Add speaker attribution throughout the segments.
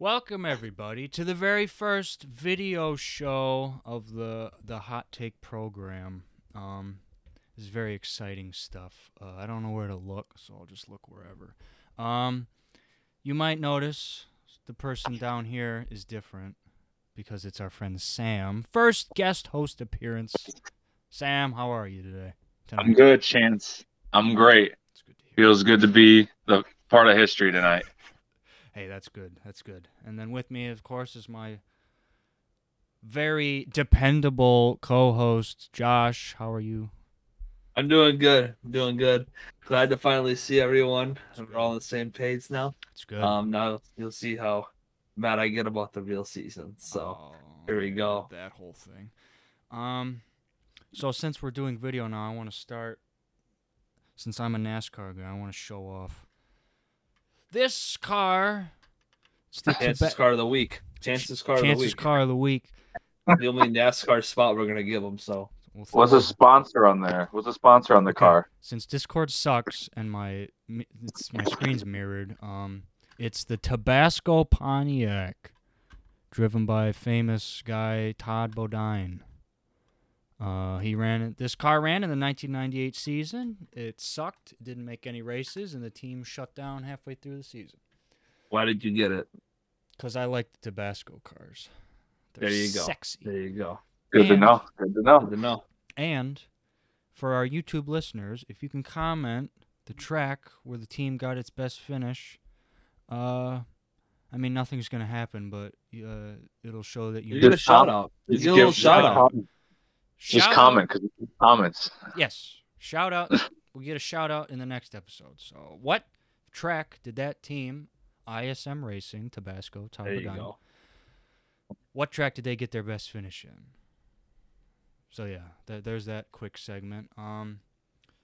Speaker 1: Welcome everybody to the very first video show of the the Hot Take program. Um, this is very exciting stuff. Uh, I don't know where to look, so I'll just look wherever. Um, you might notice the person down here is different because it's our friend Sam. First guest host appearance. Sam, how are you today?
Speaker 2: I'm good, Chance. I'm great.
Speaker 1: It's good to hear.
Speaker 2: Feels good to be the part of history tonight.
Speaker 1: Hey, that's good. That's good. And then with me, of course, is my very dependable co-host Josh. How are you?
Speaker 3: I'm doing good. I'm doing good. Glad to finally see everyone. We're all on the same page now.
Speaker 1: It's good.
Speaker 3: Um, now you'll see how mad I get about the real season. So
Speaker 1: Oh,
Speaker 3: here we
Speaker 1: yeah,
Speaker 3: go.
Speaker 1: That whole thing. Um, so since we're doing video now, I want to start. Since I'm a NASCAR guy, I want to show off. This car. It's the
Speaker 3: chances
Speaker 1: Tibet-
Speaker 3: car of the week. Chances car of the
Speaker 1: Chance's
Speaker 3: week.
Speaker 1: car of the week.
Speaker 3: the only NASCAR spot we're gonna give them. So
Speaker 1: We'll throw
Speaker 2: Was a
Speaker 1: it-
Speaker 2: sponsor on there? Was a sponsor on the
Speaker 1: Okay.
Speaker 2: car?
Speaker 1: since Discord sucks and my mi- it's, my screen's mirrored, um, it's the Tabasco Pontiac, driven by famous guy Todd Bodine. Uh, he ran it. This car ran in the 1998 season. It sucked. It didn't make any races, and the team shut down halfway through the season.
Speaker 3: why did you get it?
Speaker 1: Cause I like the Tabasco cars. They're
Speaker 3: There you go.
Speaker 1: Sexy.
Speaker 3: There you go.
Speaker 2: Good to
Speaker 1: And-
Speaker 2: know. Good to
Speaker 3: Good
Speaker 2: know.
Speaker 3: to know.
Speaker 1: And for our YouTube listeners, if you can comment the track where the team got its best finish, uh, I mean nothing's gonna happen, but uh, it'll show that you.
Speaker 3: You get a
Speaker 2: Just
Speaker 3: shout
Speaker 2: com-
Speaker 3: out. You
Speaker 2: Just
Speaker 3: get a
Speaker 2: give-
Speaker 3: little shout
Speaker 2: just
Speaker 3: out.
Speaker 2: com- Just
Speaker 1: Shout
Speaker 2: comment because comments.
Speaker 1: out- Yes, shout out. we'll get a shout out in the next episode. So, what track did that team, ISM Racing, Tabasco,
Speaker 3: There you
Speaker 1: Talbot,
Speaker 3: go.
Speaker 1: what track did they get their best finish in? So yeah, th- there's that quick segment. Um,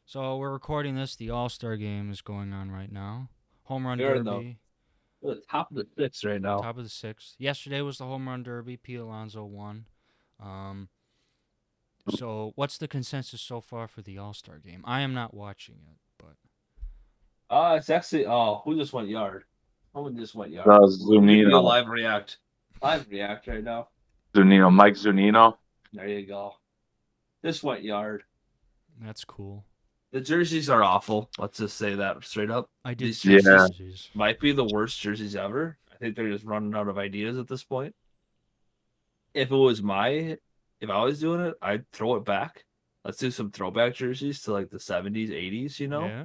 Speaker 1: so we're recording this. The All Star Game is going on right now. Home Run
Speaker 3: We are in the
Speaker 1: Derby,
Speaker 3: We're at the top of the six right now.
Speaker 1: top of the sixth. Yesterday was the Home Run Derby. P. Alonso won. Um, so what's the consensus so far for the All Star Game? I am not watching it, but
Speaker 3: Uh it's actually oh who just went yard? Someone just went yard.
Speaker 2: That was
Speaker 3: You
Speaker 2: Uh, Zunino.
Speaker 3: live react. Live react right now.
Speaker 2: Zunino. Mike Zunino.
Speaker 3: There you go. This went yard.
Speaker 1: that's cool.
Speaker 3: The jerseys are awful. Let's just say that straight up.
Speaker 1: I did.
Speaker 3: These
Speaker 1: see
Speaker 2: jerseys-
Speaker 1: jerseys.
Speaker 3: Might be the worst jerseys ever. I think they're just running out of ideas at this point. If it was my, if I was doing it, I'd throw it back. Let's do some throwback jerseys to like the 70s, 80s, you know?
Speaker 1: Yeah,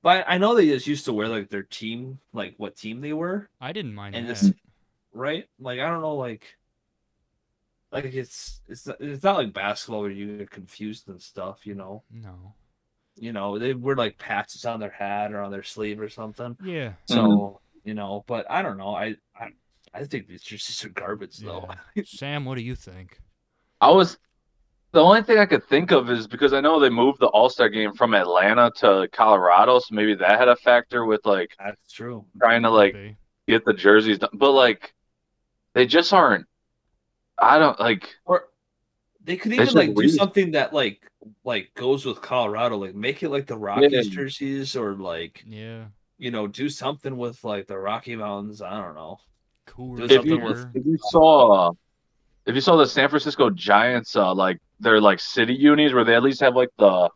Speaker 3: But I know they just used to wear like their team, like what team they were,
Speaker 1: I didn't mind
Speaker 3: And
Speaker 1: that.
Speaker 3: this- right? Like, I don't know, like, like it's it's not, it's not like basketball where you get confused and stuff, you know.
Speaker 1: no.
Speaker 3: You know they wear like patches on their hat or on their sleeve or something.
Speaker 1: Yeah.
Speaker 3: So you know, but I don't know. I I, I think these jerseys are garbage though.
Speaker 1: yeah. Sam, what do you think?
Speaker 2: I was. The only thing I could think of is because I know they moved the All Star game from Atlanta to Colorado, so maybe that had a factor with like
Speaker 3: That's true.
Speaker 2: trying to like
Speaker 1: Be.
Speaker 2: get the jerseys done. But like, they just aren't. I don't like.
Speaker 3: Or they could
Speaker 2: That's
Speaker 3: even like
Speaker 2: just
Speaker 3: do
Speaker 2: weird.
Speaker 3: something that like like goes with Colorado, like make it like the Rockies
Speaker 2: Yeah.
Speaker 3: jerseys, or like
Speaker 1: Yeah.
Speaker 3: you know do something with like the Rocky Mountains. I don't know.
Speaker 1: Cool.
Speaker 3: There's
Speaker 2: If you,
Speaker 3: something with-
Speaker 2: if you saw, if you saw the San Francisco Giants, uh, like their like city unis where they at least have like the,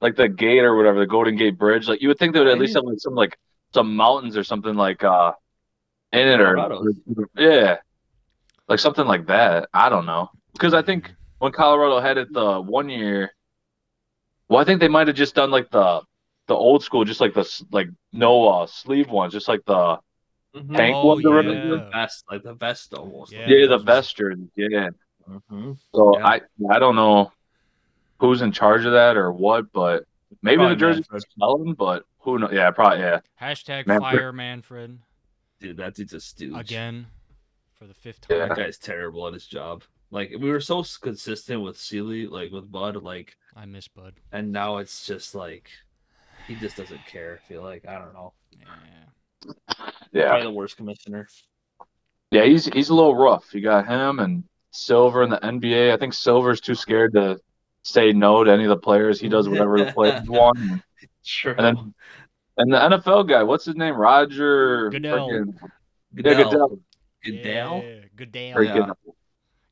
Speaker 2: like the gate or whatever, the Golden Gate Bridge. Like you would think they would at least have like some like some mountains or something like uh, in it or
Speaker 3: Colorado's.
Speaker 2: yeah, like something like that. I don't know because I think when Colorado had it the one year, well, I think they might have just done like the the old school, just like the s- like no uh, sleeve ones, just like the
Speaker 3: Mhm.
Speaker 2: Tank
Speaker 1: Oh,
Speaker 2: ones or whatever.
Speaker 1: yeah.
Speaker 3: Best like the best almost.
Speaker 1: Yeah.
Speaker 2: Yeah, the
Speaker 1: those-
Speaker 2: best jerseys. Yeah.
Speaker 3: Mhm.
Speaker 2: So
Speaker 3: Yeah.
Speaker 2: I I don't know who's in charge of that or what, but maybe
Speaker 3: Probably
Speaker 2: the jerseys are
Speaker 3: Manfred.
Speaker 2: selling, but who knows? Yeah, probably yeah.
Speaker 1: Hashtag
Speaker 2: Manfred.
Speaker 1: fire Manfred
Speaker 3: Dude, that dude's a stooge.
Speaker 1: again for the fifth time.
Speaker 2: Yeah.
Speaker 3: That guy's terrible at his job. Like we were so s- consistent with Sealy, like with Bud, like
Speaker 1: I miss Bud.
Speaker 3: and now it's just like he just doesn't care. I feel like I don't know.
Speaker 1: Yeah.
Speaker 2: Yeah.
Speaker 3: Probably the worst commissioner.
Speaker 2: Yeah, he's he's a little rough. You got him and Silver in the NBA. I think Silver's too scared to say no to any of the players. He does whatever the players want.
Speaker 3: Sure.
Speaker 2: And then and the NFL guy, what's his name? Roger
Speaker 1: Goodell.
Speaker 2: frickin-
Speaker 3: Goodell.
Speaker 2: Goodell.
Speaker 3: Goodell?
Speaker 1: Yeah, Goodell.
Speaker 2: Or
Speaker 1: Goodell.
Speaker 3: Yeah.
Speaker 2: Goodell.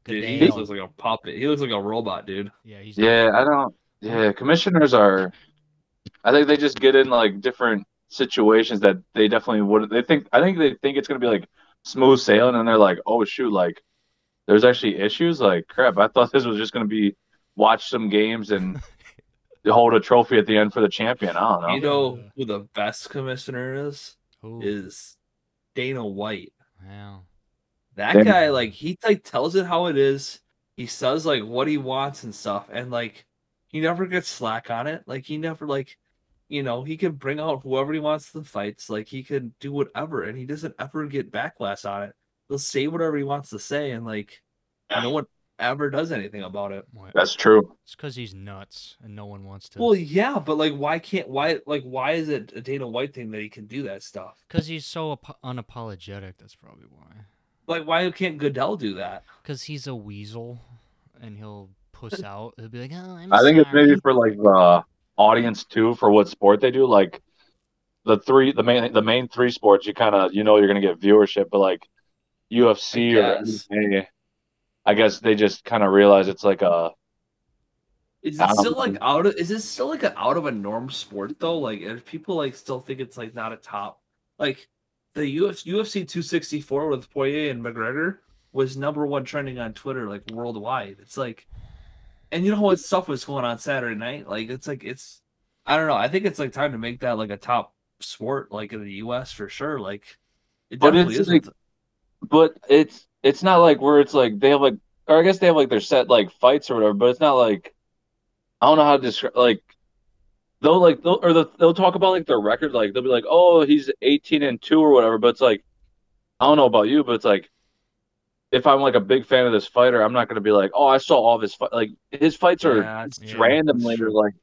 Speaker 3: Dude, he
Speaker 1: Goodell.
Speaker 3: just looks like a puppet. He looks like a robot, dude.
Speaker 1: Yeah, he's
Speaker 2: Yeah, I don't. Yeah, commissioners are. I think they just get in like different situations that they definitely would. They think. I think they think it's gonna be like smooth sailing, and they're like, "Oh shoot, like there's actually issues. Like crap, I thought this was just gonna be watch some games and hold a trophy at the end for the champion. I don't know.
Speaker 3: You know who the best commissioner is?
Speaker 1: Who?
Speaker 3: Is Dana White.
Speaker 1: Wow.
Speaker 3: That
Speaker 2: Dana-
Speaker 3: guy, like, he like tells it how it is. He says like what he wants and stuff, and like he never gets slack on it. Like he never like, you know, he can bring out whoever he wants to the fights. Like he can do whatever, and he doesn't ever get backlash on it. He'll say whatever he wants to say, and like no one ever does anything about it.
Speaker 1: What-
Speaker 2: That's true.
Speaker 1: It's because he's nuts and no one wants to.
Speaker 3: Well, yeah, but like, why can't why like why is it a Dana White thing that he can do that stuff?
Speaker 1: Because he's so ap- unapologetic. That's probably why.
Speaker 3: Like, why can't Goodell do that?
Speaker 1: Because he's a weasel, and he'll puss out. He'll be like, "Oh, I'm
Speaker 2: I think it's
Speaker 1: sorry."
Speaker 2: maybe for like the audience too for what sport they do. Like the three, the main, the main three sports, you kind of you know you're gonna get viewership, but like UFC
Speaker 3: I
Speaker 2: or
Speaker 3: guess.
Speaker 2: MMA, I guess they just kind of realize it's like a
Speaker 3: Is
Speaker 2: I
Speaker 3: it
Speaker 2: don't
Speaker 3: still
Speaker 2: know.
Speaker 3: like out of is this still like an out of a norm sport though? Like, if people like still think it's like not a top like the Uf, UFC 264 with Poirier and McGregor was number one trending on Twitter like worldwide. It's like, and you know what stuff was going on Saturday night? Like, it's like it's I don't know. I think it's like time to make that like a top sport like in the U.S. for sure. Like, it
Speaker 2: But
Speaker 3: definitely
Speaker 2: it's,
Speaker 3: isn't.
Speaker 2: but it's it's not like where it's like they have like or I guess they have like their set like fights or whatever, but it's not like I don't know how to describe like they'll like they'll or they'll, they'll talk about like their record like they'll be like oh he's eighteen and two or whatever, but it's like I don't know about you, but it's like if I'm like a big fan of this fighter, I'm not gonna be like oh I saw all of his fight like his fights are
Speaker 3: Yeah, it's
Speaker 1: Yeah.
Speaker 2: just randomly you're like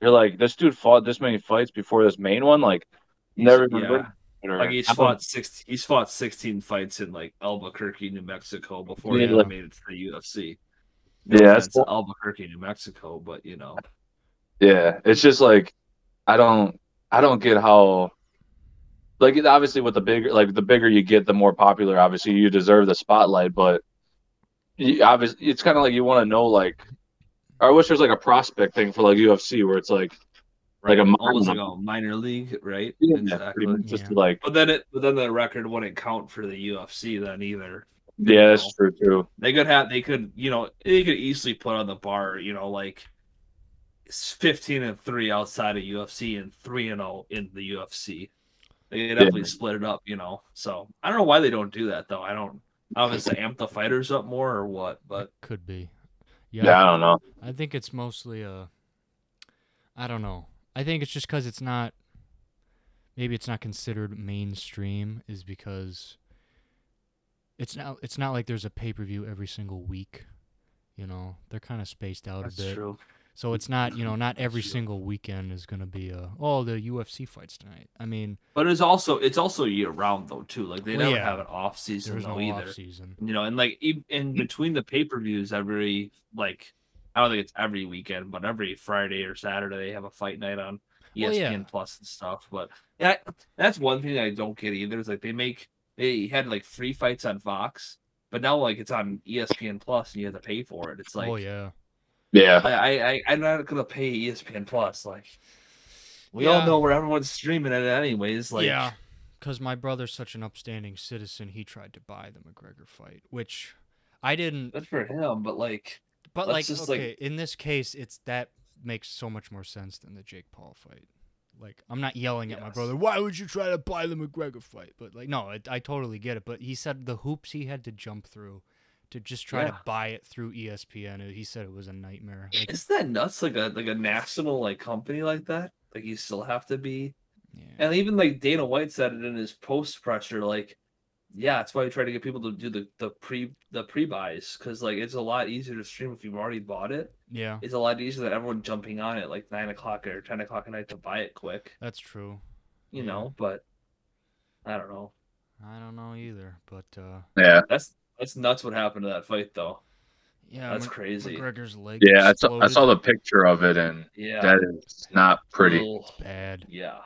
Speaker 2: you're like this dude fought this many fights before this main one like never
Speaker 3: yeah.
Speaker 2: remember.
Speaker 3: Like he's
Speaker 2: I'm
Speaker 3: fought six, he's fought sixteen fights in like Albuquerque, New Mexico before he
Speaker 2: Yeah.
Speaker 3: ever made it to the UFC.
Speaker 2: Yeah, that's
Speaker 3: offense to Albuquerque, New Mexico, but you know,
Speaker 2: Yeah, it's just like I don't I don't get how like it- obviously with the bigger like the bigger you get the more popular obviously you deserve the spotlight but you obviously it's kind of like you want to know like I wish there's like a prospect thing for like UFC where it's like Like
Speaker 3: right?
Speaker 2: a minor
Speaker 3: almost like
Speaker 2: league.
Speaker 3: a minor league, right?
Speaker 2: yeah,
Speaker 3: Exactly.
Speaker 2: pretty much just
Speaker 1: Yeah.
Speaker 2: like
Speaker 3: But then it, but then the record wouldn't count for the UFC then either.
Speaker 2: yeah that's true too
Speaker 3: They could have, they could, you know, they could easily put on the bar, you know, like fifteen and three outside of UFC and three and zero in the UFC. They could definitely split it up, you know. So I don't know why they don't do that though. I don't. I don't know if it's to amp the fighters up more or what, but
Speaker 1: It could be.
Speaker 2: yeah,
Speaker 1: Yeah,
Speaker 2: I don't know
Speaker 1: I think it's mostly a. I don't know. I think it's just because it's not. Maybe it's not considered mainstream, is because. It's not. It's not like there's a pay per view every single week. You know, they're kind of spaced out a bit.
Speaker 3: true.
Speaker 1: So it's not, you know, not every
Speaker 3: Sure.
Speaker 1: single weekend is going to be a, oh, the UFC fights tonight. I mean,
Speaker 3: But it's also it's also year round though too. Like they
Speaker 1: Well,
Speaker 3: never
Speaker 1: yeah.
Speaker 3: have an off
Speaker 1: there
Speaker 3: season
Speaker 1: is
Speaker 3: though
Speaker 1: no
Speaker 3: either.
Speaker 1: off season.
Speaker 3: You know, and like e-
Speaker 1: Mm.
Speaker 3: in between the pay per views, every like I don't think it's every weekend, but every Friday or Saturday they have a fight night on E ESPN
Speaker 1: Well, yeah.
Speaker 3: Plus and stuff. But yeah, that's one thing I don't get either. Is like they make they had like three fights on Fox, but now like it's on E ESPN Plus and you have to pay for it. It's like
Speaker 1: oh yeah,
Speaker 2: yeah
Speaker 3: I, I, I I'm not gonna pay E ESPN Plus. Like we
Speaker 1: Yeah.
Speaker 3: all know where everyone's streaming it anyways. Like
Speaker 1: yeah. Because my brother's such an upstanding citizen, he tried to buy the McGregor fight, which I didn't.
Speaker 3: good for him, but like
Speaker 1: But
Speaker 3: let's
Speaker 1: like,
Speaker 3: just, like-
Speaker 1: okay, in this case, it's that makes so much more sense than the Jake Paul fight. Like, I'm not yelling at my
Speaker 3: Yes.
Speaker 1: brother. Why would you try to buy the McGregor fight? But like, no, I, I totally get it. But he said the hoops he had to jump through to just try to
Speaker 3: Yeah.
Speaker 1: buy it through E ESPN. He said it was a nightmare. Like,
Speaker 3: is that nuts? Like a like a national like company like that? Like you still have to be
Speaker 1: yeah.
Speaker 3: and even like Dana White said it in his post pressure, like yeah, that's why we try to get people to do the, the pre the pre buys because like it's a lot easier to stream if you've already bought it.
Speaker 1: yeah.
Speaker 3: It's a lot easier than everyone jumping on it like nine o'clock or ten o'clock at night to buy it quick,
Speaker 1: That's true.
Speaker 3: you
Speaker 1: Yeah.
Speaker 3: know. But I don't know.
Speaker 1: I don't know either, but uh,
Speaker 2: yeah
Speaker 3: That's that's nuts. What happened to that fight though?
Speaker 1: yeah,
Speaker 3: That's
Speaker 1: Mc-
Speaker 3: crazy.
Speaker 1: McGregor's leg.
Speaker 2: yeah I saw, I
Speaker 1: exploded.
Speaker 2: saw the picture of it and
Speaker 3: Yeah,
Speaker 2: that is not pretty
Speaker 3: Ugh,
Speaker 1: Bad.
Speaker 3: Yeah.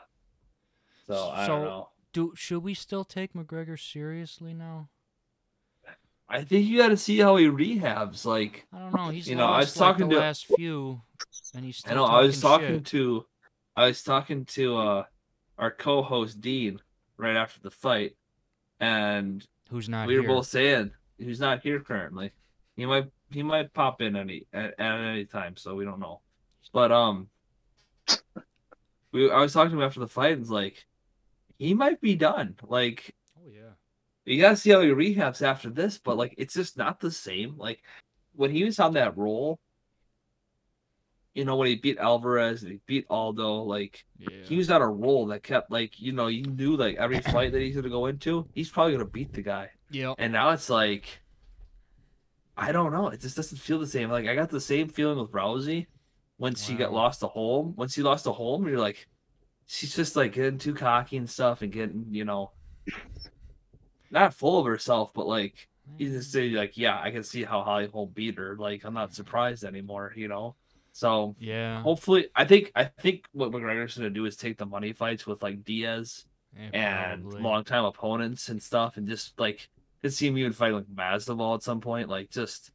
Speaker 3: So
Speaker 1: So-
Speaker 3: I don't know.
Speaker 1: do should we still take McGregor seriously now?
Speaker 3: I think you got to see how he rehabs. Like
Speaker 1: I don't know. He's
Speaker 3: You know, I
Speaker 1: lost,
Speaker 3: was
Speaker 1: like,
Speaker 3: talking
Speaker 1: the
Speaker 3: to-
Speaker 1: last few, and he's still
Speaker 3: I know I was talking
Speaker 1: shit.
Speaker 3: to, I was talking to uh our co-host Dean right after the fight, and
Speaker 1: who's not
Speaker 3: we
Speaker 1: here.
Speaker 3: were both saying he's not here currently. He might he might pop in any at, at any time, so we don't know. But um, we I was talking to him after the fight, and it's like he might be done. Like
Speaker 1: Oh yeah.
Speaker 3: you gotta see how he rehabs after this, but like it's just not the same. Like when he was on that roll, you know, when he beat Alvarez and he beat Aldo, like
Speaker 1: Yeah.
Speaker 3: he was on a roll that kept like you know you knew like every fight that he's gonna go into, he's probably gonna beat the guy.
Speaker 1: yeah.
Speaker 3: And now it's like, I don't know. It just doesn't feel the same. Like I got the same feeling with Rousey once he got
Speaker 1: Wow.
Speaker 3: lost to Holm. Once he lost to Holm, you're like, she's just like getting too cocky and stuff, and getting you know, not full of herself, but like you just say like, yeah, I can see how Holly Holm beat her. Like I'm not surprised anymore, you know. So
Speaker 1: Yeah.
Speaker 3: hopefully, I think I think what McGregor's gonna do is take the money fights with like Diaz
Speaker 1: yeah,
Speaker 3: and
Speaker 1: probably.
Speaker 3: longtime opponents and stuff, and just like could see him even fight like Masvidal at some point, like just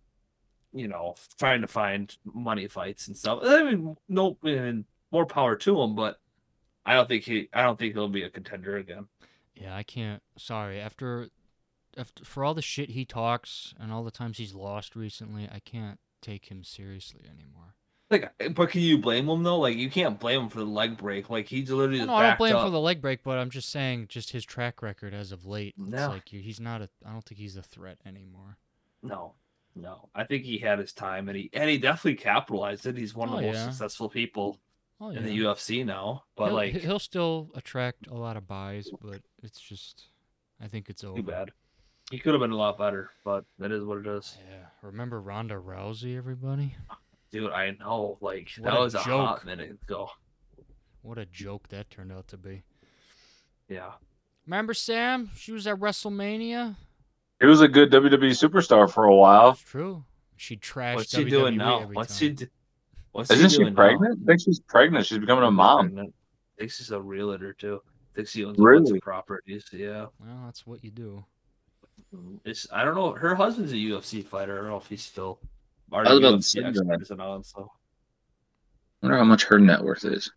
Speaker 3: you know trying to find money fights and stuff. I mean, no, I mean, more power to him, but I don't think he, I don't think he'll be a contender again.
Speaker 1: Yeah, I can't. Sorry. After, after for all the shit he talks and all the times he's lost recently, I can't take him seriously anymore.
Speaker 3: Like, but can you blame him though? Like, you can't blame him for the leg break. Like, he's literally just
Speaker 1: no, I don't
Speaker 3: backed
Speaker 1: blame him
Speaker 3: up.
Speaker 1: for the leg break, but I'm just saying, just his track record as of late. It's
Speaker 3: No.
Speaker 1: like you- he's not a. I don't think he's a threat anymore.
Speaker 3: No, no. I think he had his time, and he and he definitely capitalized it. He's one of
Speaker 1: Oh,
Speaker 3: the most
Speaker 1: yeah.
Speaker 3: successful people
Speaker 1: Oh yeah.
Speaker 3: in the UFC now. But
Speaker 1: he'll,
Speaker 3: like,
Speaker 1: he'll still attract a lot of buys, but it's just, I think it's over.
Speaker 3: Too bad. He could have been a lot better, but that is what it is.
Speaker 1: Yeah. Remember Ronda Rousey, everybody?
Speaker 3: Dude, I know. Like
Speaker 1: What
Speaker 3: that
Speaker 1: a
Speaker 3: was a
Speaker 1: joke.
Speaker 3: hot minute ago.
Speaker 1: What a joke that turned out to be.
Speaker 3: Yeah.
Speaker 1: Remember Sam? She was at WrestleMania.
Speaker 2: He was a good WWE superstar for a while.
Speaker 1: It's true. She trashed.
Speaker 3: What's she
Speaker 1: WWE
Speaker 3: doing now?
Speaker 1: E every
Speaker 3: What's
Speaker 1: time.
Speaker 3: she? Do- what's
Speaker 2: Isn't she
Speaker 3: doing now?
Speaker 2: pregnant? I think she's pregnant. She's becoming a
Speaker 3: She's
Speaker 2: mom.
Speaker 3: pregnant. Thinks she's a realtor too. Thinks she owns a bunch
Speaker 2: Really?
Speaker 3: of properties. Yeah.
Speaker 1: Well, that's what you do.
Speaker 3: It's I don't know. Her husband's a UFC fighter. I don't know if he's still. Our
Speaker 2: I was about to
Speaker 3: UFC
Speaker 2: say that.
Speaker 3: expert isn't on, so
Speaker 2: I wonder how much her net worth is.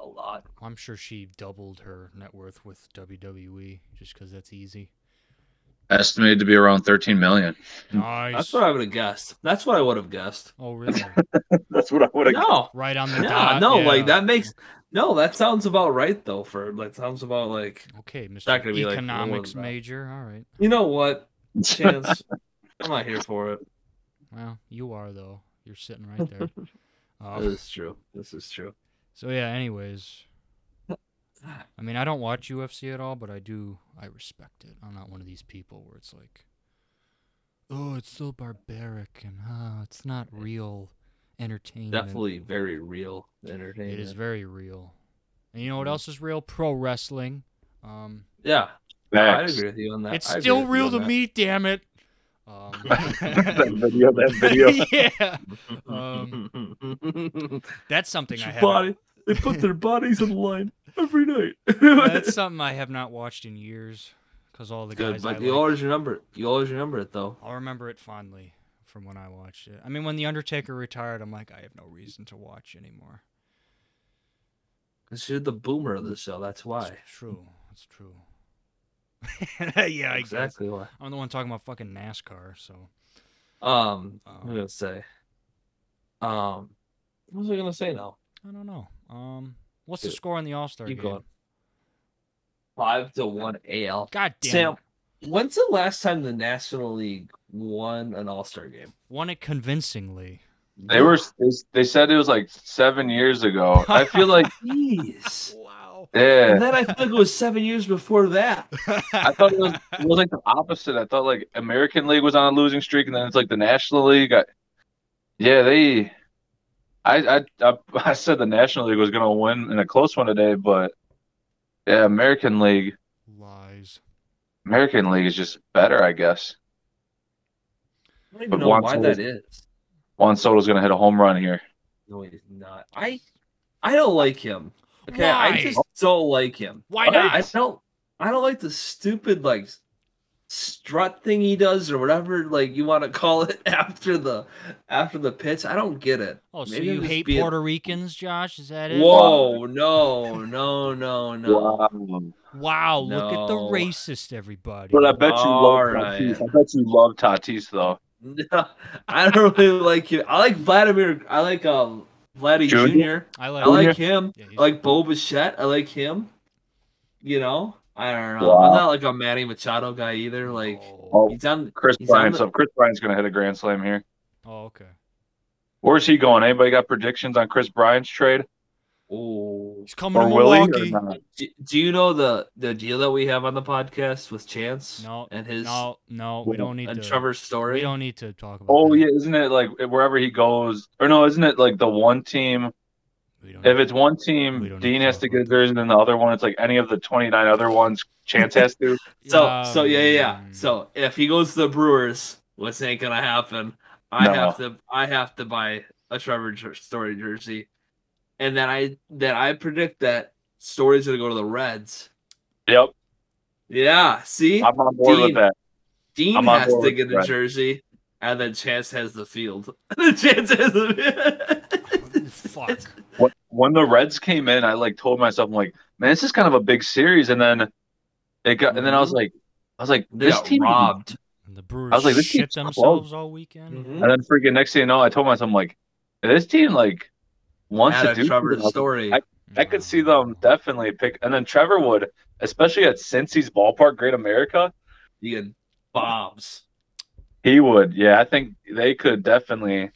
Speaker 3: a lot.
Speaker 1: I'm sure she doubled her net worth with WWE just because that's easy.
Speaker 2: Estimated to be around 13 million.
Speaker 1: Nice.
Speaker 3: That's what I would have guessed. That's what I would have guessed.
Speaker 1: oh, really?
Speaker 2: That's what I would
Speaker 3: No,
Speaker 1: right on the
Speaker 3: no,
Speaker 1: dot.
Speaker 3: no.
Speaker 1: yeah.
Speaker 3: Like that makes no. That sounds about right though. For that sounds about like
Speaker 1: Okay, Mr.
Speaker 3: not gonna be like the
Speaker 1: Economics
Speaker 3: ones that-
Speaker 1: major. All right.
Speaker 3: You know what, Chance? I'm not here for it.
Speaker 1: Well, you are though. You're sitting right there. Um,
Speaker 3: This is true. This is true.
Speaker 1: so yeah. Anyways, I mean, I don't watch UFC at all, but I do. I respect it. I'm not one of these people where it's like, oh, it's so barbaric and ah, it's not real entertainment.
Speaker 3: Definitely very real
Speaker 1: it is
Speaker 3: entertainment.
Speaker 1: very real. And you know what
Speaker 3: Mhm.
Speaker 1: else is real? Pro wrestling. Um,
Speaker 3: Yeah, I
Speaker 2: Next.
Speaker 3: agree with you on that.
Speaker 1: it's
Speaker 3: I agree
Speaker 1: still
Speaker 3: with you
Speaker 1: real
Speaker 3: on
Speaker 1: to
Speaker 3: that.
Speaker 1: me. Damn it. Um,
Speaker 2: that video, that video.
Speaker 1: yeah, um, that's something I
Speaker 3: Your
Speaker 1: have.
Speaker 3: body. They put their bodies in line every night.
Speaker 1: That's something I have not watched in years because all the
Speaker 3: good,
Speaker 1: guys.
Speaker 3: but
Speaker 1: I
Speaker 3: you
Speaker 1: like-
Speaker 3: always remember. You always remember it though.
Speaker 1: I'll remember it fondly from when I watched it. I mean, when The Undertaker retired, I'm like, I have no reason to watch anymore.
Speaker 3: Because you're the boomer of the show. That's
Speaker 1: It's
Speaker 3: why.
Speaker 1: true. It's true. yeah, I guess.
Speaker 3: exactly why.
Speaker 1: I'm the one talking about fucking NASCAR, so.
Speaker 3: Um,
Speaker 1: Um,
Speaker 3: what was I gonna say. Um, what was I gonna say now?
Speaker 1: I don't know. Um, what's the
Speaker 3: Dude,
Speaker 1: score in the All Star game?
Speaker 3: keep going. Five to one AL.
Speaker 1: God damn.
Speaker 3: Sam,
Speaker 1: it.
Speaker 3: when's the last time the National League won an All Star game?
Speaker 1: Won it convincingly.
Speaker 2: They were. They, they said it was like seven years ago. I feel like.
Speaker 3: Jeez.
Speaker 1: Wow.
Speaker 3: and
Speaker 2: Yeah.
Speaker 3: then I feel like it was seven years before that.
Speaker 2: I thought it was, it was like the opposite. I thought like American League was on a losing streak, and then it's like the National League. I, yeah, they. I, I I I said the National League was gonna win in a close one today, but yeah, American League.
Speaker 1: Lies.
Speaker 2: American League is just better, I guess.
Speaker 3: I don't even
Speaker 2: But
Speaker 3: know why
Speaker 2: Watson
Speaker 3: that is.
Speaker 2: Juan Soto's gonna hit a home run here.
Speaker 3: No, he's not. I I don't like him. Okay,
Speaker 1: Why?
Speaker 3: I just so like him.
Speaker 1: Why
Speaker 3: But I- I
Speaker 1: not?
Speaker 3: don't. I don't like the stupid like strut thing he does or whatever like you want to call it after the after the pitch. I don't get it.
Speaker 1: Oh, so
Speaker 3: Maybe I'm
Speaker 1: you
Speaker 3: just
Speaker 1: hate
Speaker 3: being-
Speaker 1: Puerto Ricans, Josh? Is that it?
Speaker 3: Whoa! No! No! No! No!
Speaker 2: Wow.
Speaker 1: Wow, look at the
Speaker 3: No.
Speaker 1: racist, everybody.
Speaker 2: But I bet you love
Speaker 3: Alright.
Speaker 2: Tatis. I bet you love Tatis though.
Speaker 3: No, I don't really like him. I like Vladimir. I like um Vladdy
Speaker 2: Junior?
Speaker 3: Jr.
Speaker 1: I like.
Speaker 3: I like him.
Speaker 1: Yeah, he's-
Speaker 3: I like Bo Bichette. I like him. You know, I don't know.
Speaker 2: Wow.
Speaker 3: I'm not like a Manny Machado guy either. Like
Speaker 1: Oh,
Speaker 3: he's on.
Speaker 2: Chris
Speaker 3: He's on
Speaker 2: Bryant's
Speaker 3: the-
Speaker 2: up. Chris Bryant's gonna hit a grand slam here.
Speaker 1: oh, okay.
Speaker 2: Where's he going? Anybody got predictions on Chris Bryant's trade
Speaker 3: Oh,
Speaker 1: He's coming
Speaker 2: or
Speaker 1: to
Speaker 2: Willie? Or
Speaker 1: Milwaukee.
Speaker 2: not?
Speaker 3: do, do you know the the deal that we have on the podcast with Chance?
Speaker 1: No,
Speaker 3: and his
Speaker 1: No, no, we don't need
Speaker 3: and
Speaker 1: to.
Speaker 3: Trevor's
Speaker 1: we
Speaker 3: story.
Speaker 1: don't need to talk about.
Speaker 2: Oh
Speaker 1: that.
Speaker 2: yeah, isn't it like wherever he goes? Or no, isn't it like the one team?
Speaker 1: We don't
Speaker 2: If it's one
Speaker 1: We
Speaker 2: team,
Speaker 1: don't
Speaker 2: Dean
Speaker 1: need
Speaker 2: has
Speaker 1: to
Speaker 2: to
Speaker 1: talk
Speaker 2: get
Speaker 1: about
Speaker 2: theirs, and then the other one, it's like any of the twenty nine other ones. Chance has to.
Speaker 3: So so yeah yeah.
Speaker 1: Um,
Speaker 3: So if he goes to the Brewers, what's ain't gonna happen? I
Speaker 2: No.
Speaker 3: have to I have to buy a Trevor Jer- Story jersey, and then I then I predict that Story's gonna go to the Reds.
Speaker 2: Yep,
Speaker 3: Yeah, see,
Speaker 2: I'm on board with
Speaker 3: Dean.
Speaker 2: that.
Speaker 3: Dean
Speaker 2: I'm on
Speaker 3: has
Speaker 2: board
Speaker 3: to
Speaker 2: with
Speaker 3: get
Speaker 2: the
Speaker 3: a
Speaker 2: Reds.
Speaker 3: jersey, and then Chance has the field. Chance has the
Speaker 1: Fuck.
Speaker 2: When- When the Reds came in, I like told myself, I'm like, man, this is kind of a big series, and then it got, and then I was like, I was like,
Speaker 3: They
Speaker 2: this
Speaker 3: got
Speaker 2: team
Speaker 3: robbed.
Speaker 1: And the Brewers
Speaker 2: I was like, this
Speaker 1: shit
Speaker 2: team's close. Mm-hmm.
Speaker 1: themselves all weekend.
Speaker 3: Mhm.
Speaker 2: And then freaking next thing you know, I told myself, I'm like, this team like wants
Speaker 3: Out
Speaker 2: to
Speaker 3: of
Speaker 2: do.
Speaker 3: Trevor's
Speaker 2: something. I was like,
Speaker 3: story.
Speaker 1: Mm-hmm.
Speaker 2: I could see them definitely pick, and then Trevor would, especially at Cincy's ballpark, Great America.
Speaker 3: you get bombs.
Speaker 2: He would, yeah. I think they could definitely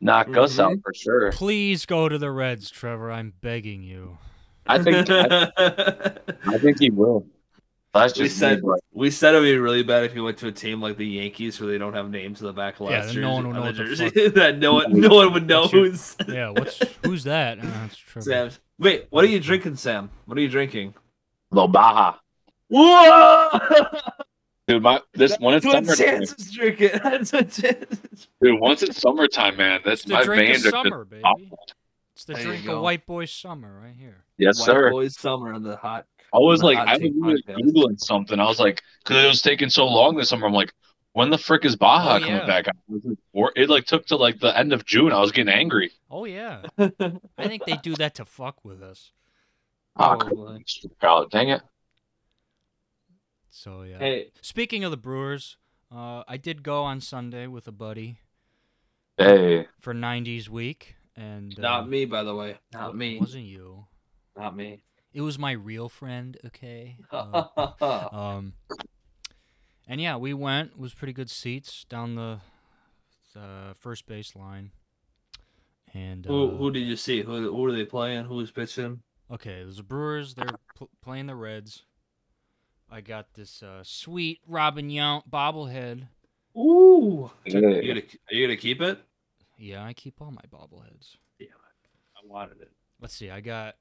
Speaker 2: knock us
Speaker 3: Mm-hmm.
Speaker 2: out for sure.
Speaker 1: Please go to the Reds, Trevor. I'm begging you.
Speaker 2: I think, I, I think he will. That's
Speaker 3: We
Speaker 2: just me,
Speaker 3: said-
Speaker 2: but
Speaker 3: We said it'd be really bad if you went to a team like the Yankees where they don't have names in the back of
Speaker 1: Yeah,
Speaker 3: last
Speaker 1: then no
Speaker 3: jersey-
Speaker 1: one would know
Speaker 3: on the
Speaker 1: what the
Speaker 3: jersey.
Speaker 1: fuck-
Speaker 3: that no one, no one would know
Speaker 1: What's your-
Speaker 3: who's
Speaker 1: Yeah, what's who's that? Uh, that's Trevor.
Speaker 3: Sam. Wait, what are you drinking, Sam? What are you drinking?
Speaker 2: Lo Baja,
Speaker 3: Whoa!
Speaker 2: dude. My this when it's
Speaker 3: That's what
Speaker 2: summertime,
Speaker 3: Chance is drinking. That's what Chance is-
Speaker 2: dude. Once it's summertime, man,
Speaker 1: It's
Speaker 2: that's
Speaker 1: the
Speaker 2: my
Speaker 1: drink of
Speaker 2: veins are just
Speaker 1: summer, baby.
Speaker 2: awful.
Speaker 1: It's the
Speaker 3: There you
Speaker 1: drink
Speaker 3: go.
Speaker 1: of white boy summer right here.
Speaker 2: Yes,
Speaker 3: White
Speaker 2: sir.
Speaker 3: Boys summer on the hot.
Speaker 2: I was
Speaker 3: on the
Speaker 2: like,
Speaker 3: hot
Speaker 2: I was
Speaker 3: take
Speaker 2: really
Speaker 3: podcast.
Speaker 2: googling something. I was like, because it was taking so long this summer. I'm like, when the frick is Baja
Speaker 1: Oh, yeah.
Speaker 2: coming back? out? Or it like took to like the end of June. I was getting angry.
Speaker 1: Oh yeah, I think they do that to fuck with us.
Speaker 2: Ah,
Speaker 3: Probably.
Speaker 2: crap, dang it!
Speaker 1: So yeah.
Speaker 3: hey,
Speaker 1: Speaking of the Brewers, uh, I did go on Sunday with a buddy
Speaker 2: Hey,
Speaker 1: for '90s week, and uh,
Speaker 3: not me, by the way.
Speaker 1: wa-
Speaker 3: Not me.
Speaker 1: Wasn't you?
Speaker 3: Not me.
Speaker 1: It was my real friend. Okay. Uh, Um, and yeah, we went. It was pretty good seats down the, the first base line. And uh,
Speaker 3: who, who did you see? Who, who were they playing? Who was pitching?
Speaker 1: okay, there's the Brewers. They're pl- playing the Reds. I got this uh, sweet Robin Yount bobblehead.
Speaker 3: Ooh. Are you
Speaker 2: hey.
Speaker 3: gonna, are you gonna keep it?
Speaker 1: Yeah, I keep all my bobbleheads.
Speaker 3: I wanted it.
Speaker 1: Let's see, I got,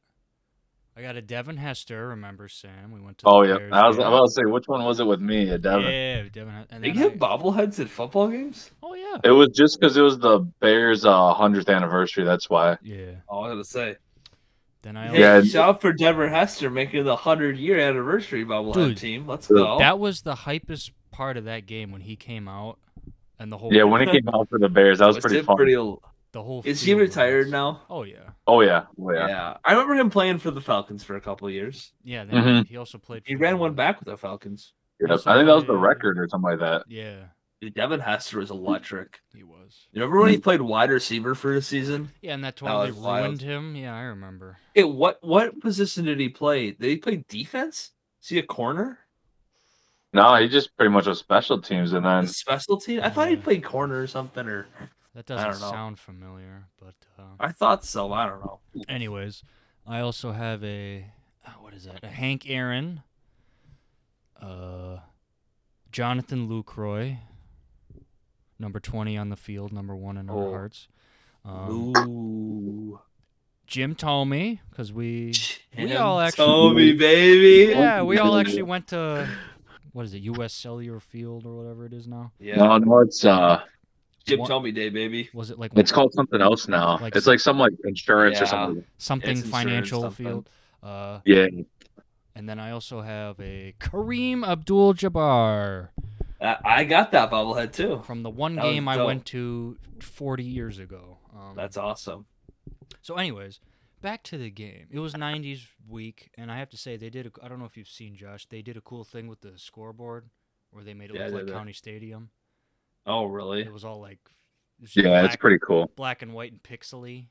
Speaker 1: I got a Devin Hester. Remember Sam? We went to. the
Speaker 2: Oh yeah,
Speaker 1: Bears
Speaker 2: I was I
Speaker 1: game.
Speaker 2: was about to say which one was it with me, and Devin?
Speaker 1: Yeah, Devin. Hester- And
Speaker 3: They
Speaker 1: then
Speaker 3: give
Speaker 1: I-
Speaker 3: bobbleheads at football games?
Speaker 1: oh yeah.
Speaker 2: It was just because it was the Bears' uh, hundredth anniversary. That's why.
Speaker 1: Yeah.
Speaker 3: Oh, I was gonna say.
Speaker 1: Then I.
Speaker 3: Hey,
Speaker 2: Yeah.
Speaker 3: shout out for Deborah Hester making the hundred year anniversary bobblehead
Speaker 1: Dude,
Speaker 3: team. Let's
Speaker 2: dude,
Speaker 3: go.
Speaker 1: That was the hypest part of that game when he came out, and the whole
Speaker 2: Yeah, when it came out for the Bears, that was
Speaker 3: Let's
Speaker 2: pretty
Speaker 3: do
Speaker 2: fun.
Speaker 3: pretty l-
Speaker 1: the whole
Speaker 3: Is he
Speaker 1: field was-
Speaker 3: retired now?
Speaker 1: Oh yeah,
Speaker 2: Oh yeah, oh yeah.
Speaker 3: I remember him playing for the Falcons for a couple of years.
Speaker 1: yeah. Then he-
Speaker 2: Mhm.
Speaker 1: He also played.
Speaker 3: He
Speaker 1: for
Speaker 3: ran
Speaker 1: the-
Speaker 3: one back with the Falcons.
Speaker 2: Yep.
Speaker 1: Also
Speaker 2: I think that was the
Speaker 1: played-
Speaker 2: record or something like that.
Speaker 1: Yeah,
Speaker 3: Dude, Devin Hester was electric.
Speaker 1: he was.
Speaker 3: You remember when he played wide receiver for a season?
Speaker 1: Yeah, and that totally
Speaker 3: was
Speaker 1: ruined
Speaker 3: wild.
Speaker 1: him. Yeah, I remember.
Speaker 3: It what what position did he play? Did he play defense? Is he a corner?
Speaker 2: No, he just pretty much was special teams, and
Speaker 3: A
Speaker 2: then
Speaker 3: specialty? I thought he
Speaker 1: Yeah.
Speaker 3: played corner or something, or
Speaker 1: That doesn't
Speaker 3: don't know.
Speaker 1: sound familiar, but uh,
Speaker 3: I thought so. I don't know.
Speaker 1: anyways, I also have a uh, what is that? A Hank Aaron, uh, Jonathan Lucroy, number twenty on the field, number one in our
Speaker 3: Oh.
Speaker 1: hearts. Um,
Speaker 3: Ooh.
Speaker 1: Jim Tomey, because we
Speaker 3: Jim
Speaker 1: all actually-
Speaker 3: Tomey, baby.
Speaker 1: Yeah, we all actually went to what is it, U.S. Cellular Field or whatever it is now.
Speaker 3: Yeah.
Speaker 2: no, no, it's uh,
Speaker 3: Jim
Speaker 1: What-
Speaker 3: Tomey Day, baby.
Speaker 1: Was it like
Speaker 2: It's called something else now.
Speaker 1: Like
Speaker 2: it's
Speaker 1: some-
Speaker 2: like some like insurance or
Speaker 3: Yeah.
Speaker 2: something.
Speaker 1: something
Speaker 3: It's insurance
Speaker 1: financial
Speaker 3: something.
Speaker 1: field? Uh,
Speaker 2: Yeah,
Speaker 1: and then I also have a Kareem Abdul-Jabbar
Speaker 3: I, I got that bobblehead too.
Speaker 1: from the one
Speaker 3: That was
Speaker 1: game I
Speaker 3: dope.
Speaker 1: went to 40 years ago. Um,
Speaker 3: That's awesome.
Speaker 1: So, anyways, back to the game. It was 90s week, and I have to say, they did. A, I don't know if you've seen Josh. They did a cool thing with the scoreboard where they made it
Speaker 3: Yeah,
Speaker 1: look
Speaker 3: they
Speaker 1: like
Speaker 3: did.
Speaker 1: County Stadium.
Speaker 3: Oh, really?
Speaker 1: It was all like, it was just
Speaker 2: yeah, it's
Speaker 1: black-
Speaker 2: pretty cool.
Speaker 1: black and white and pixely.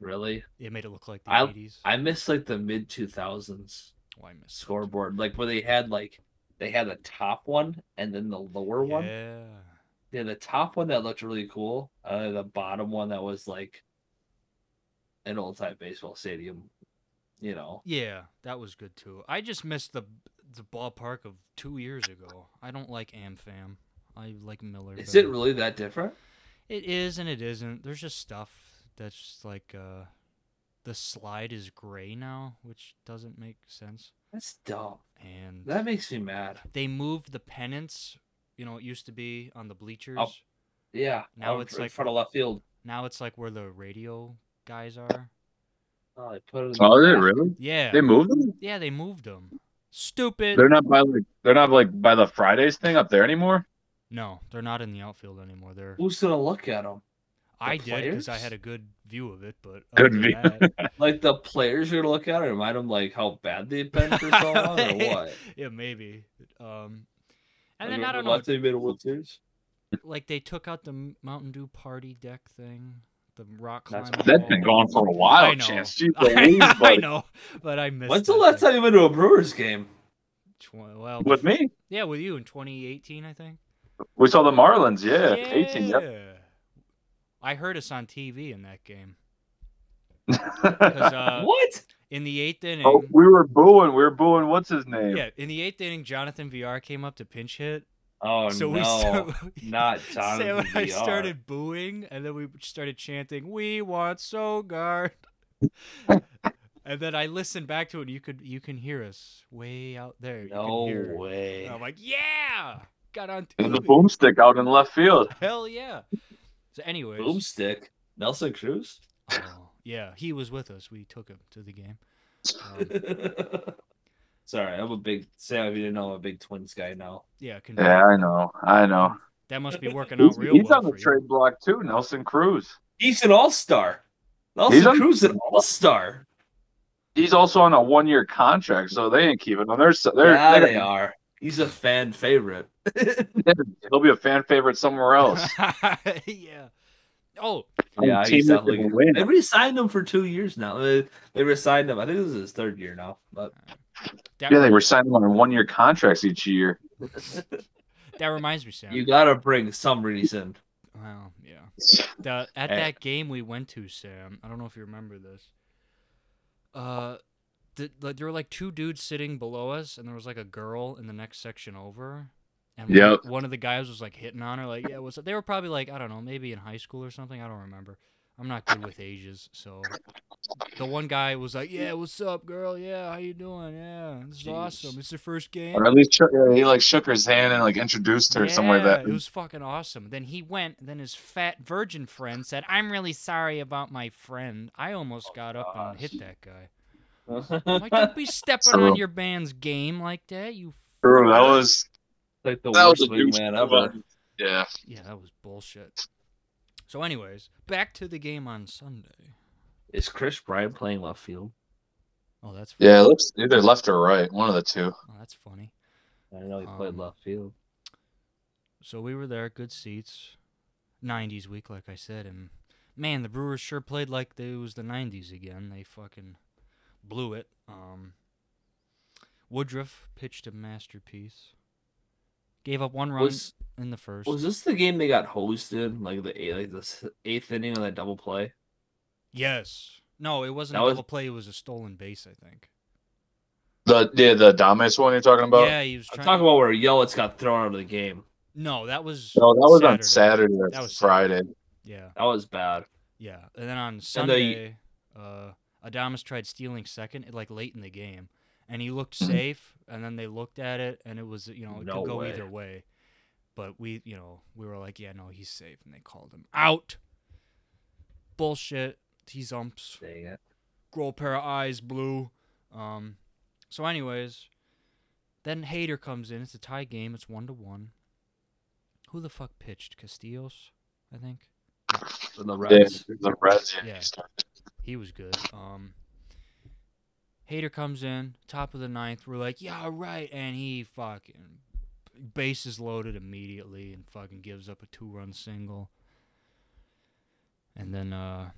Speaker 3: Really?
Speaker 1: It made it look like the
Speaker 3: I-
Speaker 1: 80s.
Speaker 3: I miss like the mid two thousands
Speaker 1: oh, I missed it.
Speaker 3: scoreboard, like where they had like they had the top one and then the lower one.
Speaker 1: Yeah.
Speaker 3: Yeah, the top one that looked really cool. Uh, the bottom one that was like an old time baseball stadium. You know,
Speaker 1: Yeah, that was good too. I just missed the the ballpark of two years ago. I don't like AmFam. I like Miller.
Speaker 3: is it
Speaker 1: better.
Speaker 3: really that different?
Speaker 1: It is and it isn't. There's just stuff that's just like uh the slide is gray now, which doesn't make sense.
Speaker 3: That's dumb.
Speaker 1: And
Speaker 3: That makes me mad.
Speaker 1: they moved the pennants. You know, it used to be on the bleachers.
Speaker 3: Oh. Yeah.
Speaker 1: Now
Speaker 3: out
Speaker 1: it's
Speaker 3: in
Speaker 1: like-
Speaker 3: front of left field.
Speaker 1: Now it's like where the radio guys are.
Speaker 3: Oh, they put it. in
Speaker 2: Oh,
Speaker 3: the
Speaker 2: is it
Speaker 3: back.
Speaker 2: really?
Speaker 1: Yeah.
Speaker 2: They moved them.
Speaker 1: yeah, they moved them. Stupid.
Speaker 2: They're not by like they're not like by the Fridays thing up there anymore.
Speaker 1: no, they're not in the outfield anymore. They're
Speaker 3: Who's gonna look at them?
Speaker 1: I did because I
Speaker 3: players?
Speaker 1: had a good view of it, but
Speaker 2: Good
Speaker 1: other than
Speaker 2: view.
Speaker 1: that-
Speaker 3: Like the players are gonna look at it? Remind them like how bad they've been for so long, or what?
Speaker 1: yeah, maybe. Um,
Speaker 3: Like,
Speaker 1: and then I
Speaker 3: remember
Speaker 1: don't know.
Speaker 3: last time they made a World Series?
Speaker 1: Like they took out the M- Mountain Dew party deck thing, the rock
Speaker 3: That's-
Speaker 1: climbing.
Speaker 2: That's been
Speaker 1: wall.
Speaker 2: gone for a while.
Speaker 1: I know.
Speaker 2: Chance, Jeez Louise,
Speaker 1: I,
Speaker 2: buddy.
Speaker 1: know, but I missed.
Speaker 3: When's the
Speaker 1: that
Speaker 3: last
Speaker 1: thing.
Speaker 3: time you went to a Brewers game?
Speaker 1: Tw- well,
Speaker 2: With me,
Speaker 1: yeah, with you in 2018, I think.
Speaker 2: we saw the Marlins. Yeah, eighteen. Yep.
Speaker 1: Yeah. I heard us on TV in that game. 'Cause, uh,
Speaker 3: what?
Speaker 1: in the eighth inning,
Speaker 2: oh, we were booing. We were booing. What's his name?
Speaker 1: yeah, in the eighth inning, Jonathan VR came up to pinch hit,
Speaker 3: Oh
Speaker 1: so
Speaker 3: no!
Speaker 1: we so,
Speaker 3: not
Speaker 1: Say
Speaker 3: Jonathan
Speaker 1: when I
Speaker 3: VR.
Speaker 1: started booing, and then we started chanting, "We want Sogard," and then I listened back to it. And you could you can hear us way out there. You can
Speaker 3: no
Speaker 1: hear it.
Speaker 3: way.
Speaker 1: And I'm like, yeah, got on
Speaker 2: It was a
Speaker 1: TV.
Speaker 2: boomstick out in left field.
Speaker 1: Hell yeah. So, anyways,
Speaker 3: Boomstick. Nelson Cruz.
Speaker 1: oh, yeah, he was with us. We took him to the game. Um,
Speaker 3: Sorry, I'm a big Sam. If you didn't know, I'm a big Twins guy now.
Speaker 1: yeah, can
Speaker 2: Yeah, I know. I know.
Speaker 1: that must be working
Speaker 2: He's,
Speaker 1: out real
Speaker 2: he's
Speaker 1: well
Speaker 2: on the
Speaker 1: for you.
Speaker 2: trade block too. Nelson Cruz.
Speaker 3: He's an All Star. Nelson
Speaker 2: He's on-
Speaker 3: Cruz an All Star.
Speaker 2: He's also on a one-year contract, so they ain't keeping him. They're, they're,
Speaker 3: Yeah,
Speaker 2: they're
Speaker 3: they are. He's a fan favorite.
Speaker 2: he'll be a fan favorite somewhere else.
Speaker 1: yeah. Oh,
Speaker 3: yeah,
Speaker 2: Team
Speaker 3: he's
Speaker 2: that
Speaker 3: definitely.
Speaker 2: can
Speaker 3: good.
Speaker 2: win.
Speaker 3: They re-signed him for two years now. They, they re-signed him. I think this is his third year now. But
Speaker 1: that,
Speaker 2: Yeah, they were signing on one-year contracts each year.
Speaker 1: that reminds me, Sam.
Speaker 3: you gotta bring some reason.
Speaker 1: Well, yeah. The, at
Speaker 3: Hey.
Speaker 1: that game we went to, Sam, I don't know if you remember this. Uh, the, like there were like two dudes sitting below us, and there was like a girl in the next section over. And one-
Speaker 2: Yep.
Speaker 1: one, of the guys was like hitting on her, like, yeah, what's up? They were probably like, I don't know, maybe in high school or something. I don't remember. I'm not good with ages, so the one guy was like, "Yeah, what's up, girl? Yeah, how you doing? Yeah, this is
Speaker 3: Jeez.
Speaker 1: awesome. It's your first game."
Speaker 2: Or at least shook- yeah, he like shook her hand and like introduced her somewhere that
Speaker 1: It was fucking awesome. Then he went, then his fat virgin friend said, I'm really sorry about my friend. I almost got up and hit
Speaker 3: gosh.
Speaker 1: that guy. I'm like, don't be stepping
Speaker 2: True.
Speaker 1: on your band's game like that, you
Speaker 2: True, that was
Speaker 3: like the
Speaker 2: that was
Speaker 3: worst
Speaker 2: a douche
Speaker 3: wingman
Speaker 2: move.
Speaker 3: ever.
Speaker 2: Yeah.
Speaker 1: Yeah, that was bullshit. So anyways, back to the game on Sunday.
Speaker 3: Is Chris Bryant playing left field?
Speaker 1: Oh, that's funny.
Speaker 2: Yeah, it looks either left or right, one of the two.
Speaker 1: Oh, that's funny.
Speaker 3: I know he
Speaker 1: Um,
Speaker 3: played left field.
Speaker 1: So we were there, good seats. 90s week like I said and man, the Brewers sure played like they, it was the 90s again. They fucking blew it. Um Woodruff pitched a masterpiece. Gave up one run
Speaker 3: Was
Speaker 1: in the first.
Speaker 3: was this the game they got hosed in? Like the eight, like the s- eighth inning on that double play.
Speaker 1: yes. No, it wasn't
Speaker 3: That
Speaker 1: a
Speaker 3: was-
Speaker 1: double play, it was a stolen base, I think.
Speaker 2: The yeah, the Domus one you're talking about?
Speaker 1: yeah, he was
Speaker 3: I'm
Speaker 1: trying
Speaker 3: talking about where Yelich got thrown out of the game.
Speaker 1: No, that was
Speaker 2: No, that was on
Speaker 1: Saturday.
Speaker 2: Saturday or
Speaker 1: That was
Speaker 2: Friday.
Speaker 1: Yeah.
Speaker 3: That was bad.
Speaker 1: Yeah, and then on
Speaker 3: And they-
Speaker 1: Sunday, uh, Adamas tried stealing second, like late in the game, and he looked safe. And then they looked at it, and it was you know it
Speaker 3: No
Speaker 1: could go
Speaker 3: way.
Speaker 1: either way. But we, you know, we were like, yeah, no, he's safe, and they called him out. Bullshit. He's umps.
Speaker 3: Dang it.
Speaker 1: Grow a pair of eyes blue. Um, so, anyways, then Hater comes in. It's a tie game. It's one to one. Who the fuck pitched Castillos? I think
Speaker 3: And the
Speaker 2: Yeah,
Speaker 3: Reds.
Speaker 2: the Reds.
Speaker 1: Yeah.
Speaker 2: Yeah.
Speaker 1: he was good. Um, Hater comes in, top of the ninth. We're like, yeah, all right, and he fucking bases loaded immediately and fucking gives up a two-run single. And then uh,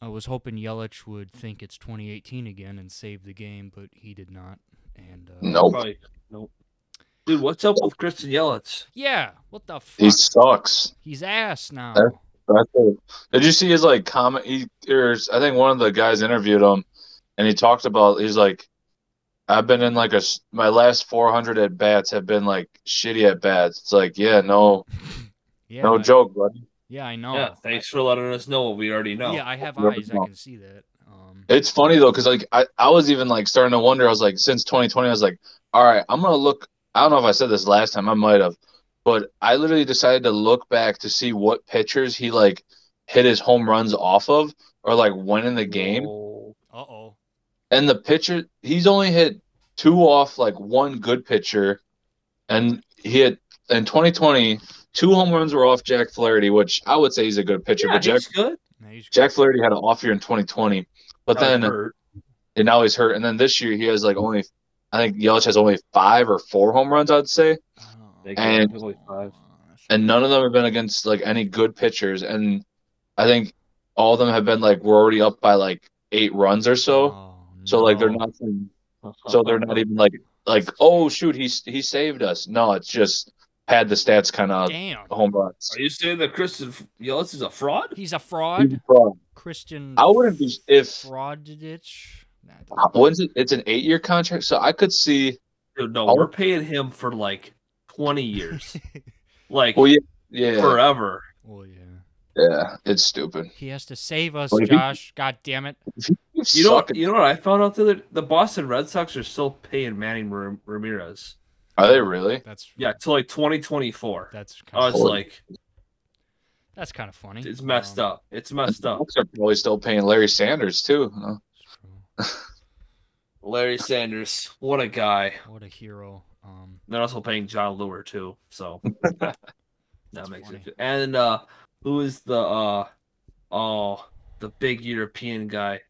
Speaker 1: I was hoping Yelich would think it's 2018 again and save the game, but he did not. And uh,
Speaker 2: Nope.
Speaker 3: Probably- nope. Dude, what's up with Christian Yelich?
Speaker 1: yeah, what the fuck?
Speaker 2: He sucks.
Speaker 1: He's ass now.
Speaker 2: That- That's it. Did you see his like comment? He, there's, I think one of the guys interviewed him, and he talked about he's like, I've been in like a s- my last 400 at bats have been like shitty at bats. It's like, yeah, no,
Speaker 1: Yeah,
Speaker 2: no
Speaker 1: I-
Speaker 2: joke, buddy.
Speaker 1: Yeah, I know.
Speaker 3: Yeah, thanks for letting us know what we already know.
Speaker 1: Yeah, I have
Speaker 2: Never
Speaker 1: eyes. I
Speaker 2: know.
Speaker 1: can see that. Um,
Speaker 2: It's funny though, because like I, I was even like starting to wonder. I was like, since 2020, I was like, all right, I'm gonna look. I don't know if I said this last time. I might have, but I literally decided to look back to see what pitchers he like hit his home runs off of, or like when in the game.
Speaker 3: Oh,
Speaker 1: uh oh.
Speaker 2: And the pitcher, he's only hit two off like one good pitcher, and he hit in 2020 two home runs were off Jack Flaherty, which I would say he's a good pitcher.
Speaker 3: yeah,
Speaker 2: but Jack
Speaker 3: he's good.
Speaker 1: Now he's-
Speaker 2: Jack Flaherty had an off year in 2020, but
Speaker 3: Now he's
Speaker 2: then
Speaker 3: hurt.
Speaker 2: and now he's hurt. And then this year he has like only, I think Yelich has only five or four home runs, I'd say,
Speaker 1: Oh.
Speaker 3: They
Speaker 2: And-
Speaker 3: can only five.
Speaker 2: and none of them have been against like any good pitchers. And I think all of them have been like we're already up by like eight runs or so.
Speaker 1: Oh,
Speaker 2: so like they're
Speaker 1: no.
Speaker 2: not so they're not even like like oh shoot he he saved us. No, it's just had the stats kind of
Speaker 1: Damn,
Speaker 2: home runs.
Speaker 3: Are you saying that Christian Yelich is a fraud?
Speaker 1: he's a fraud. Christian.
Speaker 2: I wouldn't be if
Speaker 1: Frauditch. Nah, it doesn't-
Speaker 2: when's it? It's an eight year contract, so I could see.
Speaker 3: Dude, no,
Speaker 2: Oh.
Speaker 3: we're paying him for like 20 years. like
Speaker 2: Well, yeah, yeah,
Speaker 3: forever.
Speaker 1: well, yeah.
Speaker 2: yeah. It's stupid.
Speaker 1: He has to save us,
Speaker 2: Well, if he-
Speaker 1: Josh. God damn it.
Speaker 3: You know, you know what I found out the other the Boston Red Sox are still paying Manny Ra- Ramirez.
Speaker 2: Are they really?
Speaker 1: That's
Speaker 3: Yeah, till like 2024.
Speaker 1: That's kind
Speaker 3: Oh,
Speaker 1: of
Speaker 3: it's
Speaker 2: Holy-
Speaker 3: like
Speaker 1: that's kind of funny.
Speaker 3: it's messed
Speaker 1: Um,
Speaker 3: up. It's messed up.
Speaker 2: Bucks are probably still paying Larry Sanders too. huh?
Speaker 1: it's true.
Speaker 3: Larry Sanders, what a guy.
Speaker 1: What a hero. Um,
Speaker 3: They're also paying John Lure too, so
Speaker 1: That's
Speaker 3: that makes
Speaker 1: funny.
Speaker 3: it. Good. And uh, who is the uh, oh, the big European guy?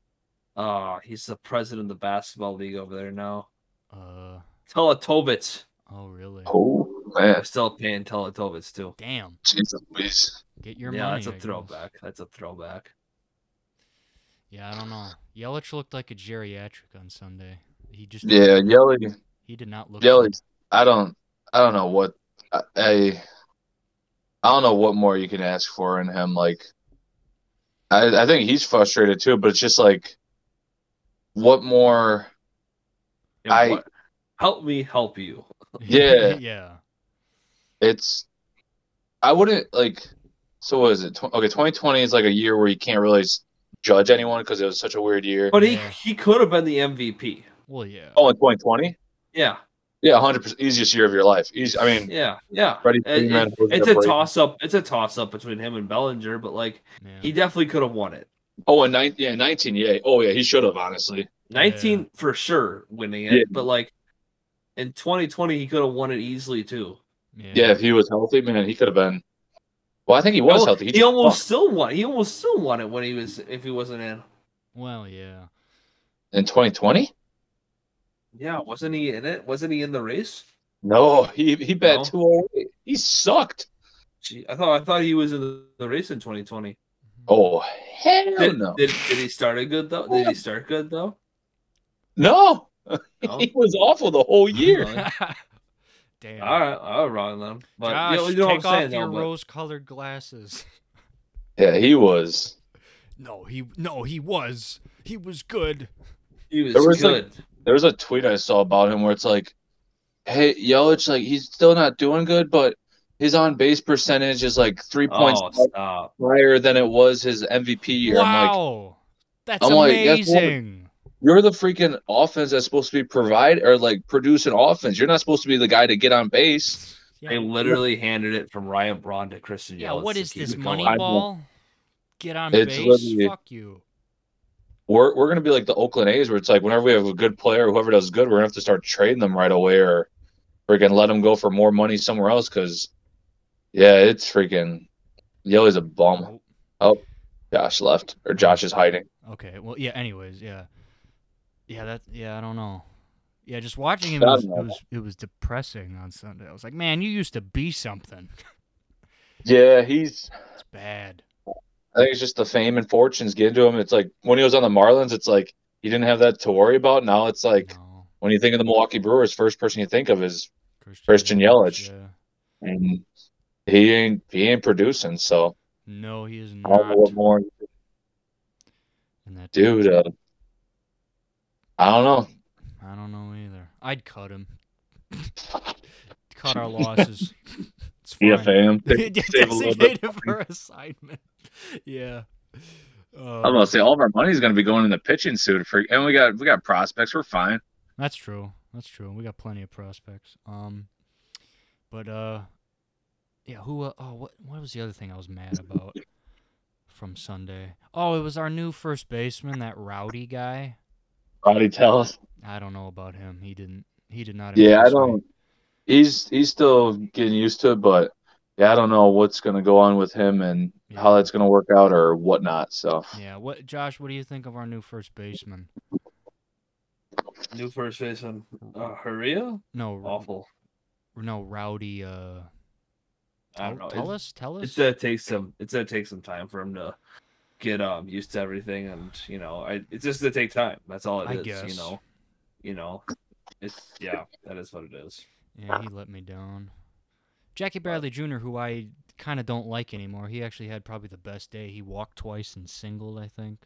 Speaker 3: Uh, he's the president of the basketball league over there now.
Speaker 1: uh,
Speaker 3: Teletovitz.
Speaker 1: oh really?
Speaker 2: Oh man,
Speaker 3: They're still paying Teletovitz too.
Speaker 1: Damn,
Speaker 2: Jesus, please.
Speaker 1: get your
Speaker 3: yeah,
Speaker 1: money.
Speaker 3: that's
Speaker 1: I
Speaker 3: a
Speaker 1: guess.
Speaker 3: throwback. That's a throwback.
Speaker 1: Yeah, I don't know. Yelich looked like a geriatric on Sunday. He just
Speaker 2: Yeah, Yelly,
Speaker 1: He did not look.
Speaker 2: Yelly.
Speaker 1: good.
Speaker 2: I don't, I don't know what, I, I, I don't know what more you can ask for in him. Like, I, I think he's frustrated too, but it's just like, what more?
Speaker 3: And
Speaker 2: I-
Speaker 3: what- help me help you.
Speaker 2: Yeah.
Speaker 1: yeah.
Speaker 2: It's, I wouldn't like. So what is it? Tw- Okay, 2020 is like a year where you can't really s- judge anyone because it was such a weird year.
Speaker 3: But he
Speaker 1: Yeah.
Speaker 3: he could have been the MVP.
Speaker 1: Well, yeah.
Speaker 2: Oh, in 2020.
Speaker 3: Yeah,
Speaker 2: Yeah, 100% easiest year of your life. Easy, I mean,
Speaker 3: yeah, yeah.
Speaker 2: Freddie
Speaker 3: It-
Speaker 2: Freeman
Speaker 3: it-
Speaker 2: was
Speaker 3: it's
Speaker 2: the
Speaker 3: a
Speaker 2: break.
Speaker 3: toss up. It's a toss up between him and Bellinger, but like
Speaker 1: yeah.
Speaker 3: he definitely could have won it.
Speaker 2: Oh, and nine, yeah, nineteen. Yeah. Oh, yeah. He should have honestly.
Speaker 3: Nineteen for sure winning it,
Speaker 2: Yeah.
Speaker 3: but like in twenty twenty he could have won it easily too.
Speaker 1: yeah.
Speaker 2: Yeah. if he was healthy, man, he could have been. Well, I think he was
Speaker 3: Al-
Speaker 2: healthy.
Speaker 3: Oh, He,
Speaker 2: just-
Speaker 3: almost still won. He almost still won it when he was if he wasn't in.
Speaker 1: Well, yeah.
Speaker 2: in twenty twenty.
Speaker 3: Yeah, wasn't he in it? Wasn't he in the race?
Speaker 2: No, he he
Speaker 3: No.
Speaker 2: bet two oh eight. He sucked.
Speaker 3: Gee, I thought I thought he was in the, the race in twenty twenty.
Speaker 2: Oh hell
Speaker 3: Did,
Speaker 2: no,
Speaker 3: did, did he start it good though? Did he start good though?
Speaker 2: no.
Speaker 3: No?
Speaker 2: he was awful the whole year.
Speaker 3: Really?
Speaker 1: Damn.
Speaker 3: All right, all right, wrong then. But
Speaker 1: Josh,
Speaker 3: you know, you know what I'm
Speaker 1: take off
Speaker 3: saying, though,
Speaker 1: your
Speaker 3: but-
Speaker 1: rose-colored glasses.
Speaker 2: yeah, he was.
Speaker 1: No, he no, he was. He was good.
Speaker 3: He was,
Speaker 2: There was, like-
Speaker 3: good.
Speaker 2: There was a tweet I saw about him where it's like, "Hey, Yelich, like he's still not doing good, but his on base percentage is like three points
Speaker 3: oh, stop.
Speaker 2: higher than it was his MVP year." I'm like,
Speaker 1: Wow. That's
Speaker 2: I'm like, that's what-
Speaker 1: amazing.
Speaker 2: you're the freaking offense that's supposed to be provide or like produce an offense. You're not supposed to be the guy to get on base.
Speaker 3: They
Speaker 1: yeah,
Speaker 3: literally handed it from Ryan Braun to Christian
Speaker 1: yeah
Speaker 3: Yelich
Speaker 1: what
Speaker 3: to
Speaker 1: is
Speaker 3: keep
Speaker 1: this
Speaker 3: it going.
Speaker 1: money
Speaker 2: I-
Speaker 1: ball? Get on
Speaker 2: It's
Speaker 1: base.
Speaker 2: literally-
Speaker 1: Fuck you.
Speaker 2: we're we're gonna be like the Oakland A's, where it's like whenever we have a good player, whoever does good, we're gonna have to start trading them right away, or freaking let them go for more money somewhere else. Because yeah, it's freaking Yelly's a bum. Josh left, or Josh is hiding.
Speaker 1: Okay. Well, yeah. Anyways, yeah, yeah. That yeah. I don't know. Yeah, just watching him
Speaker 2: I
Speaker 1: was, it
Speaker 2: don't know.
Speaker 1: was it was depressing on Sunday. I was like, man, you used to be something.
Speaker 2: Yeah, he's.
Speaker 1: It's bad.
Speaker 2: I think it's just the fame and fortunes get into him. It's like when he was on the Marlins, it's like he didn't have that to worry about. Now it's like
Speaker 1: no.
Speaker 2: when you think of the Milwaukee Brewers, first person you think of is
Speaker 1: Christian,
Speaker 2: Christian Yelich.
Speaker 1: Yeah.
Speaker 2: and he ain't he ain't producing. So
Speaker 1: No, he is
Speaker 2: I don't know
Speaker 1: not.
Speaker 2: what more
Speaker 1: And that
Speaker 2: dude. Uh, I don't know.
Speaker 1: I don't know either. I'd cut him. cut our losses. It's fine.
Speaker 2: EFA him. save a little bit.
Speaker 1: Designated for assignment. Yeah. Uh,
Speaker 2: I'm gonna say all of our money's gonna be going in the pitching suit for, and we got we got prospects. We're fine.
Speaker 1: That's true. That's true. We got plenty of prospects. Um, but uh, yeah. Who? Uh, oh, what? What was the other thing I was mad about from Sunday? Oh, it was our new first baseman, that rowdy guy.
Speaker 2: Roddy tells.
Speaker 1: I don't know about him. He didn't. He did not.
Speaker 2: Yeah, I
Speaker 1: impress me.
Speaker 2: don't. He's he's still getting used to it, but yeah, I don't know what's gonna go on with him and
Speaker 1: Yeah.
Speaker 2: how that's gonna work out or whatnot. So
Speaker 1: Yeah. What, Josh? What do you think of our new first baseman?
Speaker 3: New first baseman, uh, Haria,
Speaker 1: No. r-
Speaker 3: awful.
Speaker 1: No, rowdy. Uh.
Speaker 3: I don't
Speaker 1: tell-
Speaker 3: know.
Speaker 1: Tell
Speaker 3: It's-
Speaker 1: us. Tell us.
Speaker 3: It's gonna take some. It's gonna take some time for him to get um used to everything, and you know, I it's just gonna take time. That's all it
Speaker 1: I
Speaker 3: is.
Speaker 1: guess.
Speaker 3: You know, you know, it's yeah, that is what it is.
Speaker 1: Yeah, he let me down. Jackie Bradley Jr., who I kind of don't like anymore, he actually had probably the best day. He walked twice and singled, I think.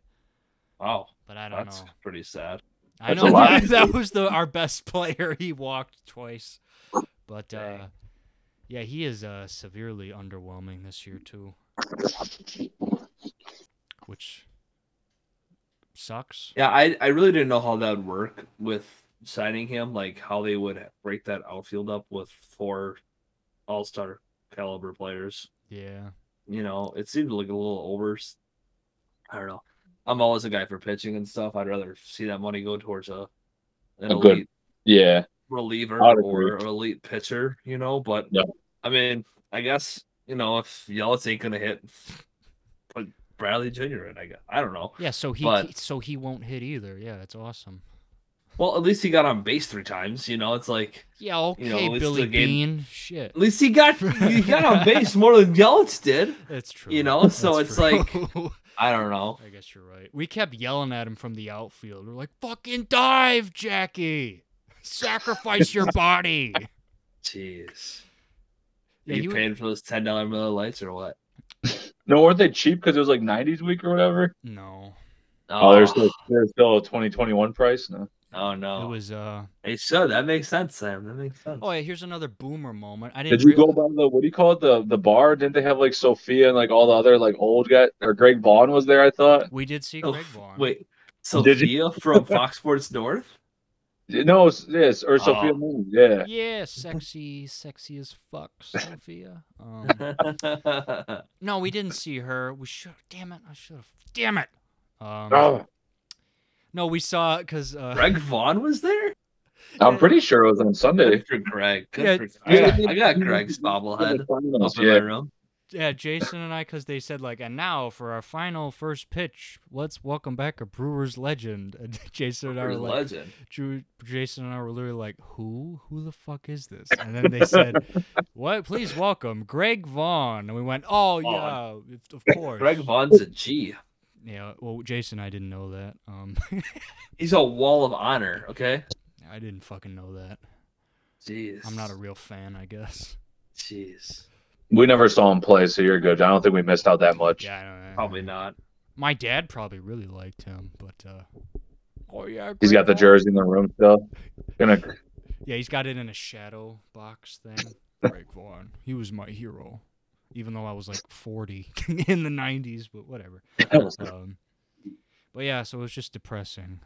Speaker 3: Wow,
Speaker 1: But I don't
Speaker 3: that's
Speaker 1: know.
Speaker 3: pretty sad.
Speaker 1: I
Speaker 2: that's
Speaker 1: know
Speaker 2: a lot.
Speaker 1: that, that was the our best player. He walked twice, but uh,
Speaker 3: Dang.
Speaker 1: yeah, he is uh, severely underwhelming this year too, which sucks.
Speaker 3: Yeah, I I really didn't know how that would work with signing him, like how they would break that outfield up with four all star caliber players.
Speaker 1: Yeah,
Speaker 3: you know, it seemed like a little over. I don't know. I'm always a guy for pitching and stuff. I'd rather see that money go towards a an
Speaker 2: A
Speaker 3: elite
Speaker 2: good- yeah,
Speaker 3: reliever
Speaker 2: I'd
Speaker 3: or
Speaker 2: agree.
Speaker 3: elite pitcher, you know. But
Speaker 2: Yeah.
Speaker 3: I mean, I guess you know if Yelich ain't gonna hit, put Bradley Jr. in. I guess I don't know.
Speaker 1: yeah. So he
Speaker 3: But-
Speaker 1: so he won't hit either. Yeah, that's awesome.
Speaker 3: Well, at least he got on base three times. You know, it's like
Speaker 1: Yeah,
Speaker 3: You know,
Speaker 1: okay,
Speaker 3: it's the
Speaker 1: Billy
Speaker 3: game-
Speaker 1: Bean. Shit,
Speaker 3: at least he got he got on base more than Yelich did.
Speaker 1: that's true.
Speaker 3: you know, so
Speaker 1: That's
Speaker 3: it's
Speaker 1: true.
Speaker 3: I don't know.
Speaker 1: I guess you're right. We kept yelling at him from the outfield. We're like, "Fucking dive, Jackie! Sacrifice your body!"
Speaker 3: Jeez,
Speaker 1: Yeah,
Speaker 3: Are you
Speaker 1: you-
Speaker 3: paying for those ten dollar Miller Lights or what?
Speaker 2: no, weren't they cheap because it was like '90s week or whatever?
Speaker 1: No,
Speaker 2: Oh, there's still there's still a 2021 price. No,
Speaker 3: Oh
Speaker 1: it
Speaker 3: no!
Speaker 1: was. uh
Speaker 3: Hey, so that makes sense, Sam. That makes sense.
Speaker 1: Oh yeah, here's another boomer moment. I didn't.
Speaker 2: did you
Speaker 1: rea-
Speaker 2: go by the what do you call it the the bar? Didn't they have like Sophia and like all the other like old guy or Greg Vaughn was there? I thought
Speaker 1: We did see
Speaker 3: Oh,
Speaker 1: Greg
Speaker 3: f-
Speaker 1: Vaughn.
Speaker 3: Wait,
Speaker 2: Did
Speaker 3: Sophia from Fox Sports North?
Speaker 2: no, it's- yes, or Sophia
Speaker 3: Oh.
Speaker 2: Moon, yeah.
Speaker 1: Yeah, sexy, sexy as fuck, Sophia. Um,
Speaker 3: That's
Speaker 1: no, we didn't see her. We should. Damn it! I should have. Damn it! Um,
Speaker 2: Oh,
Speaker 1: No, we saw because. Uh,
Speaker 3: Greg Vaughn was there.
Speaker 2: I'm pretty sure it was on Sunday.
Speaker 3: Good for Greg. Good
Speaker 1: Yeah,
Speaker 3: for, I,
Speaker 2: yeah.
Speaker 3: got, I got Greg's bobblehead up in my
Speaker 2: Yeah.
Speaker 3: room.
Speaker 1: yeah, Jason and I, because they said like, and now for our final first pitch, let's welcome back a Brewers legend. And Jason and I were
Speaker 3: You're a
Speaker 1: like,
Speaker 3: legend.
Speaker 1: Drew, Jason and I were literally like, who, who the fuck is this? And then they said, what? Please welcome Greg Vaughn. And we went, oh
Speaker 3: Vaughn.
Speaker 1: yeah, of course.
Speaker 3: Greg Vaughn's a G.
Speaker 1: Yeah. Well, Jason, and I didn't know that. Um,
Speaker 3: He's a wall of honor. Okay.
Speaker 1: I didn't fucking know that.
Speaker 3: Jeez.
Speaker 1: I'm not a real fan, I guess.
Speaker 3: Jeez.
Speaker 2: We never saw him play, so you're good. I don't think we missed out that much.
Speaker 1: Yeah, I don't know.
Speaker 3: Probably not.
Speaker 1: My dad probably really liked him, but uh. Oh yeah.
Speaker 2: He's
Speaker 1: Greg
Speaker 2: got the
Speaker 1: Vaughn.
Speaker 2: jersey in the room still. Gonna
Speaker 1: Yeah, he's got it in a shadow box thing. Greg Vaughn. He was my hero. Even though I was like 40 in the 90s, but whatever. Um, but yeah, so it was just depressing.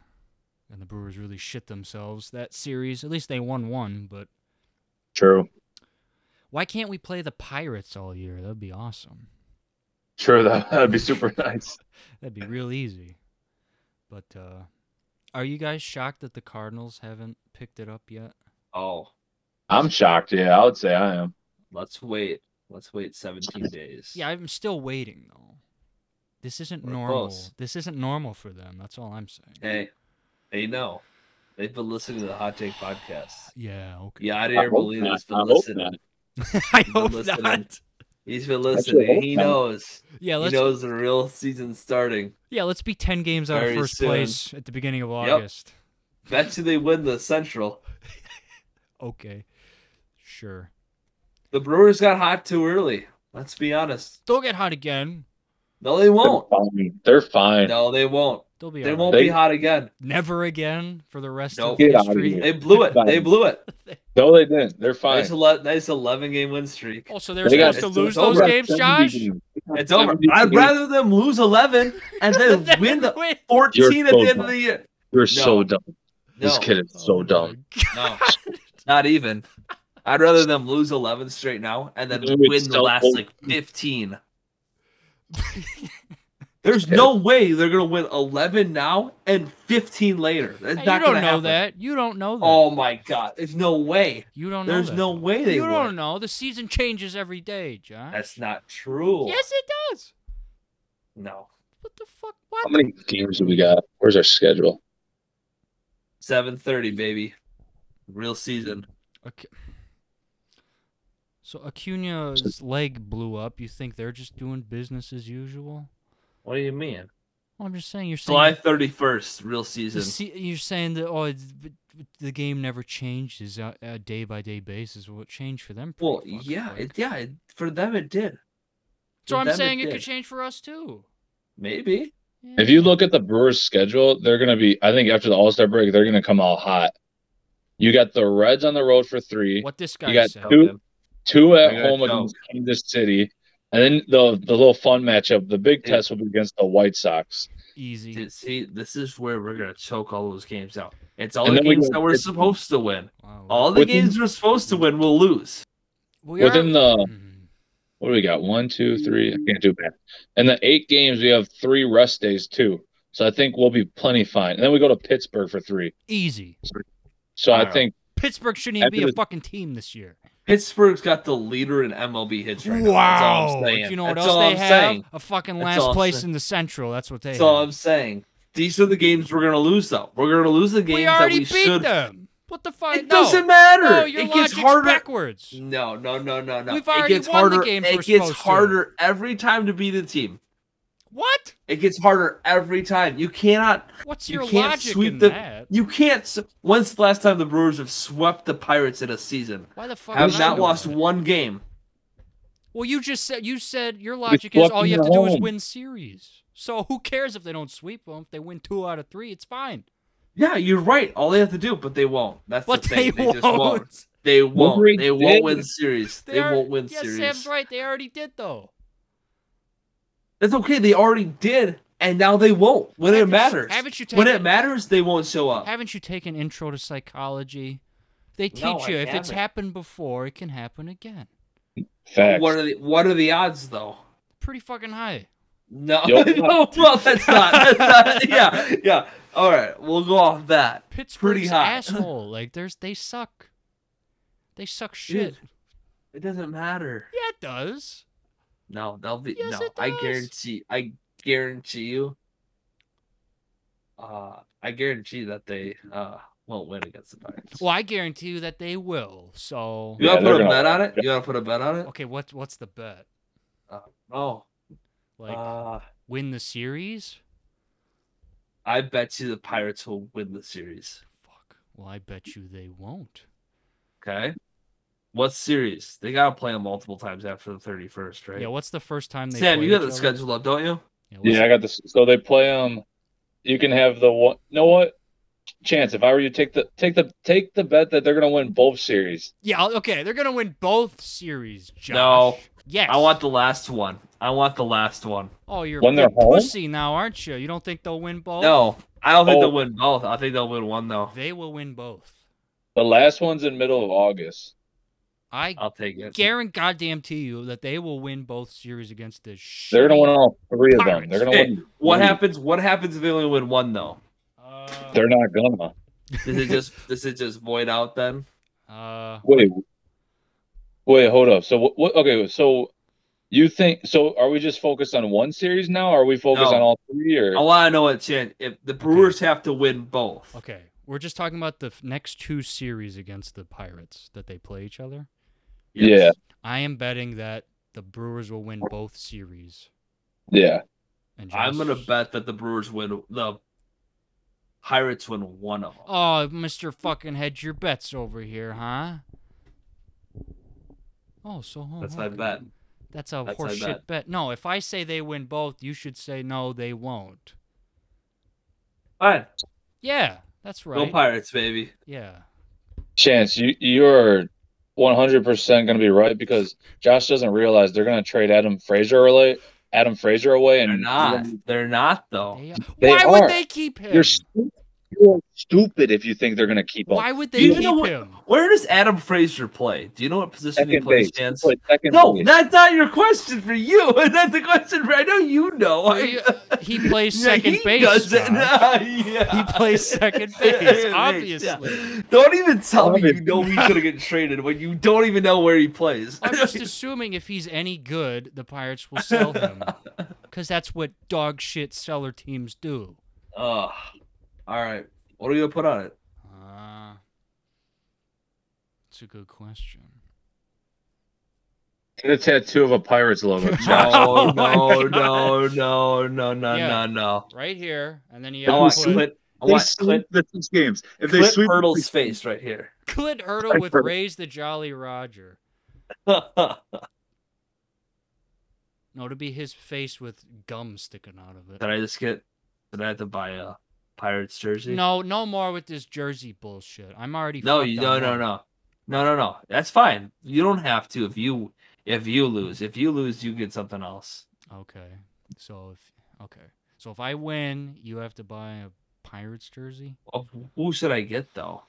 Speaker 1: And the Brewers really shit themselves that series. At least they won one, but
Speaker 2: true.
Speaker 1: why can't we play the Pirates all year? That'd be awesome.
Speaker 2: Sure, that, that'd be super nice.
Speaker 1: That'd be real easy. But uh, are you guys shocked that the Cardinals haven't picked it up yet?
Speaker 3: Oh,
Speaker 2: I'm shocked. Yeah, I would say I am.
Speaker 3: let's wait. Let's wait 17 days.
Speaker 1: Yeah, I'm still waiting though. This isn't
Speaker 3: We're
Speaker 1: normal.
Speaker 3: close.
Speaker 1: This isn't normal for them. That's all I'm saying.
Speaker 3: Hey, they know. They've been listening to the Hot Take podcast.
Speaker 1: Yeah. Okay.
Speaker 3: Yeah, I
Speaker 4: I
Speaker 3: didn't
Speaker 4: hope
Speaker 3: believe
Speaker 4: not.
Speaker 3: it's
Speaker 4: I
Speaker 3: been
Speaker 4: hope
Speaker 3: listening.
Speaker 4: not.
Speaker 1: I
Speaker 3: Been
Speaker 1: hope
Speaker 3: listening.
Speaker 1: not.
Speaker 3: He's been
Speaker 4: Actually, I
Speaker 3: listening.
Speaker 4: hope
Speaker 3: He
Speaker 4: not.
Speaker 3: knows.
Speaker 1: Yeah.
Speaker 3: He
Speaker 1: Let's
Speaker 3: knows the real season starting.
Speaker 1: yeah. Let's be ten games out of
Speaker 3: Very
Speaker 1: first
Speaker 3: soon.
Speaker 1: place at the beginning of
Speaker 3: Yep.
Speaker 1: August.
Speaker 3: Bet you they win the Central.
Speaker 1: Okay. Sure.
Speaker 3: The Brewers got hot too early. Let's be honest.
Speaker 1: They'll get hot again.
Speaker 3: No, they
Speaker 2: They're
Speaker 3: won't.
Speaker 2: fine. They're fine.
Speaker 3: No, they won't.
Speaker 1: They'll be.
Speaker 3: They
Speaker 1: all
Speaker 3: won't
Speaker 1: right.
Speaker 3: be hot again.
Speaker 1: Never again for the rest
Speaker 3: Nope.
Speaker 1: of
Speaker 2: Get outta
Speaker 1: history.
Speaker 2: here.
Speaker 3: They blew it. They blew it.
Speaker 2: No, they didn't. They're fine.
Speaker 3: Nice, ele- nice 11 game win streak.
Speaker 1: Oh, so they're
Speaker 2: They got-
Speaker 1: supposed to
Speaker 3: it's-
Speaker 1: lose
Speaker 3: it's
Speaker 1: those
Speaker 3: over.
Speaker 1: games, Josh?
Speaker 3: It's over. I'd
Speaker 2: rather.
Speaker 3: rather them lose 11 and then win the
Speaker 1: Wait.
Speaker 3: 14 at
Speaker 2: so
Speaker 3: the end of
Speaker 2: dumb.
Speaker 3: the year.
Speaker 2: You're so dumb.
Speaker 3: No,
Speaker 2: This kid is so
Speaker 1: Oh my
Speaker 2: dumb.
Speaker 3: no, not even. I'd rather them lose 11 straight now and then
Speaker 2: Dude,
Speaker 3: win
Speaker 2: it's
Speaker 3: the
Speaker 2: so
Speaker 3: last
Speaker 2: old.
Speaker 3: like 15. There's no way they're gonna win 11 now and 15 later. That's
Speaker 1: Hey,
Speaker 3: not
Speaker 1: you don't know
Speaker 3: gonna happen.
Speaker 1: that. You don't know that.
Speaker 3: Oh my god, there's no way.
Speaker 1: you don't know
Speaker 3: There's
Speaker 1: that,
Speaker 3: no
Speaker 1: though.
Speaker 3: way they
Speaker 1: You don't
Speaker 3: would.
Speaker 1: know. The season changes every day, Josh.
Speaker 3: That's not true.
Speaker 1: Yes, it does.
Speaker 3: No,
Speaker 1: What the fuck? What?
Speaker 2: How many games do we got? Where's our schedule?
Speaker 3: 7:30, baby. Real season.
Speaker 1: Okay. So Acuna's leg blew up. You think they're just doing business as usual?
Speaker 3: What do you mean?
Speaker 1: Well, I'm just saying you're saying
Speaker 3: July 31st, real
Speaker 1: the
Speaker 3: season.
Speaker 1: se- you're saying that oh it's, but- but the game never changes on a day by day basis. Well, it changed for them. pretty
Speaker 3: Well,
Speaker 1: fucking
Speaker 3: yeah,
Speaker 1: quick.
Speaker 3: it, yeah. It, for them, it did.
Speaker 1: so
Speaker 3: for
Speaker 1: I'm
Speaker 3: them it
Speaker 1: saying it, could
Speaker 3: did.
Speaker 1: change for us too.
Speaker 3: Maybe.
Speaker 2: If you look at the Brewers' schedule, they're going to be. I think after the All Star break, they're going to come all hot. You got the Reds on the road for three,
Speaker 1: what this guy
Speaker 2: got
Speaker 1: said.
Speaker 3: Tell
Speaker 2: Two-
Speaker 3: them.
Speaker 2: two at
Speaker 3: I got
Speaker 2: home
Speaker 3: Cubs.
Speaker 2: against Kansas City, and then the the little fun matchup, the big
Speaker 3: Yeah.
Speaker 2: test will be against the White Sox.
Speaker 1: Easy.
Speaker 3: Dude, see, this is where we're gonna choke all those games out. It's all
Speaker 2: And
Speaker 3: the
Speaker 2: then we
Speaker 3: games
Speaker 2: go-
Speaker 3: that we're
Speaker 2: it's-
Speaker 3: supposed to win.
Speaker 1: Wow.
Speaker 3: All the
Speaker 2: Within-
Speaker 3: games we're supposed to win, we'll lose.
Speaker 1: we
Speaker 2: within the-
Speaker 1: Mhm.
Speaker 2: What do we got? One, two, three. I can't do bad. And the eight games, we have three rest days too. So I think we'll be plenty fine. And then we go to Pittsburgh for three.
Speaker 1: easy.
Speaker 2: So I
Speaker 3: Wow.
Speaker 2: think
Speaker 1: Pittsburgh shouldn't even
Speaker 2: After
Speaker 1: be a
Speaker 2: the-
Speaker 1: fucking team this year.
Speaker 3: Pittsburgh's got the leader in MLB hits right now. That's all
Speaker 1: wow.
Speaker 3: I'm saying.
Speaker 1: You know what
Speaker 3: That's
Speaker 1: else
Speaker 3: all
Speaker 1: they
Speaker 3: I'm
Speaker 1: have?
Speaker 3: saying.
Speaker 1: A fucking
Speaker 3: That's
Speaker 1: last
Speaker 3: all I'm
Speaker 1: place
Speaker 3: saying.
Speaker 1: in the Central. That's what they
Speaker 3: That's
Speaker 1: have.
Speaker 3: all I'm saying. These are the games we're gonna lose, though. We're gonna lose the games
Speaker 1: we
Speaker 3: that
Speaker 1: already
Speaker 3: we
Speaker 1: beat
Speaker 3: should.
Speaker 1: them. What the fuck?
Speaker 3: It
Speaker 1: no.
Speaker 3: doesn't matter.
Speaker 1: No, your
Speaker 3: it gets
Speaker 1: logic's
Speaker 3: harder.
Speaker 1: backwards.
Speaker 3: No, no, no, no, no.
Speaker 1: We've
Speaker 3: it
Speaker 1: already
Speaker 3: gets
Speaker 1: won the
Speaker 3: harder.
Speaker 1: games we're
Speaker 3: it gets
Speaker 1: supposed to.
Speaker 3: harder every time to be the team.
Speaker 1: What?
Speaker 3: It gets harder every time. You cannot
Speaker 1: What's
Speaker 3: You
Speaker 1: your
Speaker 3: can't
Speaker 1: logic
Speaker 3: sweep
Speaker 1: in
Speaker 3: the-
Speaker 1: that?
Speaker 3: You can't. s- When's the last time the Brewers have swept the Pirates in a season?
Speaker 1: Why the fuck?
Speaker 3: Have
Speaker 1: am I
Speaker 3: not
Speaker 1: doing
Speaker 3: lost
Speaker 1: that?
Speaker 3: one game.
Speaker 1: Well, you just said you said your logic is
Speaker 2: swept
Speaker 1: all you have
Speaker 2: them
Speaker 1: to do is
Speaker 2: home.
Speaker 1: win series. So who cares if they don't sweep them? If they win two out of three, it's fine.
Speaker 3: Yeah, you're right. All they have to do, but they won't. That's
Speaker 1: But
Speaker 3: the
Speaker 1: they,
Speaker 3: thing. They,
Speaker 1: won't.
Speaker 3: just won't. They won't.
Speaker 2: Wolverine
Speaker 3: they won't
Speaker 2: did.
Speaker 3: win series. They,
Speaker 1: are-
Speaker 3: won't win
Speaker 1: yes,
Speaker 3: series.
Speaker 1: Sam's right. They already did though.
Speaker 3: That's okay. They already did, and now they won't. When it
Speaker 1: Haven't you-
Speaker 3: matters.
Speaker 1: haven't you
Speaker 3: when
Speaker 1: taken-
Speaker 3: it matters, they won't show up.
Speaker 1: Haven't you taken intro to psychology? They teach
Speaker 3: No, I
Speaker 1: you if it's
Speaker 3: haven't.
Speaker 1: happened before, it can happen again.
Speaker 2: facts.
Speaker 3: What are the What are the odds, though?
Speaker 1: Pretty fucking high.
Speaker 3: No,
Speaker 2: Yup.
Speaker 3: no. Well, that's not. That's not. Yeah, yeah. All right, we'll go off that.
Speaker 1: Pittsburgh's
Speaker 3: high.
Speaker 1: asshole. Like there's they suck. They suck shit.
Speaker 3: Dude. It doesn't matter.
Speaker 1: Yeah, it does.
Speaker 3: No, they'll be
Speaker 1: Yes,
Speaker 3: no.
Speaker 1: it
Speaker 3: I
Speaker 1: does.
Speaker 3: guarantee. I guarantee you. Uh, I guarantee that they uh won't win against the Pirates.
Speaker 1: Well, I guarantee you that they will. So
Speaker 3: You
Speaker 2: Yeah,
Speaker 3: want to
Speaker 2: they're
Speaker 3: put a
Speaker 2: gonna-
Speaker 3: bet on it? You want to put a bet on it?
Speaker 1: okay, what's what's the bet?
Speaker 3: Uh, oh,
Speaker 1: Like
Speaker 3: uh,
Speaker 1: win the series?
Speaker 3: I bet you the Pirates will win the series.
Speaker 1: Fuck. Well, I bet you they won't.
Speaker 3: Okay. What series? They gotta play them multiple times after the thirty first, right?
Speaker 1: Yeah, what's the first time they
Speaker 3: Sam,
Speaker 1: play
Speaker 3: you got
Speaker 1: each
Speaker 3: the
Speaker 1: other?
Speaker 3: schedule up, don't you?
Speaker 1: what's-
Speaker 2: Yeah, I got this. So they play um. You can have the one. You know what? Chance. If I were you, take the take the take the bet that they're gonna win both series.
Speaker 1: Yeah, I'll- okay, they're gonna win both series, Josh.
Speaker 3: No.
Speaker 1: Yes.
Speaker 3: I want the last one. I want the last one.
Speaker 1: Oh, you're
Speaker 2: When
Speaker 1: a
Speaker 2: they're
Speaker 1: big
Speaker 2: home?
Speaker 1: pussy now, aren't you? You don't think they'll win both?
Speaker 3: No, I don't think
Speaker 2: Oh.
Speaker 3: they'll win both. I think they'll win one though.
Speaker 1: They will win both.
Speaker 2: The last one's in middle of August.
Speaker 1: I
Speaker 3: I'll take it.
Speaker 1: guarantee goddamn to you that they will win both series against this shit.
Speaker 2: They're gonna win all three of them.
Speaker 1: Pirates.
Speaker 2: They're gonna
Speaker 3: Hey,
Speaker 2: win.
Speaker 3: What
Speaker 2: three.
Speaker 3: happens? What happens if they only win one though?
Speaker 1: Uh,
Speaker 2: They're not gonna.
Speaker 3: Does it just does it just void out then?
Speaker 1: uh,
Speaker 2: Wait, wait, hold up. So what? what okay, so you think? So are we just focused on one series now? Or are we focused
Speaker 3: No.
Speaker 2: on all three? Or
Speaker 3: I want to know what chance if the Brewers have to win both.
Speaker 1: okay, we're just talking about the f- next two series against the Pirates that they play each other.
Speaker 3: Yes.
Speaker 1: I am betting that the Brewers will win both series.
Speaker 2: yeah,
Speaker 1: And
Speaker 3: I'm gonna
Speaker 1: just-
Speaker 3: bet that the Brewers win the Pirates win one of them.
Speaker 1: Oh, Mr. Fucking Hedge your bets over here, huh? Oh, so oh,
Speaker 3: That's my
Speaker 1: okay.
Speaker 3: bet.
Speaker 1: That's a
Speaker 3: That's my
Speaker 1: horseshit bet.
Speaker 3: bet.
Speaker 1: No, if I say they win both, you should say no, they won't.
Speaker 3: Fine,
Speaker 1: Yeah, that's right.
Speaker 3: go Pirates, baby.
Speaker 1: Yeah.
Speaker 2: chance you you're 100 percent gonna be right because Josh doesn't realize they're gonna trade Adam Fraser away. Adam Fraser away, and
Speaker 3: They're not. They're not though.
Speaker 1: They-
Speaker 2: They
Speaker 1: Why would
Speaker 2: are.
Speaker 1: they keep him?
Speaker 2: You're stupid. You're stupid if you think they're gonna keep up.
Speaker 1: Why would they
Speaker 3: Do you
Speaker 1: keep
Speaker 3: know what-
Speaker 1: him?
Speaker 3: Where does Adam Fraser play? Do you know what position he
Speaker 2: Second
Speaker 3: plays?
Speaker 2: base.
Speaker 3: Chance?
Speaker 2: Play second
Speaker 3: No,
Speaker 2: base.
Speaker 3: that's not your question for you. That's the question for I know you know.
Speaker 1: Well, you- he plays
Speaker 3: Yeah,
Speaker 1: second
Speaker 3: he
Speaker 1: base.
Speaker 3: doesn't.
Speaker 1: Josh.
Speaker 3: Yeah.
Speaker 1: He plays second
Speaker 3: Yeah,
Speaker 1: base,
Speaker 3: yeah,
Speaker 1: obviously.
Speaker 3: Don't even tell me you
Speaker 2: Obviously.
Speaker 3: know he's gonna get traded when you don't even know where he plays.
Speaker 1: I'm just assuming if he's any good, the Pirates will sell him. Because that's what dog shit seller teams do.
Speaker 3: Ugh. all right. What are you gonna put on it?
Speaker 1: Uh, it's a good question.
Speaker 2: Get a tattoo of a Pirates logo.
Speaker 3: No,
Speaker 1: Oh my
Speaker 3: no,
Speaker 1: God.
Speaker 3: no, no, no, no,
Speaker 1: Yeah.
Speaker 3: no, no.
Speaker 1: Right here, and then you
Speaker 3: I
Speaker 2: If
Speaker 1: have
Speaker 2: we
Speaker 3: want
Speaker 1: to
Speaker 2: sweep-
Speaker 1: put
Speaker 3: Clint. I want Clint.
Speaker 2: the six games, if
Speaker 3: Clint Hurdle's face right here.
Speaker 1: Clint Hurdle with Raise the Jolly Roger.
Speaker 3: Did
Speaker 1: No, to be his face with gum sticking out of it.
Speaker 3: I just get? Did I have to buy a Pirates jersey?
Speaker 1: No, no more with this jersey bullshit. I'm already
Speaker 3: No,
Speaker 1: fucked
Speaker 3: you
Speaker 1: on
Speaker 3: no no
Speaker 1: one.
Speaker 3: no. No no no. That's fine. You don't have to if you if you lose. If you lose, you get something else.
Speaker 1: Okay. So if okay. So if I win, you have to buy a Pirates jersey?
Speaker 3: Oh, Who should I get though?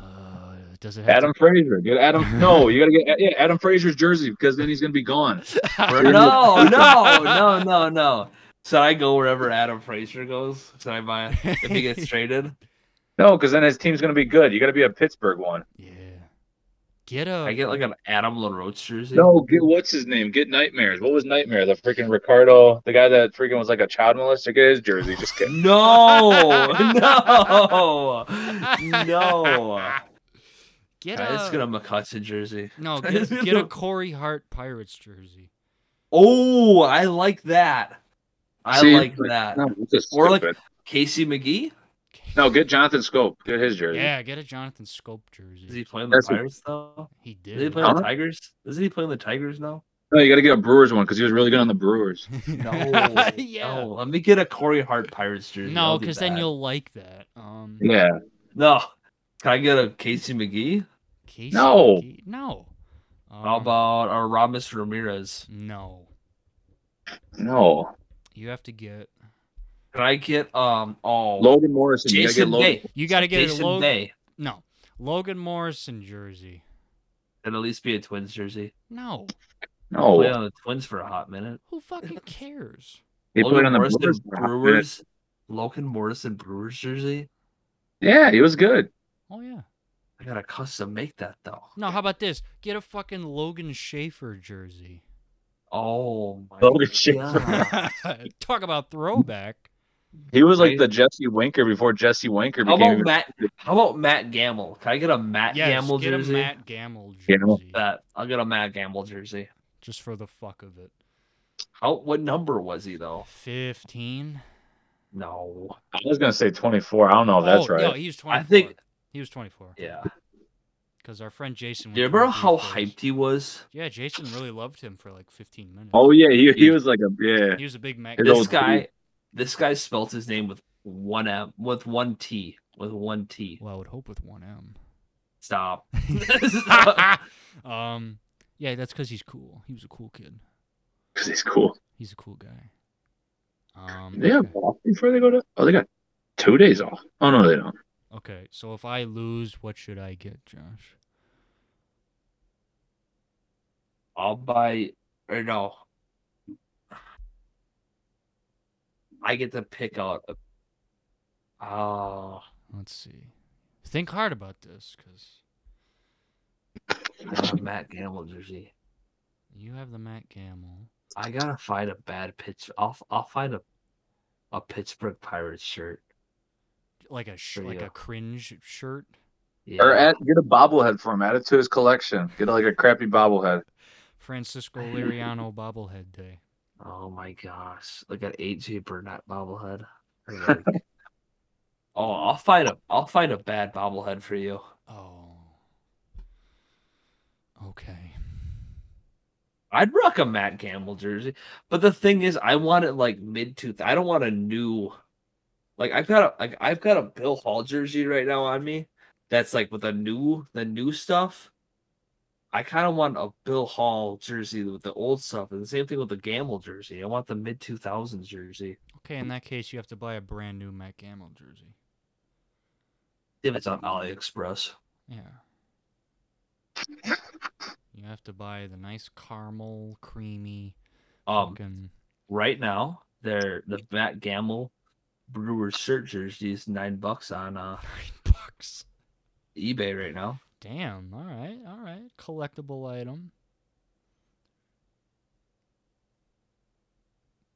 Speaker 1: Uh, does it have
Speaker 2: Adam Fraser, get Adam. No, you gotta get yeah, Adam Fraser's jersey because then he's gonna be gone.
Speaker 1: to...
Speaker 2: Where-
Speaker 3: No, no, no, no, no. Should I go wherever Adam Fraser goes? Should I buy it if he gets traded?
Speaker 2: No, because then his team's gonna be good. You gotta be a Pittsburgh one.
Speaker 1: Yeah. Get a
Speaker 3: I get like an Adam LaRoche jersey.
Speaker 2: No, get what's his name? Get nightmares. What was nightmare? The freaking Ricardo, the guy that freaking was like a child molester. Get his jersey. Just kidding.
Speaker 3: No, no, no.
Speaker 1: Get
Speaker 3: I just
Speaker 1: a
Speaker 3: get a McCutcheon jersey.
Speaker 1: no. Get, get a Corey Hart Pirates jersey.
Speaker 3: Oh, I like that. I
Speaker 2: See,
Speaker 3: like that.
Speaker 2: No, it's just
Speaker 3: Or like-
Speaker 2: stupid.
Speaker 3: Casey McGee?
Speaker 2: no, get Jonathan Scope. Get his jersey.
Speaker 1: Yeah, get a Jonathan Scope
Speaker 3: Is he
Speaker 1: jersey.
Speaker 3: playing the
Speaker 2: That's a-
Speaker 3: Pirates though?
Speaker 1: He
Speaker 3: Is he
Speaker 1: did.
Speaker 3: playing the
Speaker 2: Huh?
Speaker 3: Tigers? Isn't he playing the Tigers now?
Speaker 2: No, you gotta get a Brewers one because he was really good on the Brewers.
Speaker 3: No.
Speaker 1: yeah.
Speaker 3: No. Let me get a Corey Hart Pirates jersey.
Speaker 1: No,
Speaker 3: I'll do
Speaker 1: because then
Speaker 3: that.
Speaker 1: you'll like that. Um,
Speaker 2: Yeah.
Speaker 3: No. Can I get a Casey McGee?
Speaker 1: Casey
Speaker 2: No.
Speaker 1: Key- no. Um,
Speaker 3: How about a Ramos Ramirez?
Speaker 1: no?
Speaker 2: No.
Speaker 1: You have to get.
Speaker 3: Can I get um oh
Speaker 2: Logan Morrison. you gotta get
Speaker 3: Jason
Speaker 2: Logan.
Speaker 3: Day?
Speaker 1: You got to get
Speaker 3: Jason
Speaker 1: a Logan.
Speaker 3: Day.
Speaker 1: No, Logan Morrison jersey.
Speaker 3: It'd at least be a Twins jersey.
Speaker 1: No,
Speaker 2: No.
Speaker 3: Play on the Twins for a hot minute.
Speaker 1: who fucking cares?
Speaker 2: He
Speaker 3: Logan
Speaker 2: played on the
Speaker 3: Morrison
Speaker 2: Brewers. for a hot minute.
Speaker 3: Brewers. Logan Morrison Brewers jersey.
Speaker 2: Yeah, he was good.
Speaker 1: Oh yeah.
Speaker 3: I gotta custom make that though.
Speaker 1: No, how about this? Get a fucking Logan Schaefer jersey.
Speaker 3: Oh my
Speaker 2: Logan Schaefer.
Speaker 3: God.
Speaker 1: Talk about throwback.
Speaker 2: He was like
Speaker 3: Right?
Speaker 2: the Jesse Winker before Jesse Winker
Speaker 3: How
Speaker 2: became.
Speaker 3: about
Speaker 2: even-
Speaker 3: Matt? How about Matt Gamble? Can I get a Matt
Speaker 1: Yes,
Speaker 3: Gamble
Speaker 1: get
Speaker 3: jersey?
Speaker 1: a Matt Gamble
Speaker 2: Gamble.
Speaker 1: jersey
Speaker 3: Bet. I'll get a Matt Gamble jersey.
Speaker 1: just for the fuck of it.
Speaker 3: How? What number was he though?
Speaker 1: Fifteen.
Speaker 3: No.
Speaker 2: I was gonna say 24. I don't know if that's
Speaker 1: oh,
Speaker 2: right.
Speaker 1: No, he was twenty-four.
Speaker 3: I think.
Speaker 1: he was twenty-four
Speaker 3: Yeah.
Speaker 1: because our friend Jason.
Speaker 3: Do you
Speaker 1: went to
Speaker 3: remember
Speaker 1: a
Speaker 3: how
Speaker 1: Blue Phase.
Speaker 3: hyped he was?
Speaker 1: Yeah, Jason really loved him for like fifteen minutes.
Speaker 2: oh yeah, he, he
Speaker 3: Dude.
Speaker 2: was like a yeah.
Speaker 1: He was a big Mac.
Speaker 2: His
Speaker 3: This
Speaker 2: old
Speaker 3: guy.
Speaker 2: dude.
Speaker 3: This guy spelt his name with one M, with one T, with one T.
Speaker 1: Well, I would hope with one M.
Speaker 3: Stop.
Speaker 1: um, yeah, that's because he's cool. He was a cool kid.
Speaker 2: Because he's cool.
Speaker 1: He's a cool guy. Um,
Speaker 2: They have
Speaker 1: okay.
Speaker 2: off before they go to. Oh, they got two days off. Oh no, they don't.
Speaker 1: okay, so if I lose, what should I get, Josh?
Speaker 3: I'll buy or no. I get to pick out a oh
Speaker 1: Let's see. Think hard about this, cause
Speaker 3: not a Matt Gamble jersey.
Speaker 1: you have the Matt Gamble.
Speaker 3: I gotta find a bad pitch. I'll I'll find a a Pittsburgh Pirates shirt.
Speaker 1: Like a sh-
Speaker 3: For
Speaker 1: like
Speaker 3: you.
Speaker 1: a cringe shirt.
Speaker 3: Yeah.
Speaker 2: Or add, get a bobblehead for him. Add it to his collection. Get like a crappy bobblehead.
Speaker 1: Francisco Liriano bobblehead day.
Speaker 3: oh my gosh! Like an AJ Burnett bobblehead. Or like- oh, I'll find a I'll find a bad bobblehead for you.
Speaker 1: Oh. Okay.
Speaker 3: I'd rock a Matt Campbell jersey, but the thing is, I want it like mid two. I don't want a new, like I've got a like I've got a Bill Hall jersey right now on me. That's like with the new the new stuff. I kind of want a Bill Hall jersey with the old stuff, and the same thing with the Gamble jersey. I want the mid two thousands jersey.
Speaker 1: Okay, in that case, you have to buy a brand new Matt Gamble jersey.
Speaker 3: If it's on AliExpress,
Speaker 1: Yeah. you have to buy the nice caramel, creamy,
Speaker 3: um,
Speaker 1: fucking-
Speaker 3: right now they're the Matt Gamble Brewers shirt jersey is nine bucks on uh
Speaker 1: nine bucks.
Speaker 3: eBay right now.
Speaker 1: Damn. All right. All right. Collectible item.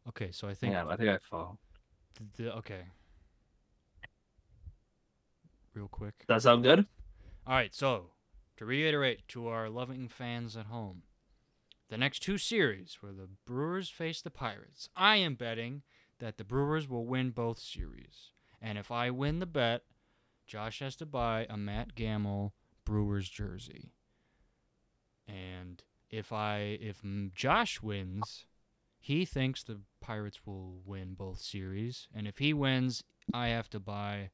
Speaker 1: Okay, so I think
Speaker 3: Hang on, I think I found.
Speaker 1: th- the, okay. Real quick.
Speaker 3: Does that sound good?
Speaker 1: All right, so to reiterate to our loving fans at home, the next two series where the Brewers face the Pirates, I am betting that the Brewers will win both series. And if I win the bet, Josh has to buy a Matt Gamel Brewers jersey. And if I if m- Josh wins, he thinks the Pirates will win both series, and if he wins, I have to buy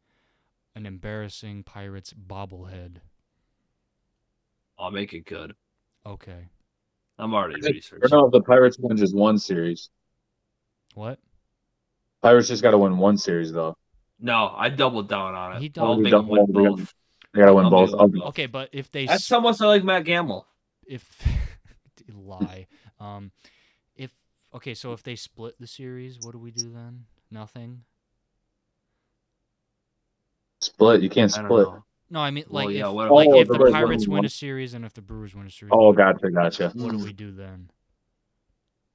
Speaker 1: an embarrassing Pirates bobblehead.
Speaker 3: I'll make it good.
Speaker 1: Okay.
Speaker 3: I'm already
Speaker 2: Or
Speaker 3: researching.
Speaker 2: no, if the Pirates win just one series.
Speaker 1: What?
Speaker 2: Pirates just got to win one series though.
Speaker 3: No, I doubled down on it.
Speaker 1: He
Speaker 3: I'll
Speaker 1: doubled
Speaker 3: make him win
Speaker 2: down.
Speaker 3: both.
Speaker 2: They got to win
Speaker 3: I'll
Speaker 2: both.
Speaker 3: do it.
Speaker 2: I'll do it.
Speaker 1: Okay, but if they
Speaker 3: That's
Speaker 1: s-
Speaker 3: how much I like Matt Gamble.
Speaker 1: if lie, um, if okay, so if they split the series, what do we do then? Nothing.
Speaker 2: Split. You can't
Speaker 3: I don't
Speaker 2: split.
Speaker 3: know.
Speaker 1: No, I mean
Speaker 3: Well,
Speaker 1: like
Speaker 3: yeah,
Speaker 1: if,
Speaker 3: what-
Speaker 1: like
Speaker 2: Oh,
Speaker 1: if
Speaker 2: the
Speaker 1: the
Speaker 2: Red
Speaker 1: Pirates
Speaker 2: Wings
Speaker 1: win
Speaker 2: won.
Speaker 1: a series and if the Brewers win a series.
Speaker 2: Oh,
Speaker 1: what do-
Speaker 2: gotcha, gotcha.
Speaker 1: What do we do then?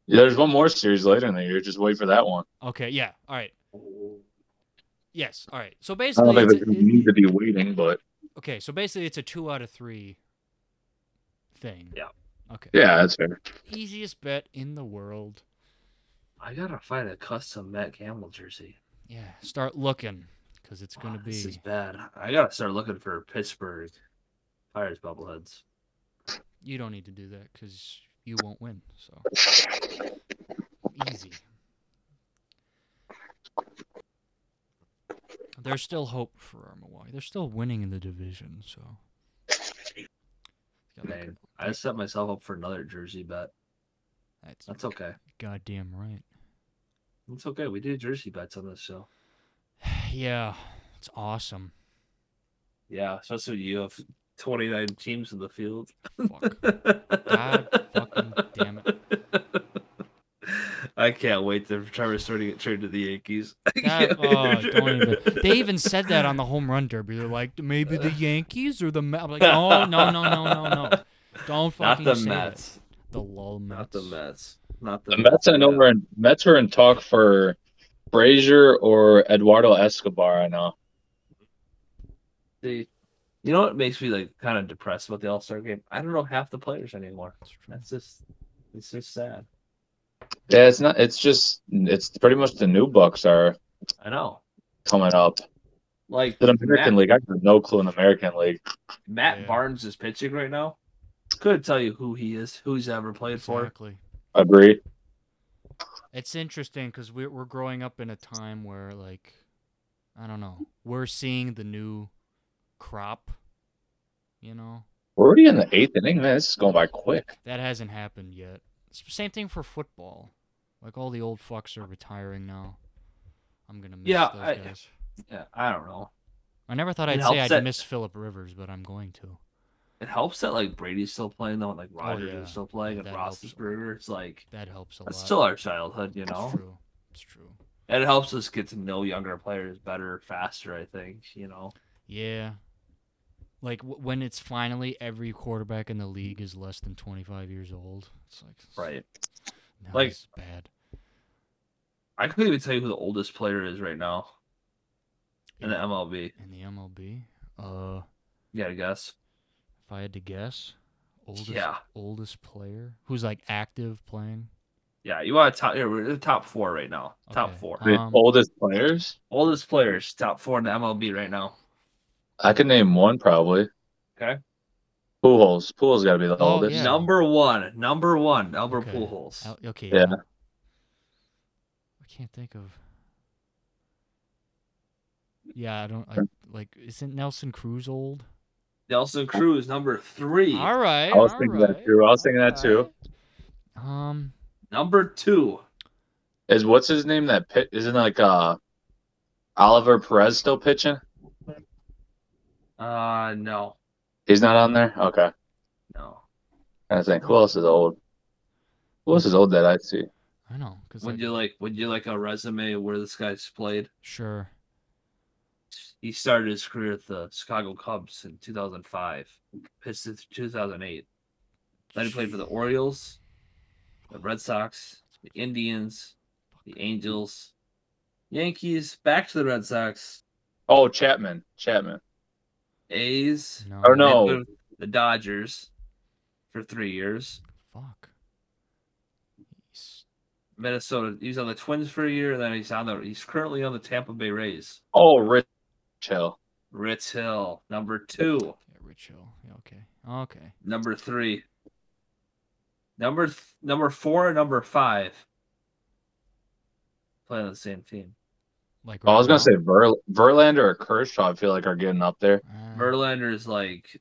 Speaker 2: Yeah, there's one more series later in the year. Just wait for that one.
Speaker 1: Okay, yeah. All right. Yes. All right. So
Speaker 2: I
Speaker 1: basically,
Speaker 2: don't think
Speaker 1: it's
Speaker 2: there's
Speaker 1: a-
Speaker 2: gonna
Speaker 1: it-
Speaker 2: need to be waiting, but
Speaker 1: okay. So basically, it's a two out of three thing.
Speaker 3: Yeah.
Speaker 1: Okay.
Speaker 2: yeah, that's fair.
Speaker 1: Easiest bet in the world.
Speaker 3: I gotta find a custom Matt Gamble jersey.
Speaker 1: Yeah. Start looking, cause it's gonna
Speaker 3: Ah,
Speaker 1: be.
Speaker 3: This is bad. I gotta start looking for Pittsburgh Pirates bobbleheads.
Speaker 1: You don't need to do that because you won't win. So easy. There's still hope for our Milwaukee. They're still winning in the division. So Gotta look
Speaker 3: Man,
Speaker 1: at-
Speaker 3: I set myself up for another jersey bet.
Speaker 1: that's
Speaker 3: That's okay.
Speaker 1: goddamn right.
Speaker 3: It's okay. We do jersey bets on this show.
Speaker 1: Yeah, it's awesome.
Speaker 3: Yeah, especially when you have 29 teams in the field.
Speaker 1: Fuck.
Speaker 3: God
Speaker 1: fucking damn
Speaker 3: I can't wait to Trevor starting get traded to the Yankees. I
Speaker 1: That-
Speaker 3: can't
Speaker 1: oh,
Speaker 3: wait.
Speaker 1: don't even. They even said that on the home run derby. They're like, maybe the Yankees or the Mets. I'm like, no, no, no, no, no, no. Don't
Speaker 3: Not
Speaker 1: fucking
Speaker 3: the
Speaker 1: say that.
Speaker 3: Mets.
Speaker 1: The lol Mets.
Speaker 3: Not the Mets. Not the,
Speaker 2: The Mets, I know,
Speaker 3: yeah.
Speaker 2: were in Mets were in talk for Brazier or Eduardo Escobar. I know.
Speaker 3: See, You know what makes me like kind of depressed about the All Star game? I don't know half the players anymore.
Speaker 1: It's true.
Speaker 3: That's just it's just sad.
Speaker 2: Yeah, it's not. It's just. It's pretty much the new Bucks are
Speaker 3: I know.
Speaker 2: coming up.
Speaker 3: Like
Speaker 2: The American
Speaker 3: Matt,
Speaker 2: League. I have no clue in the American League.
Speaker 3: Matt
Speaker 1: Yeah.
Speaker 3: Barnes is pitching right now. Couldn't tell you who he is, who he's ever played for.
Speaker 1: Exactly.
Speaker 2: Agree.
Speaker 1: It's interesting because we're we're growing up in a time where like, I don't know, we're seeing the new crop. You know
Speaker 2: We're already in the eighth inning, man. This is going by quick.
Speaker 1: that hasn't happened yet. It's the same thing for football. Like all the old fucks are retiring now. I'm gonna miss
Speaker 3: Yeah,
Speaker 1: those
Speaker 3: I-
Speaker 1: guys.
Speaker 3: Yeah, I don't know.
Speaker 1: I never thought
Speaker 3: It
Speaker 1: I'd
Speaker 3: helps
Speaker 1: say I'd
Speaker 3: that-
Speaker 1: miss Philip Rivers, but I'm going to.
Speaker 3: it helps that like Brady's still playing though, and like Rogers
Speaker 1: Oh, yeah.
Speaker 3: is still playing,
Speaker 1: Yeah,
Speaker 3: and
Speaker 1: that helps.
Speaker 3: Roethlisberger. It's like
Speaker 1: That helps a
Speaker 3: that's
Speaker 1: lot.
Speaker 3: still our childhood, you
Speaker 1: It's
Speaker 3: know.
Speaker 1: true. It's true.
Speaker 3: And it helps us get to know younger players better, faster. I think you know.
Speaker 1: Yeah. Like w- when it's finally every quarterback in the league is less than 25 years old. It's like Now
Speaker 3: Like-
Speaker 1: this is bad.
Speaker 3: I couldn't even tell you who the oldest player is right now in the MLB.
Speaker 1: In the MLB, uh,
Speaker 3: Yeah, I guess.
Speaker 1: if I had to guess, oldest
Speaker 3: Yeah.
Speaker 1: oldest player who's like active playing.
Speaker 3: Yeah, you want to top? Here, we're the top four right now. Top
Speaker 1: Okay.
Speaker 3: four.
Speaker 1: Uh,
Speaker 2: The
Speaker 1: Um,
Speaker 2: oldest players?
Speaker 3: Oldest players, top four in the MLB right now.
Speaker 2: I can name one probably.
Speaker 3: Okay.
Speaker 2: Pujols. Pujols got to be the
Speaker 1: Oh,
Speaker 2: oldest.
Speaker 1: yeah.
Speaker 3: Number one, number one, Albert
Speaker 1: Okay.
Speaker 3: Pujols.
Speaker 1: Al- okay.
Speaker 2: Yeah.
Speaker 1: uh, I can't think of. Yeah, I don't I, like. Isn't Nelson Cruz old?
Speaker 3: Nelson Cruz, number three.
Speaker 1: All right.
Speaker 2: I was
Speaker 1: all
Speaker 2: thinking that
Speaker 1: right,
Speaker 2: too. I was thinking that too.
Speaker 1: all right. Um.
Speaker 3: Number two.
Speaker 2: Is what's his name that pit? Isn't like uh Oliver Perez still pitching?
Speaker 3: Uh, no,
Speaker 2: He's not on there. Okay.
Speaker 3: no.
Speaker 2: I think who else is old? Who else is old that I see?
Speaker 1: I know, cause
Speaker 3: Would
Speaker 1: like,
Speaker 3: you like? Would you like a resume where this guy's played?
Speaker 1: sure.
Speaker 3: He started his career at the Chicago Cubs in 2005, Pistons in 2008. Then he played for the Orioles, the Red Sox, the Indians, the Angels, Yankees, back to the Red Sox,
Speaker 2: Oh, Chapman. Chapman.
Speaker 3: A's,
Speaker 1: No.
Speaker 2: Oh
Speaker 3: and then
Speaker 2: no.
Speaker 3: played with the Dodgers for three years,
Speaker 1: Fuck. He's-
Speaker 3: Minnesota. He's on the Twins for a year, and then he's on the. He's currently on the Tampa Bay Rays.
Speaker 2: Oh, Rich Hill.
Speaker 3: Ritz Hill, number two.
Speaker 1: Yeah, Rich Hill. Yeah, okay. Okay.
Speaker 3: number three, number th- number four, and number five, playing on the same team.
Speaker 1: Like.
Speaker 2: Oh, I was
Speaker 1: right
Speaker 2: gonna say
Speaker 1: now?
Speaker 2: Ver, Verlander or Kershaw. I feel like are getting up there.
Speaker 1: Uh,
Speaker 3: Verlander is like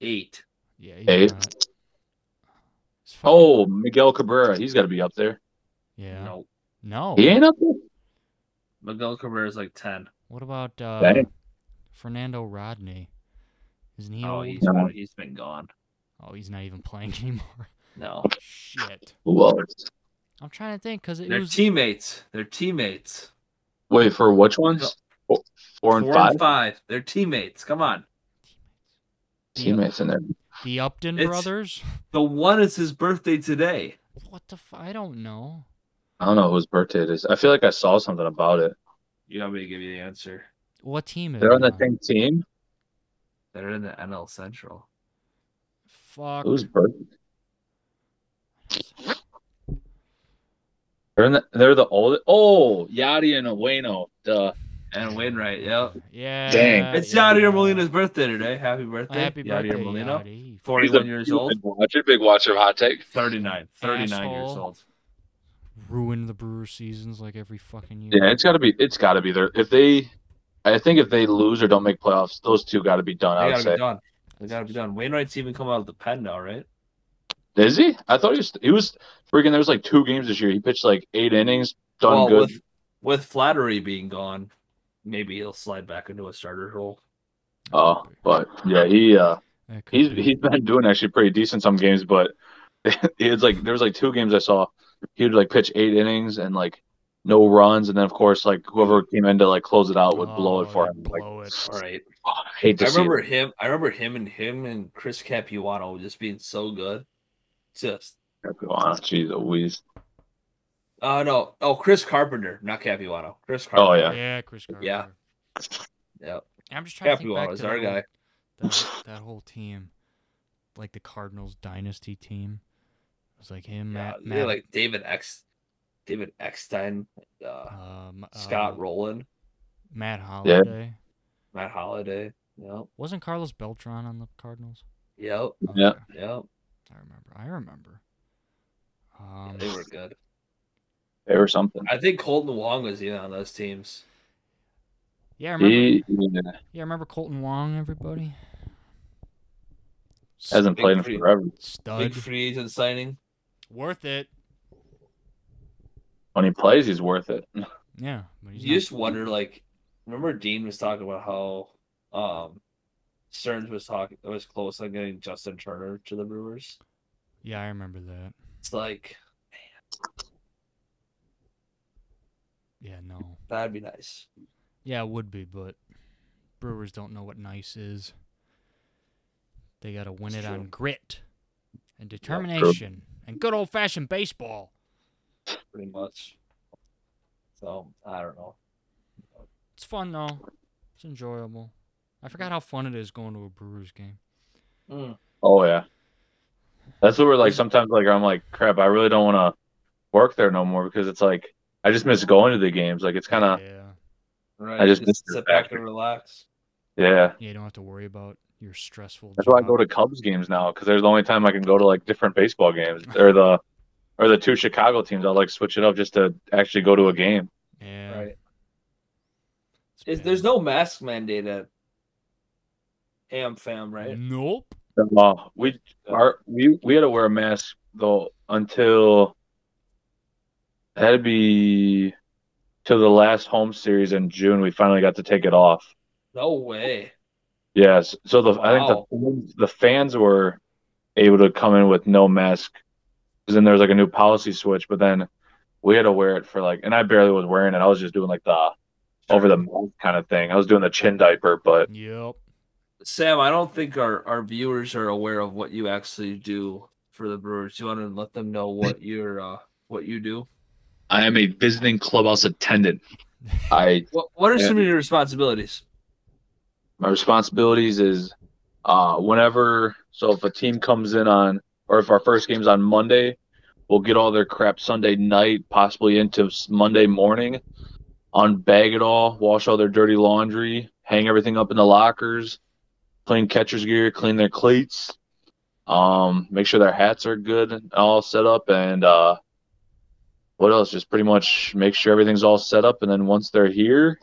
Speaker 3: eight.
Speaker 1: Yeah.
Speaker 2: Hey.
Speaker 1: He's not. It's fucking-
Speaker 2: Oh, Miguel Cabrera. He's got to be up there.
Speaker 1: Yeah. No.
Speaker 3: No,
Speaker 2: He ain't up there.
Speaker 3: Miguel Cabrera is like ten.
Speaker 1: What about uh,
Speaker 2: Dang.
Speaker 1: Fernando Rodney? Isn't he
Speaker 3: Oh,
Speaker 1: old?
Speaker 3: he's
Speaker 2: No.
Speaker 3: he's been gone.
Speaker 1: Oh, he's not even playing anymore.
Speaker 3: No,
Speaker 1: Shit.
Speaker 2: Who else?
Speaker 1: I'm trying to think because it
Speaker 3: they're
Speaker 1: was
Speaker 3: teammates. They're teammates.
Speaker 2: Wait for which ones? Four, four and five
Speaker 3: They're teammates. Come on.
Speaker 2: teammates in there.
Speaker 1: the Upton
Speaker 3: It's-
Speaker 1: brothers.
Speaker 3: The one is his birthday today.
Speaker 1: What the? F- I don't know.
Speaker 2: I don't know whose birthday it is. I feel like I saw something about it.
Speaker 3: You want me to give you the answer?
Speaker 1: What team is?
Speaker 2: They're on the
Speaker 1: it
Speaker 2: same team.
Speaker 3: They're in the NL Central.
Speaker 1: Fuck.
Speaker 2: Whose birthday? They're in the, they're the oldest. Oh, Yadi and Ueno. The
Speaker 3: And Wainwright. Yep.
Speaker 1: Yeah.
Speaker 3: It's
Speaker 1: yeah,
Speaker 3: Yadier
Speaker 1: yeah.
Speaker 3: Molina's birthday today. Happy birthday.
Speaker 1: Happy birthday,
Speaker 3: Yadier Molina.
Speaker 1: Yadi.
Speaker 3: 41 years old.
Speaker 2: Watch it, big watcher of hot take.
Speaker 3: 39. 39 years
Speaker 1: Asshole.
Speaker 3: old.
Speaker 1: Ruined the Brewer seasons like every fucking year.
Speaker 2: Yeah, it's gotta be. It's gotta be there. If they, I think if they lose or don't make playoffs, those two gotta be done.
Speaker 3: They
Speaker 2: I would
Speaker 3: gotta be
Speaker 2: say.
Speaker 3: done. They gotta be done. Wainwright's even come out of the pen now, right?
Speaker 2: Is he? I thought he was. He was freaking. There was like two games this year. He pitched like eight innings. Done
Speaker 3: well,
Speaker 2: good.
Speaker 3: with with flattery being gone, maybe he'll slide back into a starter role.
Speaker 2: Oh, but yeah, he uh,
Speaker 1: That could
Speaker 2: he's
Speaker 1: be.
Speaker 2: he's been doing actually pretty decent some games, but it's like there was like two games I saw he would like pitch eight innings and like no runs, and then of course like whoever came in to like close it out would blow it
Speaker 1: Oh,
Speaker 2: for
Speaker 1: they'd
Speaker 2: him. Like,
Speaker 1: Blow it.
Speaker 3: All right.
Speaker 2: oh, I hate to
Speaker 3: I
Speaker 2: see. it.
Speaker 3: remember him. I remember him and him and Chris Capuano just being so good. Just
Speaker 2: Oh, geez, Louise.
Speaker 3: oh no, oh Chris Carpenter, not Capuano. Chris
Speaker 2: Oh,
Speaker 3: Carpenter.
Speaker 2: yeah.
Speaker 1: Yeah, Chris Carpenter.
Speaker 3: Yeah. Yep.
Speaker 1: I'm just trying to think
Speaker 3: Capuano
Speaker 1: back
Speaker 3: is
Speaker 1: to
Speaker 3: our
Speaker 1: that whole-
Speaker 3: guy.
Speaker 1: That, that whole team, like the Cardinals dynasty team, it was like him,
Speaker 3: Yeah,
Speaker 1: Matt,
Speaker 3: they
Speaker 1: Matt,
Speaker 3: like David X, David Eckstein, uh,
Speaker 1: um,
Speaker 3: Scott
Speaker 1: uh,
Speaker 3: Rowland,
Speaker 1: Matt Holliday.
Speaker 3: Matt Holiday. Yep.
Speaker 1: Wasn't Carlos Beltran on the Cardinals?
Speaker 3: Yep.
Speaker 2: Yeah.
Speaker 1: Okay,
Speaker 3: Yep.
Speaker 1: I remember. I remember. Um,
Speaker 3: They were good.
Speaker 2: They were something.
Speaker 3: I think Colton Wong was even on those teams.
Speaker 1: yeah, I remember.
Speaker 2: He yeah,
Speaker 1: Yeah, remember Colton Wong, everybody? S-
Speaker 2: hasn't
Speaker 3: Big
Speaker 2: played in
Speaker 3: three.
Speaker 2: forever.
Speaker 1: Stud.
Speaker 3: Big free agent signing.
Speaker 1: Worth it.
Speaker 2: When he plays, he's worth it.
Speaker 1: Yeah. But he's
Speaker 3: You
Speaker 1: not-
Speaker 3: just wonder, like, remember Dean was talking about how um Stearns was talking was close on getting Justin Turner to the Brewers.
Speaker 1: Yeah, I remember that.
Speaker 3: It's like
Speaker 1: Yeah, no.
Speaker 3: that'd be nice.
Speaker 1: Yeah, it would be, but Brewers don't know what nice is. They got to win
Speaker 3: It's
Speaker 1: it on
Speaker 3: true.
Speaker 1: grit and determination and good old fashioned baseball.
Speaker 3: pretty much. So I don't know.
Speaker 1: It's fun, though. It's enjoyable. I forgot how fun it is going to a Brewers game.
Speaker 3: Hmm,
Speaker 2: Oh yeah. That's what we're like sometimes like I'm like, crap, I really don't wanna work there no more because it's like I just miss going to the games. Like it's kinda
Speaker 1: Yeah.
Speaker 3: Right.
Speaker 2: I just missed it
Speaker 3: sit
Speaker 2: back.
Speaker 3: back and relax.
Speaker 2: yeah.
Speaker 1: Yeah, you don't have to worry about your stressful.
Speaker 2: That's why I
Speaker 1: job.
Speaker 2: go to Cubs games now because there's the only time I can go to like different baseball games or the or the two Chicago teams. I'll like switch it up just to actually go to a game.
Speaker 1: Yeah.
Speaker 3: Right.
Speaker 1: it's
Speaker 3: Is
Speaker 1: bad.
Speaker 3: there's no mask mandate at AM fam, right?
Speaker 1: Nope.
Speaker 2: Uh, we are we we had to wear a mask though until it had to be to the last home series in June. We finally got to take it off.
Speaker 3: No way.
Speaker 2: Yes. So the I think
Speaker 3: Wow.
Speaker 2: the fans, the fans were able to come in with no mask because then there was like a new policy switch, but then we had to wear it for like, and I barely was wearing it. I was just doing like the over the mouth kind of thing. I was doing the chin diaper, but
Speaker 1: Yep.
Speaker 3: Sam, I don't think our, our viewers are aware of what you actually do for the Brewers. You want to let them know what you're uh, what you do?
Speaker 2: I am a visiting clubhouse attendant. I
Speaker 3: What what are
Speaker 2: Yeah.
Speaker 3: some of your responsibilities?
Speaker 2: my responsibilities is uh whenever so if a team comes in on or if our first game's on Monday, we'll get all their crap Sunday night, possibly into s- Monday morning, unbag it all, wash all their dirty laundry, hang everything up in the lockers, clean catcher's gear, clean their cleats, um, make sure their hats are good and all set up and uh what else? Just pretty much make sure everything's all set up and then once they're here,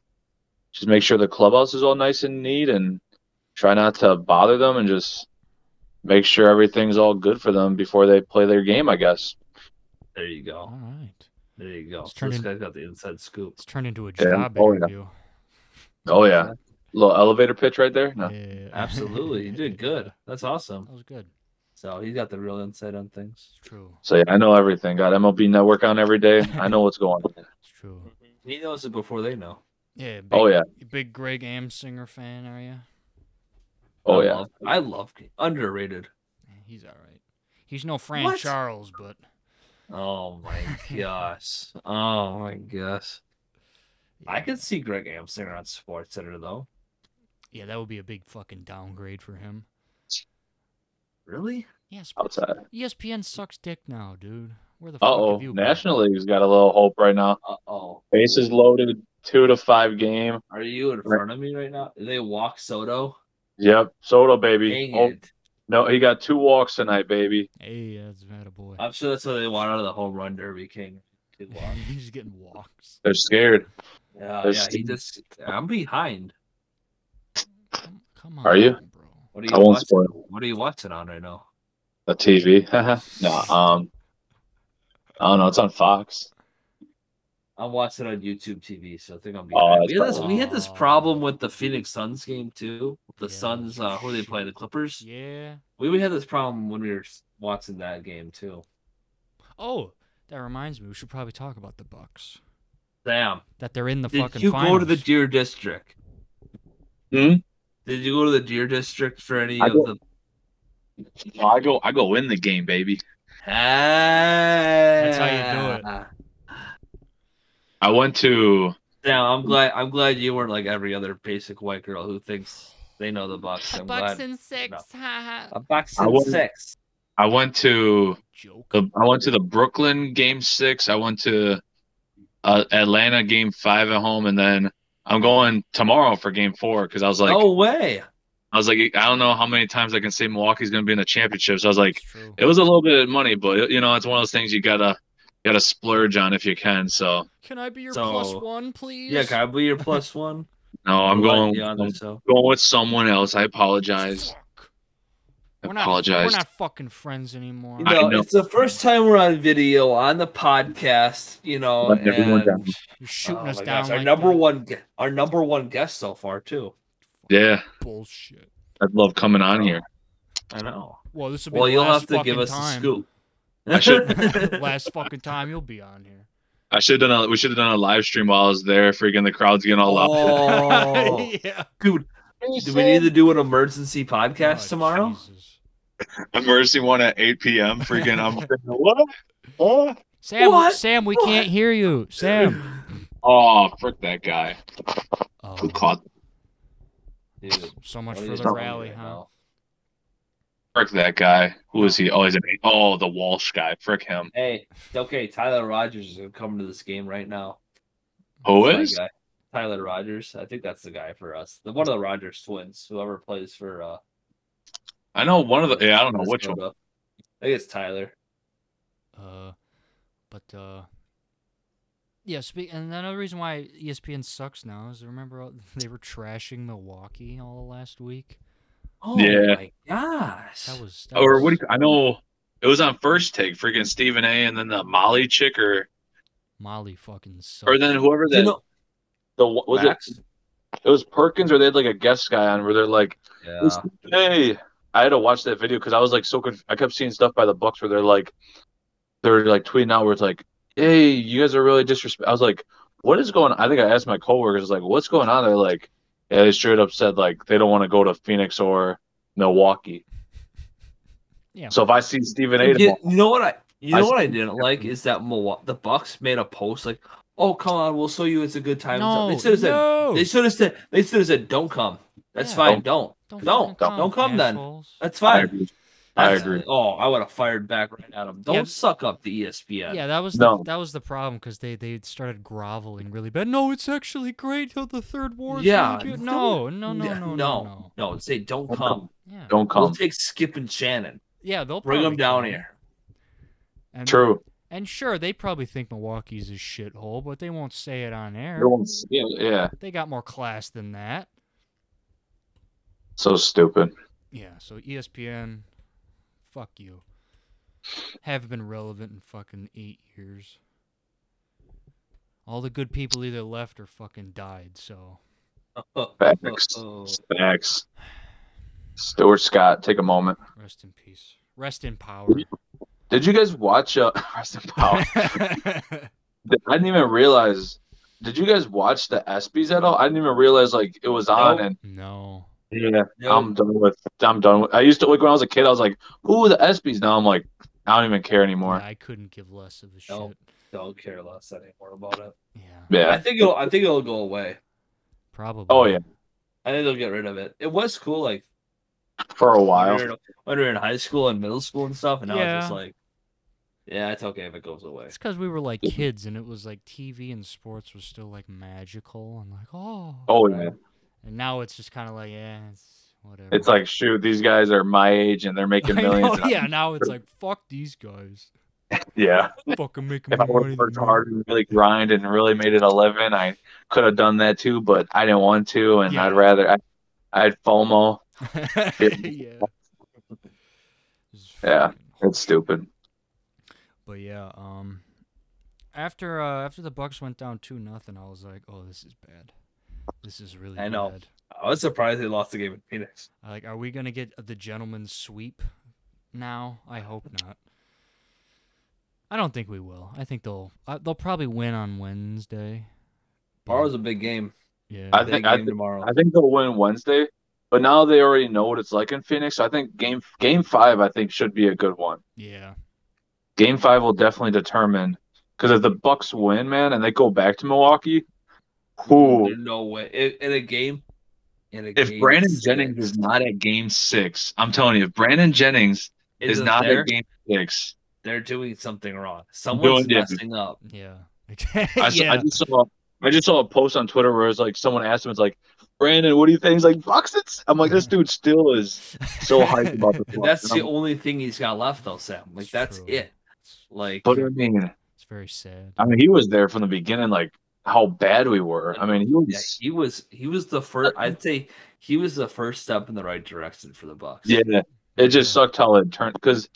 Speaker 2: just make sure the clubhouse is all nice and neat and try not to bother them and just make sure everything's all good for them before they play their game, I guess.
Speaker 3: There you
Speaker 1: All
Speaker 3: go.
Speaker 1: right.
Speaker 3: There you go.
Speaker 1: It's
Speaker 3: So this
Speaker 1: turning-
Speaker 3: guy's got the inside scoop.
Speaker 1: It's turned into a
Speaker 2: Yeah.
Speaker 1: job
Speaker 2: Oh, yeah.
Speaker 1: interview.
Speaker 2: Oh yeah. Little elevator pitch right there. No.
Speaker 1: Yeah.
Speaker 3: Absolutely. You did good. That's awesome.
Speaker 1: That was good.
Speaker 3: So he's got the real insight on things.
Speaker 1: It's true.
Speaker 2: So yeah, I know everything. Got MLB network on every day. I know what's going on.
Speaker 1: It's true.
Speaker 3: He knows it before they know.
Speaker 1: Yeah. Big,
Speaker 2: Oh yeah.
Speaker 1: you Big Greg Amsinger fan, are you?
Speaker 2: Oh
Speaker 3: I
Speaker 2: yeah.
Speaker 3: love- I love underrated.
Speaker 1: He's all right. He's no Fran
Speaker 3: What?
Speaker 1: Charles, but
Speaker 3: Oh my gosh. Oh my gosh. I
Speaker 1: yeah.
Speaker 3: could see Greg Amsinger on Sports Center though.
Speaker 1: Yeah, that would be a big fucking downgrade for him.
Speaker 3: Really?
Speaker 1: Yeah, sports.
Speaker 2: Outside.
Speaker 1: ESPN sucks dick now, dude. Where the
Speaker 2: Uh
Speaker 1: fuck
Speaker 2: oh.
Speaker 1: have you been?
Speaker 2: National League's got a little hope right now.
Speaker 3: Uh oh.
Speaker 2: Bases loaded, two to five game.
Speaker 3: Are you in front of me right now? They walk Soto.
Speaker 2: Yep. Soto baby.
Speaker 3: Dang
Speaker 2: Oh,
Speaker 3: it.
Speaker 2: no, he got two walks tonight, baby.
Speaker 1: Hey, that's bad a boy.
Speaker 3: I'm sure that's what they want out of the home run derby king. They walk.
Speaker 1: He's getting walks.
Speaker 2: They're scared.
Speaker 3: Yeah,
Speaker 2: There's
Speaker 3: yeah. He
Speaker 2: Steve.
Speaker 3: just I'm behind.
Speaker 1: Come, come on,
Speaker 2: Are you?
Speaker 1: bro?
Speaker 3: What are you
Speaker 2: I won't
Speaker 3: watching?
Speaker 2: spoil
Speaker 3: What are you watching on right now?
Speaker 2: The TV. no. Um I don't know, it's on Fox.
Speaker 3: I'm watching on YouTube TV, so I think I'm
Speaker 2: Oh,
Speaker 3: behind.
Speaker 2: that's
Speaker 3: we, had this, we had this problem
Speaker 1: probably-
Speaker 3: with the Phoenix Suns game too. with The
Speaker 1: Yeah,
Speaker 3: Suns, uh, who they play, the
Speaker 1: shit.
Speaker 3: Clippers.
Speaker 1: Yeah.
Speaker 3: We, we had this problem when we were watching that game too.
Speaker 1: Oh, that reminds me. We should probably talk about the Bucks.
Speaker 3: Damn,
Speaker 1: That they're in the
Speaker 3: did
Speaker 1: fucking
Speaker 3: you
Speaker 1: finals.
Speaker 3: go to the Deer District?
Speaker 2: Hmm?
Speaker 3: Did you go to the Deer District for any
Speaker 2: I
Speaker 3: of
Speaker 2: go-
Speaker 3: the?
Speaker 2: No, I go I go in the game, baby.
Speaker 3: That's
Speaker 1: how you do
Speaker 2: I went to
Speaker 3: Damn, I'm glad. I'm glad you weren't like every other basic white girl who thinks they know the Bucks. I'm glad. Uh,
Speaker 1: and six.
Speaker 3: a box
Speaker 2: I
Speaker 3: and
Speaker 2: wasn't-
Speaker 3: six.
Speaker 2: I went to
Speaker 1: Joke.
Speaker 2: the I went to the Brooklyn game six. I went to uh, Atlanta game five at home, and then I'm going tomorrow for game four because I was like
Speaker 3: no way.
Speaker 2: I was like I don't know how many times I can say Milwaukee's going to be in the championship. So I was
Speaker 1: It's
Speaker 2: like
Speaker 1: true.
Speaker 2: it was a little bit of money, but you know it's one of those things you gotta gotta splurge on if you can. So
Speaker 1: Can I be your
Speaker 3: So-
Speaker 1: plus one, please?
Speaker 3: Yeah, can I be your plus one?
Speaker 2: no, I'm
Speaker 3: We'll let
Speaker 2: going
Speaker 3: you on
Speaker 2: I'm
Speaker 3: there, so.
Speaker 2: going with someone else. I apologize.
Speaker 1: Fuck.
Speaker 2: I
Speaker 1: We're not,
Speaker 2: apologize.
Speaker 1: We're not fucking friends anymore.
Speaker 3: You
Speaker 2: I
Speaker 3: know,
Speaker 2: know.
Speaker 3: it's the first time we're on video on the podcast. You know,
Speaker 2: Let everyone
Speaker 3: and-
Speaker 2: down.
Speaker 1: You're shooting
Speaker 3: Oh
Speaker 1: us
Speaker 3: my
Speaker 1: down.
Speaker 3: gosh, our
Speaker 1: like
Speaker 3: number
Speaker 1: that.
Speaker 3: one, gue- our number one guest so far too.
Speaker 1: Fucking
Speaker 2: Yeah.
Speaker 1: Bullshit.
Speaker 2: I'd love coming on here.
Speaker 3: I know.
Speaker 1: Well, this will be
Speaker 3: Well,
Speaker 1: the
Speaker 3: you'll
Speaker 1: last
Speaker 3: have to give
Speaker 1: fucking
Speaker 3: us
Speaker 1: time.
Speaker 3: a scoop.
Speaker 2: I
Speaker 3: should.
Speaker 1: last fucking time you'll be on here.
Speaker 2: I should have done. A, we should have done a live stream while I was there. Freaking the crowd's getting all up.
Speaker 3: Oh,
Speaker 1: yeah.
Speaker 3: dude, do we need to do an emergency podcast
Speaker 1: Oh,
Speaker 3: tomorrow?
Speaker 1: Jesus.
Speaker 2: Emergency one at eight p.m. Freaking I'm freaking, what? Oh,
Speaker 1: Sam,
Speaker 3: What?
Speaker 1: Sam, we
Speaker 3: What?
Speaker 1: can't hear you. Sam.
Speaker 2: oh, frick that guy
Speaker 1: Oh,
Speaker 2: who caught.
Speaker 3: Dude,
Speaker 1: so much
Speaker 3: what
Speaker 1: for
Speaker 3: is
Speaker 1: the
Speaker 3: wrong
Speaker 1: rally,
Speaker 3: right
Speaker 1: huh?
Speaker 3: now?
Speaker 2: Frick that guy. Who is he? Oh, he's an oh the Walsh guy. Frick him.
Speaker 3: Hey, it's okay, Tyler Rogers is gonna come to this game right now.
Speaker 2: Who
Speaker 3: That's my
Speaker 2: Oh, is?
Speaker 3: guy. Tyler Rogers. I think that's the guy for us. The one of the Rogers twins, whoever plays for uh
Speaker 2: I know one of the. Yeah, I don't know which one.
Speaker 3: Minnesota. I think it's Tyler.
Speaker 1: Uh, but uh, yeah. Speak, and another reason why E ESPN sucks now is remember all- they were trashing Milwaukee all last week.
Speaker 3: Oh
Speaker 2: Yeah.
Speaker 3: my gosh.
Speaker 1: That was that
Speaker 2: Or
Speaker 1: was,
Speaker 2: what? Do you, I know it was on first take. Freaking Stephen A. And then the Molly chick, or
Speaker 1: Molly fucking sucks.
Speaker 2: or then whoever that
Speaker 3: you know,
Speaker 2: the was it
Speaker 3: Max?
Speaker 2: it was Perkins or they had like a guest guy on where they're like,
Speaker 3: Yeah.
Speaker 2: hey, I had to watch that video because I was like so conf- I kept seeing stuff by the Bucks where they're like, they're like tweeting out where it's like, hey, you guys are really disrespect. I was like, what is going? on? I think I asked my coworkers like, what's going on? They're like, yeah, they straight up said like they don't want to go to Phoenix or Milwaukee.
Speaker 1: yeah.
Speaker 2: So if I see Stephen A. tomorrow,
Speaker 3: You, get- you know what I you
Speaker 2: I
Speaker 3: know what
Speaker 2: see-
Speaker 3: I didn't like is that Milwa- the Bucks made a post like, "Oh come on, we'll show you it's a good time."
Speaker 1: no,
Speaker 3: They should have said
Speaker 1: no.
Speaker 3: they should have said they should have said, "Don't come." That's
Speaker 1: Yeah.
Speaker 3: fine. Don't.
Speaker 1: don't
Speaker 3: don't-
Speaker 1: fucking
Speaker 3: don't come then.
Speaker 1: assholes.
Speaker 3: That's
Speaker 2: I
Speaker 3: fine.
Speaker 2: agree. I
Speaker 3: That's,
Speaker 2: agree.
Speaker 3: Oh, I would have fired back right at him. Don't
Speaker 1: Yeah.
Speaker 3: suck up the E ESPN.
Speaker 1: Yeah, that was the,
Speaker 2: No.
Speaker 1: that was the problem because they they started groveling really bad. No, it's actually great till the third war.
Speaker 3: Yeah,
Speaker 1: no, no, no, no, no, no, no.
Speaker 3: no. Say don't
Speaker 2: Don't
Speaker 3: come.
Speaker 1: Yeah,
Speaker 2: don't
Speaker 3: We'll
Speaker 2: come.
Speaker 3: take Skip and Shannon.
Speaker 1: yeah, they'll
Speaker 3: Bring
Speaker 1: probably
Speaker 3: them down
Speaker 1: come.
Speaker 3: here.
Speaker 1: And,
Speaker 2: True.
Speaker 1: And sure, they probably think Milwaukee's a shithole, but they won't say it on air.
Speaker 2: Everyone's- Yeah, yeah.
Speaker 1: They got more class than that.
Speaker 2: So stupid.
Speaker 1: Yeah, so E ESPN, fuck you. Haven't been relevant in fucking eight years. All the good people either left or fucking died, so.
Speaker 2: Facts. Facts. Stuart Scott, take a moment.
Speaker 1: Rest in peace. Rest in power.
Speaker 2: Did you guys watch uh Rest in Power? I didn't even realize. Did you guys watch the ESPYS at all? I didn't even realize like it was on.
Speaker 3: Nope.
Speaker 2: And
Speaker 1: no.
Speaker 2: yeah,
Speaker 3: No.
Speaker 2: I'm done with. I'm done with. I used to like when I was a kid. I was like, "Ooh, the ESPYS." Now I'm like, I don't even care anymore.
Speaker 1: Yeah, I couldn't give less of a shit.
Speaker 3: No. don't care less anymore about it.
Speaker 1: Yeah,
Speaker 2: Yeah.
Speaker 3: I think it'll. I think it'll go away.
Speaker 1: probably.
Speaker 2: Oh yeah,
Speaker 3: I think they'll get rid of it. It was cool, like
Speaker 2: for a
Speaker 3: when we
Speaker 2: while.
Speaker 3: were, when we were in high school and middle school and stuff, and now it's just
Speaker 1: Yeah.
Speaker 3: like, yeah, it's okay if it goes away.
Speaker 1: It's because we were like kids and it was like TV and sports was still like magical and like, oh.
Speaker 2: Oh yeah.
Speaker 1: And now it's just kind of like, yeah, it's whatever.
Speaker 2: It's like, shoot, these guys are my age and they're making
Speaker 1: I know,
Speaker 2: millions. and I'm-
Speaker 1: yeah, now it's like, fuck these guys.
Speaker 2: yeah.
Speaker 1: Fucking make
Speaker 2: If
Speaker 1: them
Speaker 2: I
Speaker 1: more money than
Speaker 2: would have worked
Speaker 1: me.
Speaker 2: hard and really grind and really made it 11, I could have done that too, but I didn't want to, and
Speaker 1: Yeah.
Speaker 2: I'd rather I, I had FOMO.
Speaker 1: yeah. It's
Speaker 2: Yeah.
Speaker 1: fucking
Speaker 2: It's stupid.
Speaker 1: But yeah, um, after uh, after the Bucks went down two nothing, I was like, oh, this is bad. This is really
Speaker 3: I know.
Speaker 1: bad.
Speaker 3: I was surprised they lost the game in Phoenix.
Speaker 1: I Like, are we gonna get the gentleman's sweep now? I hope not. I don't think we will. I think they'll uh, they'll probably win on Wednesday. but-
Speaker 3: Tomorrow's a big game.
Speaker 1: yeah,
Speaker 2: I
Speaker 3: Big
Speaker 2: think-
Speaker 3: game
Speaker 2: I think-
Speaker 3: tomorrow.
Speaker 2: I think they'll win Wednesday, but now they already know what it's like in Phoenix. So I think game game five, I think, should be a good one.
Speaker 1: yeah,
Speaker 2: Game five will definitely determine because if the Bucks win, man, and they go back to Milwaukee, who
Speaker 3: There's no way in, in a game. In a
Speaker 2: if
Speaker 3: game
Speaker 2: Brandon
Speaker 3: six
Speaker 2: Jennings is not at game six, I'm telling you, if Brandon Jennings is
Speaker 3: isn't
Speaker 2: not
Speaker 3: there,
Speaker 2: at game six,
Speaker 3: they're doing something wrong. Someone's
Speaker 2: yeah.
Speaker 3: messing up.
Speaker 1: yeah,
Speaker 2: I, s- I
Speaker 1: yeah.
Speaker 2: just saw I just saw a post on Twitter where it's like someone asked him, it's like, Brandon, what do you think? He's like, Bucks. It's I'm like, this dude still is so hyped about the. Bucks.
Speaker 3: That's
Speaker 2: And
Speaker 3: the
Speaker 2: I'm-
Speaker 3: only thing he's got left, though, Sam. Like
Speaker 1: It's
Speaker 3: that's
Speaker 1: true.
Speaker 3: it. Like
Speaker 2: But I mean,
Speaker 1: It's very sad.
Speaker 2: I mean, he was there from the beginning, like how bad we were. I mean, he
Speaker 3: yeah,
Speaker 2: was.
Speaker 3: he was he was the first. I'd say he was the first step in the right direction for the Bucks.
Speaker 2: Yeah, it just sucked how it turned because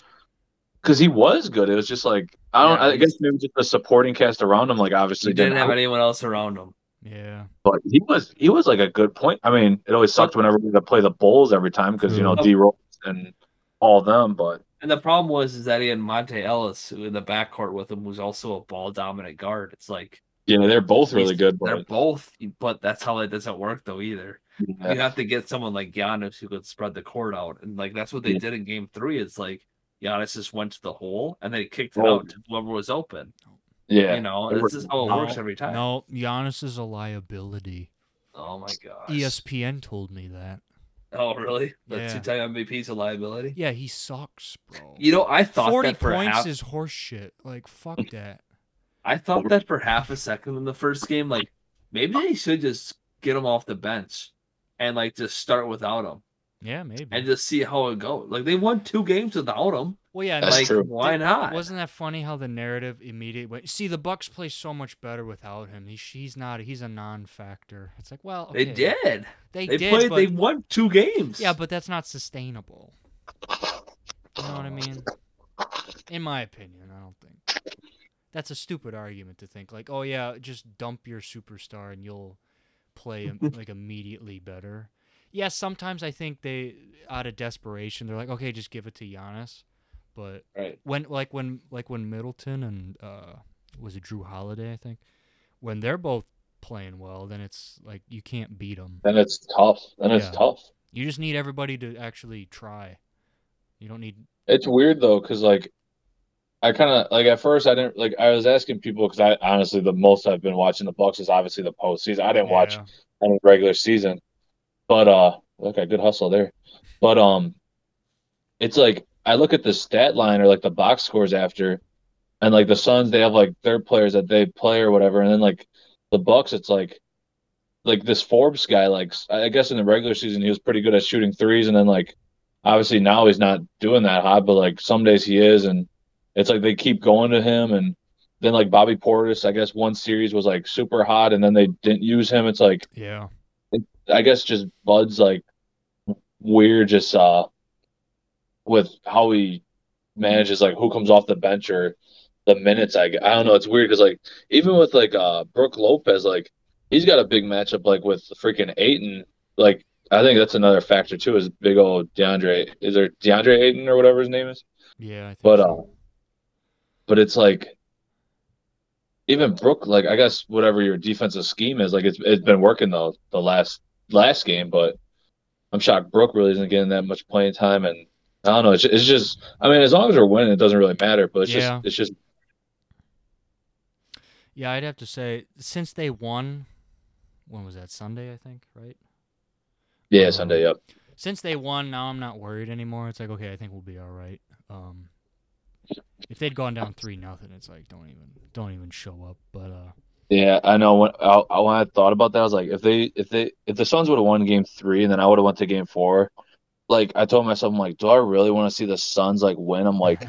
Speaker 2: because he was good. It was just like I don't.
Speaker 3: Yeah,
Speaker 2: I guess maybe just the supporting cast around him, like obviously
Speaker 3: he didn't have
Speaker 2: help.
Speaker 3: anyone else around him.
Speaker 1: Yeah.
Speaker 2: But he was he was like a good point. I mean, it always sucked whenever we had to play the Bulls every time because you know
Speaker 3: Mhm.
Speaker 2: D Rose and all them. But
Speaker 3: And the problem was is that he had Monte Ellis who in the backcourt with him, who's also a ball dominant guard. It's like
Speaker 2: you know they're both really
Speaker 3: he's-
Speaker 2: good.
Speaker 3: They're
Speaker 2: But
Speaker 3: both, but that's how it doesn't work though either.
Speaker 2: yeah.
Speaker 3: You have to get someone like Giannis who could spread the court out, and like that's what they
Speaker 2: Yeah.
Speaker 3: did in Game Three. It's like Giannis just went to the hole and they kicked it
Speaker 2: Oh.
Speaker 3: out to whoever was open.
Speaker 2: yeah.
Speaker 3: You know,
Speaker 2: It
Speaker 3: this
Speaker 2: worked.
Speaker 3: is how it
Speaker 1: No,
Speaker 3: works every time.
Speaker 1: No, Giannis is a liability.
Speaker 3: Oh my gosh.
Speaker 1: ESPN told me that.
Speaker 3: Oh really? The
Speaker 1: E Yeah.
Speaker 3: two-time MVP's a liability.
Speaker 1: Yeah, he sucks, bro.
Speaker 3: You know, I thought
Speaker 1: Forty
Speaker 3: that for
Speaker 1: points
Speaker 3: half.
Speaker 1: is horseshit. Like fuck
Speaker 2: Hmm.
Speaker 1: that.
Speaker 3: I thought that for half a second in the first game, like maybe they should just get him off the bench and like just start without him
Speaker 1: Yeah, maybe.
Speaker 3: and just see how it goes. Like they won two games without him.
Speaker 1: well, yeah, and
Speaker 2: That's
Speaker 3: like
Speaker 2: true.
Speaker 3: why not?
Speaker 1: Wasn't that funny how the narrative immediately went? See, the Bucks play so much better without him. He's he's not. He's a non-factor. It's like, well,
Speaker 3: they
Speaker 1: okay,
Speaker 3: did.
Speaker 1: They,
Speaker 3: They,
Speaker 1: did.
Speaker 3: played.
Speaker 1: but,
Speaker 3: They won two games.
Speaker 1: yeah, but that's not sustainable. You know what I mean? In my opinion, I don't think that's a stupid argument to think like, oh yeah, just dump your superstar and you'll play im- like immediately better. Yeah, sometimes I think they out of desperation they're like, okay, just give it to Giannis, but
Speaker 3: right.
Speaker 1: when like when like when Middleton and uh was it Drew Holiday I think when they're both playing well then it's like you can't beat them.
Speaker 2: Then it's tough. Then
Speaker 1: Yeah.
Speaker 2: it's tough.
Speaker 1: You just need everybody to actually try. You don't need
Speaker 2: It's weird though, because like I kind of like at first I didn't like I was asking people because I honestly the most I've been watching the Bucks is obviously the postseason. I didn't watch
Speaker 1: Yeah.
Speaker 2: any regular season, but uh, okay, good hustle there. But um, it's like I look at the stat line or like the box scores after, and like the Suns they have like their players that they play or whatever, and then like the Bucks it's like like this Forbes guy like I guess in the regular season he was pretty good at shooting threes, and then like obviously now he's not doing that hot, but like some days he is, and it's like they keep going to him and. Then like Bobby Portis, I guess one series was like super hot, and then they didn't use him. It's like
Speaker 1: Yeah.
Speaker 2: I guess just Bud's like weird, just uh, with how he manages like who comes off the bench or the minutes. I, gu- I don't know. It's weird because like even with like uh Brooke Lopez, like he's got a big matchup like with freaking Aiton. Like I think that's another factor too is big old DeAndre. Is there DeAndre Ayton or whatever his name is?
Speaker 1: Yeah, I think
Speaker 2: But uh,
Speaker 1: so.
Speaker 2: but it's like even Brook, like I guess whatever your defensive scheme is, like it's it's been working though the last last game, but I'm shocked Brook really isn't getting that much playing time, and I don't know. It's, it's just, I mean, as long as we're winning, it doesn't really matter. But it's
Speaker 1: Yeah.
Speaker 2: just, it's just,
Speaker 1: Yeah, I'd have to say since they won when was that Sunday I think, right?
Speaker 2: yeah,
Speaker 1: Um,
Speaker 2: Sunday up.
Speaker 1: Since they won, now I'm not worried anymore. It's like, okay, I think we'll be all right. Um if they'd gone down 3 nothing, it's like don't even don't even show up, but uh
Speaker 2: Yeah, I know. When I, I when I thought about that, I was like, if they if they if the Suns would have won Game Three, and then I would have went to Game Four, like I told myself, I'm like, do I really want to see the Suns like win? I'm like,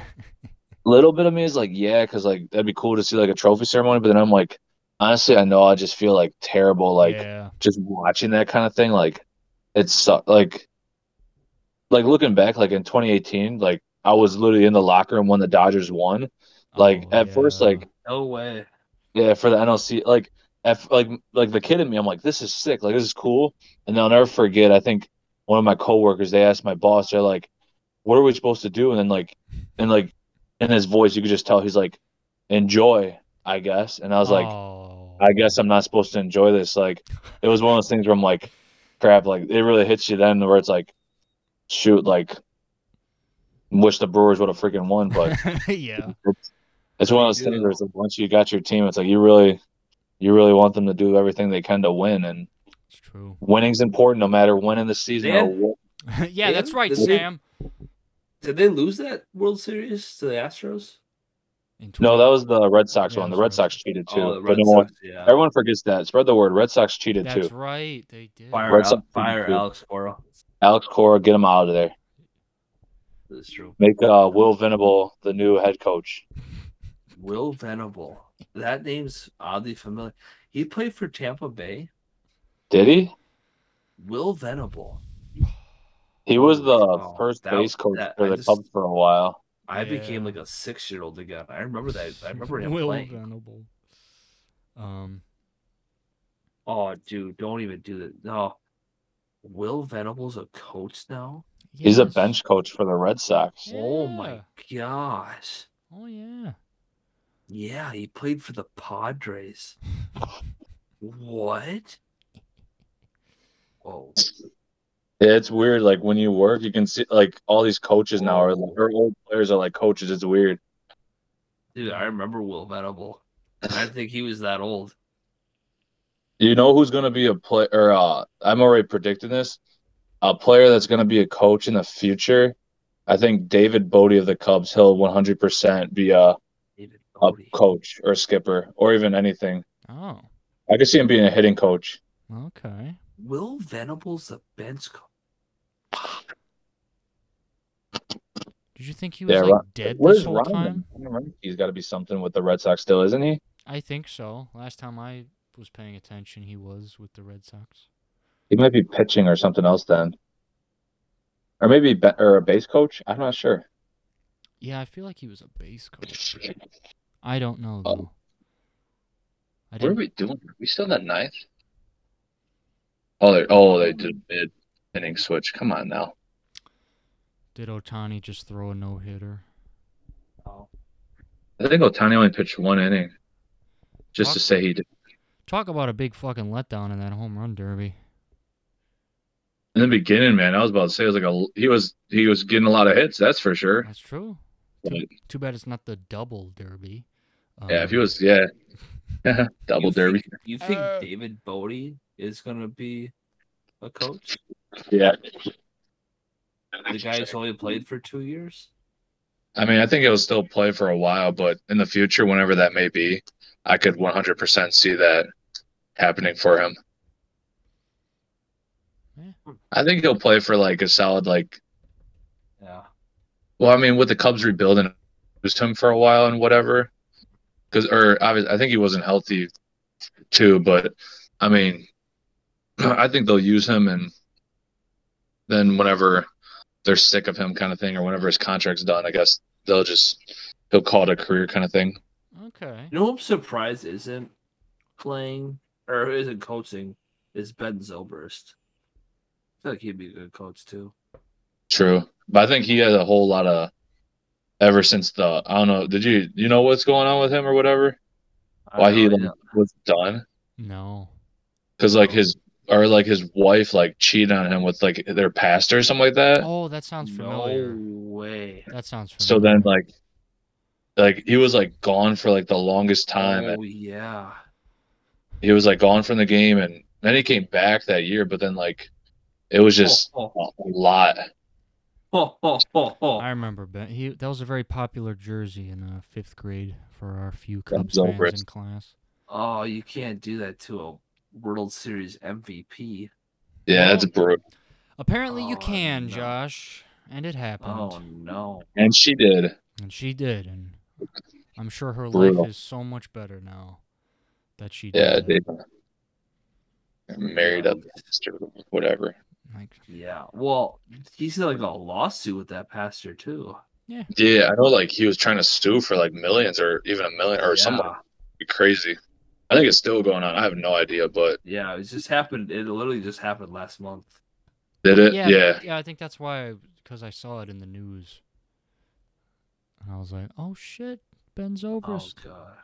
Speaker 2: little bit of me is like, yeah, because like that'd be cool to see like a trophy ceremony. But then I'm like, honestly, I know I just feel like terrible, like
Speaker 1: yeah.
Speaker 2: just watching that kind of thing. Like it's su- like, like looking back, like in 2018, like I was literally in the locker room when the Dodgers won. Like
Speaker 1: Oh,
Speaker 2: at first,
Speaker 1: yeah.
Speaker 2: like
Speaker 3: No way.
Speaker 2: yeah, for the NLC, like if like like the kid in me, I'm like, this is sick, like this is cool. And I'll never forget, I think one of my coworkers, they asked my boss, they're like, What are we supposed to do? And then like and like in his voice you could just tell he's like, Enjoy, I guess. And I was like,
Speaker 1: Oh.
Speaker 2: I guess I'm not supposed to enjoy this. Like it was one of those things where I'm like, crap, like it really hits you then where it's like, shoot, like wish the Brewers would have freaking won, but
Speaker 1: yeah.
Speaker 2: it's, it's one of those
Speaker 3: They do.
Speaker 2: things where it's like once you got your team, it's like you really, you really want them to do everything they can to win, and
Speaker 1: It's true.
Speaker 2: winning's important no matter when in the season.
Speaker 3: They
Speaker 2: or
Speaker 3: had-
Speaker 2: what.
Speaker 1: yeah, that's
Speaker 3: Yeah,
Speaker 1: right,
Speaker 3: this is-
Speaker 1: Sam.
Speaker 3: Did they lose that World Series to the Astros?
Speaker 1: In
Speaker 2: No,
Speaker 1: 20
Speaker 2: that was the Red Sox
Speaker 1: Yeah,
Speaker 2: one. The
Speaker 1: that's
Speaker 2: Red
Speaker 1: right.
Speaker 2: Sox cheated too,
Speaker 3: Oh, the
Speaker 2: but
Speaker 3: Red
Speaker 2: no one,
Speaker 3: Sox. Yeah.
Speaker 2: everyone forgets that. Spread the word. Red Sox cheated
Speaker 1: That's
Speaker 2: too.
Speaker 1: right. They did.
Speaker 3: Fire,
Speaker 2: Red
Speaker 3: Al-
Speaker 2: Sox
Speaker 3: fire
Speaker 2: too.
Speaker 3: Alex Cora.
Speaker 2: Alex Cora, get him out of there.
Speaker 3: That's true.
Speaker 2: Make uh, Will Venable the new head coach.
Speaker 3: Will Venable. That name's oddly familiar. He played for Tampa Bay.
Speaker 2: Did he?
Speaker 3: Will Venable.
Speaker 2: He was the
Speaker 3: Oh,
Speaker 2: first
Speaker 3: that-
Speaker 2: base coach
Speaker 3: that-
Speaker 2: for
Speaker 3: I
Speaker 2: the
Speaker 3: just-
Speaker 2: Cubs for a while.
Speaker 3: I became
Speaker 1: Yeah.
Speaker 3: like a six year old again. I remember that. I remember him
Speaker 1: Will
Speaker 3: playing.
Speaker 1: Venable. Um,
Speaker 3: Oh, dude, don't even do that. No. Will Venables a coach now?
Speaker 5: He's a
Speaker 1: Yes.
Speaker 5: bench coach for the Red Sox.
Speaker 3: Oh my
Speaker 1: Yeah.
Speaker 3: gosh.
Speaker 1: Oh yeah.
Speaker 3: Yeah, he played for the Padres. what? Oh,
Speaker 5: Yeah, it's weird. Like when you work, you can see like all these coaches now are
Speaker 1: Oh.
Speaker 5: like, or old players are like coaches. It's weird.
Speaker 3: dude, I remember Will Venable. And I didn't think he was that old.
Speaker 5: You know who's gonna be a player? Or, uh, I'm already predicting this. A player that's gonna be a coach in the future. I think David Bodie of the Cubs. He'll 100 percent be a,
Speaker 3: David
Speaker 5: a
Speaker 3: Bodie.
Speaker 5: coach or skipper or even anything.
Speaker 1: Oh.
Speaker 5: I could see him being a hitting coach.
Speaker 1: Okay.
Speaker 3: Will Venables the bench coach?
Speaker 1: Did you think he was
Speaker 5: Yeah,
Speaker 1: like
Speaker 5: Ron-
Speaker 1: dead
Speaker 5: Where's
Speaker 1: this whole time?
Speaker 5: Ryman? He's got to be something with the Red Sox still, isn't he?
Speaker 1: I think so. Last time I was paying attention, he was with the Red Sox.
Speaker 5: He might be pitching or something else then, or maybe be- or a base coach. I'm not sure.
Speaker 1: Yeah, I feel like he was a base coach. I don't know
Speaker 5: Oh.
Speaker 1: though. I
Speaker 2: What are
Speaker 1: didn't.
Speaker 2: we doing? Are we still in the ninth? Oh, they oh they did mid inning switch. Come on now.
Speaker 1: Did Otani just throw a no hitter?
Speaker 3: Oh,
Speaker 2: I think Otani only pitched one inning. Just to
Speaker 1: Fuck.
Speaker 2: say he did.
Speaker 1: Talk about a big fucking letdown in that home run derby.
Speaker 2: In the beginning, man, I was about to say it was like a he was he was getting a lot of hits. That's for sure.
Speaker 1: That's true.
Speaker 2: Yeah.
Speaker 1: Too, too bad it's not the double derby.
Speaker 2: Yeah, if he
Speaker 1: Um,
Speaker 2: was yeah, double
Speaker 3: You
Speaker 2: derby.
Speaker 3: Think, you think
Speaker 1: Uh,
Speaker 3: David Bodie is gonna be a coach?
Speaker 5: Yeah.
Speaker 3: The guy who's only played for two years.
Speaker 2: I mean, I think he'll still play for a while, but in the future, whenever that may be, I could 100% see that happening for him.
Speaker 1: Yeah.
Speaker 2: I think he'll play for like a solid like
Speaker 3: Yeah.
Speaker 2: Well, I mean, with the Cubs rebuilding, used him for a while and whatever. Because, or obviously, I think he wasn't healthy too, but I mean, I think they'll use him and then whenever they're sick of him, kind of thing, or whenever his contract's done, I guess they'll just he'll call it a career kind of thing.
Speaker 1: Um, Okay.
Speaker 3: You know, who I'm surprised isn't playing or isn't coaching is Ben Zobrist. I feel like he'd be a good coach too.
Speaker 2: True, but I think he had a whole lot of ever since the I don't know. Did you you know what's going on with him or whatever?
Speaker 3: I
Speaker 2: Why
Speaker 3: don't
Speaker 2: he
Speaker 3: know,
Speaker 2: like, was done?
Speaker 1: No.
Speaker 2: because like his or like his wife like cheated on him with like their pastor or something like that.
Speaker 1: Oh, that sounds
Speaker 3: yeah.
Speaker 1: familiar.
Speaker 3: No way.
Speaker 1: That sounds familiar.
Speaker 2: Uh, so then like like he was like gone for like the longest time and
Speaker 3: Oh yeah.
Speaker 2: he was like gone from the game and then he came back that year but then like it was just
Speaker 3: Oh,
Speaker 2: a lot
Speaker 3: oh, oh, oh, oh.
Speaker 1: I remember Ben. He that was a very popular jersey in uh, fifth grade for our few
Speaker 2: Ben
Speaker 1: Cubs fans
Speaker 2: Zobrist.
Speaker 1: in class.
Speaker 3: Oh, you can't do that to a World Series MVP.
Speaker 2: yeah that's brutal
Speaker 1: Apparently, you
Speaker 3: Oh,
Speaker 1: can,
Speaker 3: no.
Speaker 1: Josh, and it happened,
Speaker 3: Oh no.
Speaker 2: and she did
Speaker 1: and she did, and I'm sure her
Speaker 2: Brutal.
Speaker 1: life is so much better now that she did.
Speaker 2: yeah
Speaker 1: that.
Speaker 2: they married up sister whatever
Speaker 1: Like,
Speaker 3: Yeah. Well, he's in, like a lawsuit with that pastor too.
Speaker 2: yeah I know like he was trying to sue for like millions or even a million or something
Speaker 3: Yeah.
Speaker 2: crazy I think it's still going on I have no idea but
Speaker 3: Yeah, it just happened. It literally just happened last month.
Speaker 2: did it
Speaker 1: yeah,
Speaker 2: yeah.
Speaker 1: yeah. I think that's why, because I saw it in the news, and I was like, "Oh shit, Ben
Speaker 3: Oh
Speaker 1: Zobrist
Speaker 3: god.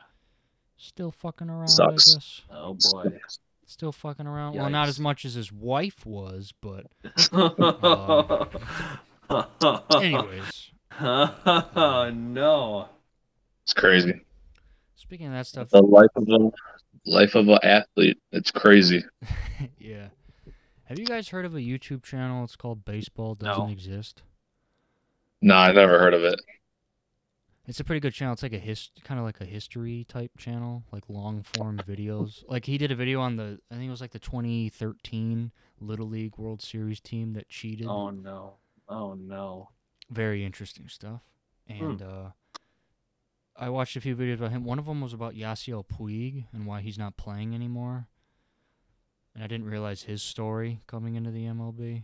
Speaker 1: still fucking around."
Speaker 2: Sucks.
Speaker 1: I guess.
Speaker 3: Oh boy.
Speaker 1: Still fucking around. Well, not as
Speaker 3: Yikes.
Speaker 1: much as his wife was, but anyways.
Speaker 3: oh no.
Speaker 2: It's crazy.
Speaker 1: Speaking of that stuff,
Speaker 2: The life of a life of an athlete. It's crazy.
Speaker 1: yeah. Have you guys heard of a YouTube channel? It's called Baseball Doesn't
Speaker 3: No.
Speaker 1: Exist.
Speaker 2: No, I never heard of it.
Speaker 1: It's a pretty good channel. It's like a hist, kind of like a history type channel, like long form videos. Like he did a video on the, I think it was like the 2013 Little League World Series team that cheated.
Speaker 3: Oh no. Oh no.
Speaker 1: Very interesting stuff. And uh, I watched a few videos about him. One of them was about Yasiel Puig and why he's not playing anymore. And I didn't realize his story coming into the MLB.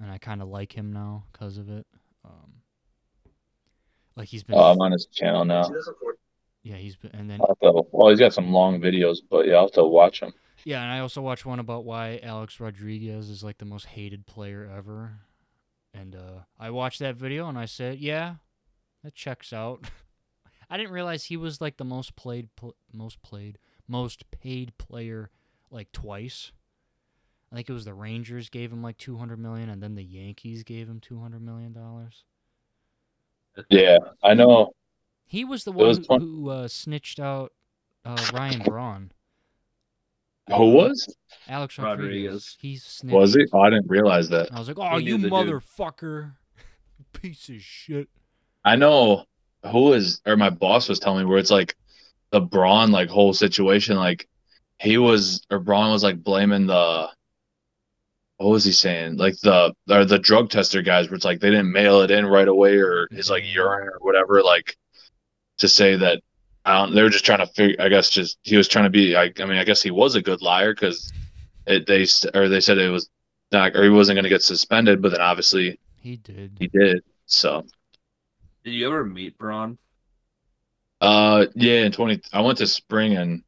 Speaker 1: And I kind of like him now because of it. Um, like he's been,
Speaker 5: Oh,
Speaker 2: Um,
Speaker 5: I'm on his channel now.
Speaker 1: yeah, he's been, and then
Speaker 2: uh,
Speaker 5: I'll have to- well, he's got some long videos, but yeah, I'll have to watch him.
Speaker 1: Yeah, and I also watched one about why Alex Rodriguez is like the most hated player ever. And uh, I watched that video and I said, "Yeah, that checks out." I didn't realize he was like the most played, pl- most played, most paid player, like twice. I think it was the Rangers gave him like two hundred million, and then the Yankees gave him two hundred million dollars.
Speaker 2: Yeah, I know.
Speaker 1: He was the
Speaker 2: It was
Speaker 1: one who,
Speaker 2: fun-
Speaker 1: who uh, snitched out uh, Ryan Braun.
Speaker 2: Who Oh, was?
Speaker 1: Alex
Speaker 3: Rodriguez.
Speaker 1: Rodriguez. He snitched.
Speaker 2: Was he? Oh, I didn't realize that.
Speaker 1: I was like, "Oh,
Speaker 3: He knew
Speaker 1: you
Speaker 3: the dude.
Speaker 1: motherfucker, piece of shit."
Speaker 2: I know who is, or my boss was telling me where it's like the Braun like whole situation. Like he was, or Braun was like blaming the. What was he saying? Like the or the drug tester guys, where it's like they didn't mail it in right away, or his like urine or whatever, like to say that I don't. They were just trying to figure. I guess just he was trying to be. I, I mean, I guess he was a good liar because it they s- or they said it was not or he wasn't going to get suspended, but then obviously
Speaker 1: He did.
Speaker 2: he did. So
Speaker 3: Did you ever meet Braun?
Speaker 2: Uh, yeah, in 20, I went to spring and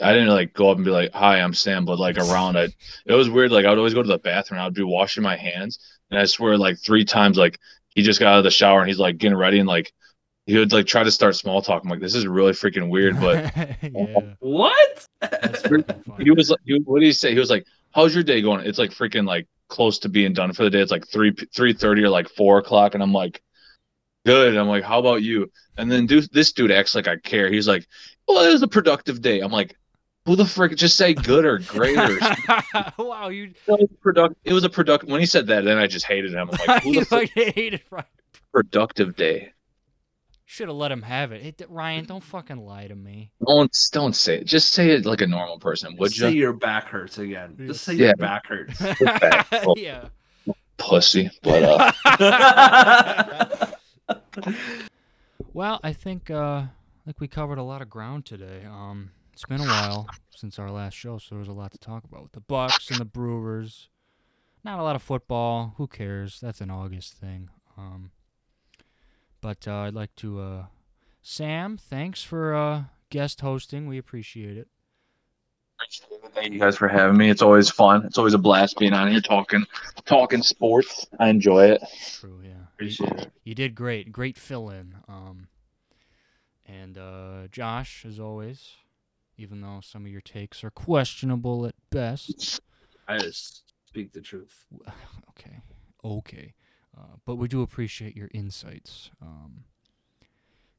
Speaker 2: I didn't like go up and be like, "Hi, I'm Sam," but like around I, it was weird. Like I would always go to the bathroom. and I'd be washing my hands, and I swear, like three times, like he just got out of the shower and he's like getting ready, and like he would like try to start small talk. I'm like, this is really freaking weird, but Oh.
Speaker 1: yeah,
Speaker 3: What?
Speaker 1: that's fucking funny.
Speaker 2: he was like, he, what did he say? He was like, "How's your day going?" It's like freaking like close to being done for the day. It's like three three thirty or like four o'clock, and I'm like, "Good." I'm like, "How about you?" And then dude, this dude acts like I care. He's like, "Well, it was a productive day." I'm like, "Who the frick? Just say good or great or."
Speaker 1: wow, you
Speaker 2: product. It was a product. When he said that, then I just hated him. I'm like, "Who
Speaker 1: you
Speaker 2: the frick
Speaker 1: like hated Ryan.
Speaker 2: productive day?"
Speaker 1: Should have let him have it. Hey, d- Ryan, don't fucking lie to me.
Speaker 2: Don't don't say it. Just say it like a normal person, would
Speaker 3: Just say
Speaker 2: you,
Speaker 3: your back hurts again. Just say
Speaker 2: Yeah.
Speaker 3: your back hurts.
Speaker 2: back.
Speaker 1: yeah.
Speaker 2: pussy? But uh,
Speaker 1: Well, I think uh, like we covered a lot of ground today. Um, it's been a while since our last show, so there was a lot to talk about with the Bucks and the Brewers. Not a lot of football. Who cares? That's an August thing. Um, but uh, I'd like to, uh, Sam. Thanks for uh, guest hosting. We appreciate it.
Speaker 2: Thank you guys for having me. It's always fun. It's always a blast being on here talking, talking sports. I enjoy it.
Speaker 1: True. Yeah.
Speaker 3: Appreciate it.
Speaker 1: You did great. Great fill in. Um, and uh, Josh, as always, even though some of your takes are questionable at best.
Speaker 3: I just speak the truth.
Speaker 1: Okay. Okay. Uh, but we do appreciate your insights. Um,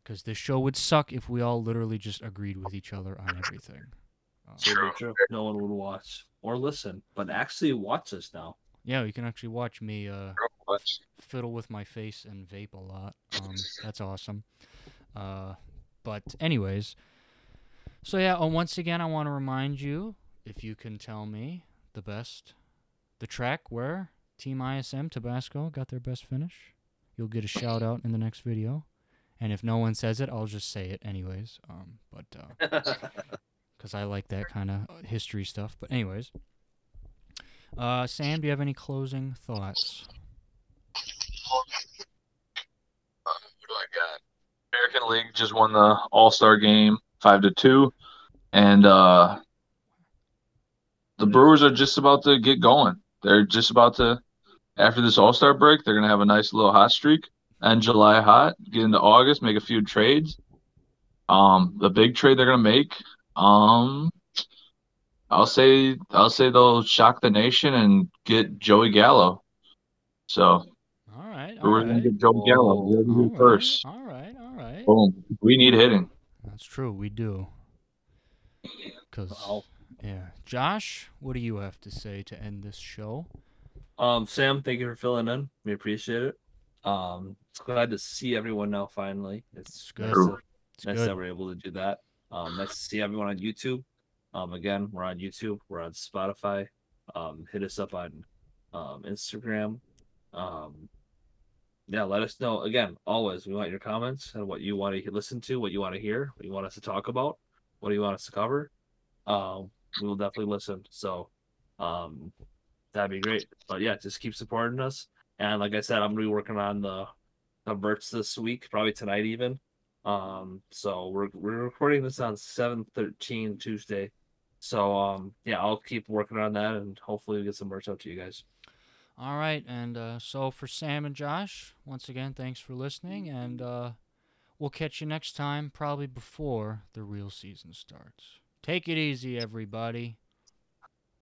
Speaker 1: because this show would suck if we all literally just agreed with each other on everything. Um,
Speaker 3: True. True. No one would watch or listen, but actually watch us now.
Speaker 1: yeah, you can actually watch me uh, fiddle with my face and vape a lot. Um, that's awesome. Uh, but anyways, so yeah. uh, once again, I want to remind you if you can tell me the best, the track where Team ISM Tabasco got their best finish, you'll get a shout out in the next video. And if no one says it, I'll just say it anyways. Um, but uh, because I like that kind of history stuff. But anyways, uh, Sam, do you have any closing thoughts?
Speaker 2: Uh, who do I got? American League just won the All Star game five to two, and uh, the Brewers are just about to get going. They're just about to after this All Star break. They're gonna have a nice little hot streak. End July hot, get into August, make a few trades. Um, the big trade they're gonna make. Um, I'll say I'll say they'll shock the nation and get Joey Gallo. So
Speaker 1: All right, all
Speaker 2: Brewers
Speaker 1: right.
Speaker 2: gonna get Joey Gallo. We're gonna
Speaker 1: Oh, All
Speaker 2: do
Speaker 1: right,
Speaker 2: first.
Speaker 1: All right, all right.
Speaker 2: Boom. We need hitting.
Speaker 1: That's true. We do. Cause
Speaker 3: Wow.
Speaker 1: yeah, Josh, what do you have to say to end this show?
Speaker 3: Um, Sam, thank you for filling in. We appreciate it. Um, it's glad to see everyone now. Finally, it's
Speaker 1: good.
Speaker 3: nice to-
Speaker 1: It's
Speaker 3: nice that
Speaker 1: good.
Speaker 3: we're able to do that. Um, nice to see everyone on YouTube. Um, again, we're on YouTube. We're on Spotify. Um, hit us up on um, Instagram. Um, yeah, let us know. Again, always we want your comments and what you want to listen to, what you want to hear, what you want us to talk about, what do you want us to cover. Um, we will definitely listen. So, um, that'd be great. But yeah, just keep supporting us. And like I said, I'm gonna be working on the the merch this week, probably tonight even. Um, so we're we're recording this on 7 13 Tuesday. So um yeah, I'll keep working on that and hopefully we get some merch out to you guys.
Speaker 1: All right, and uh, so for Sam and Josh, once again, thanks for listening, and uh, we'll catch you next time, probably before the real season starts. Take it easy, everybody.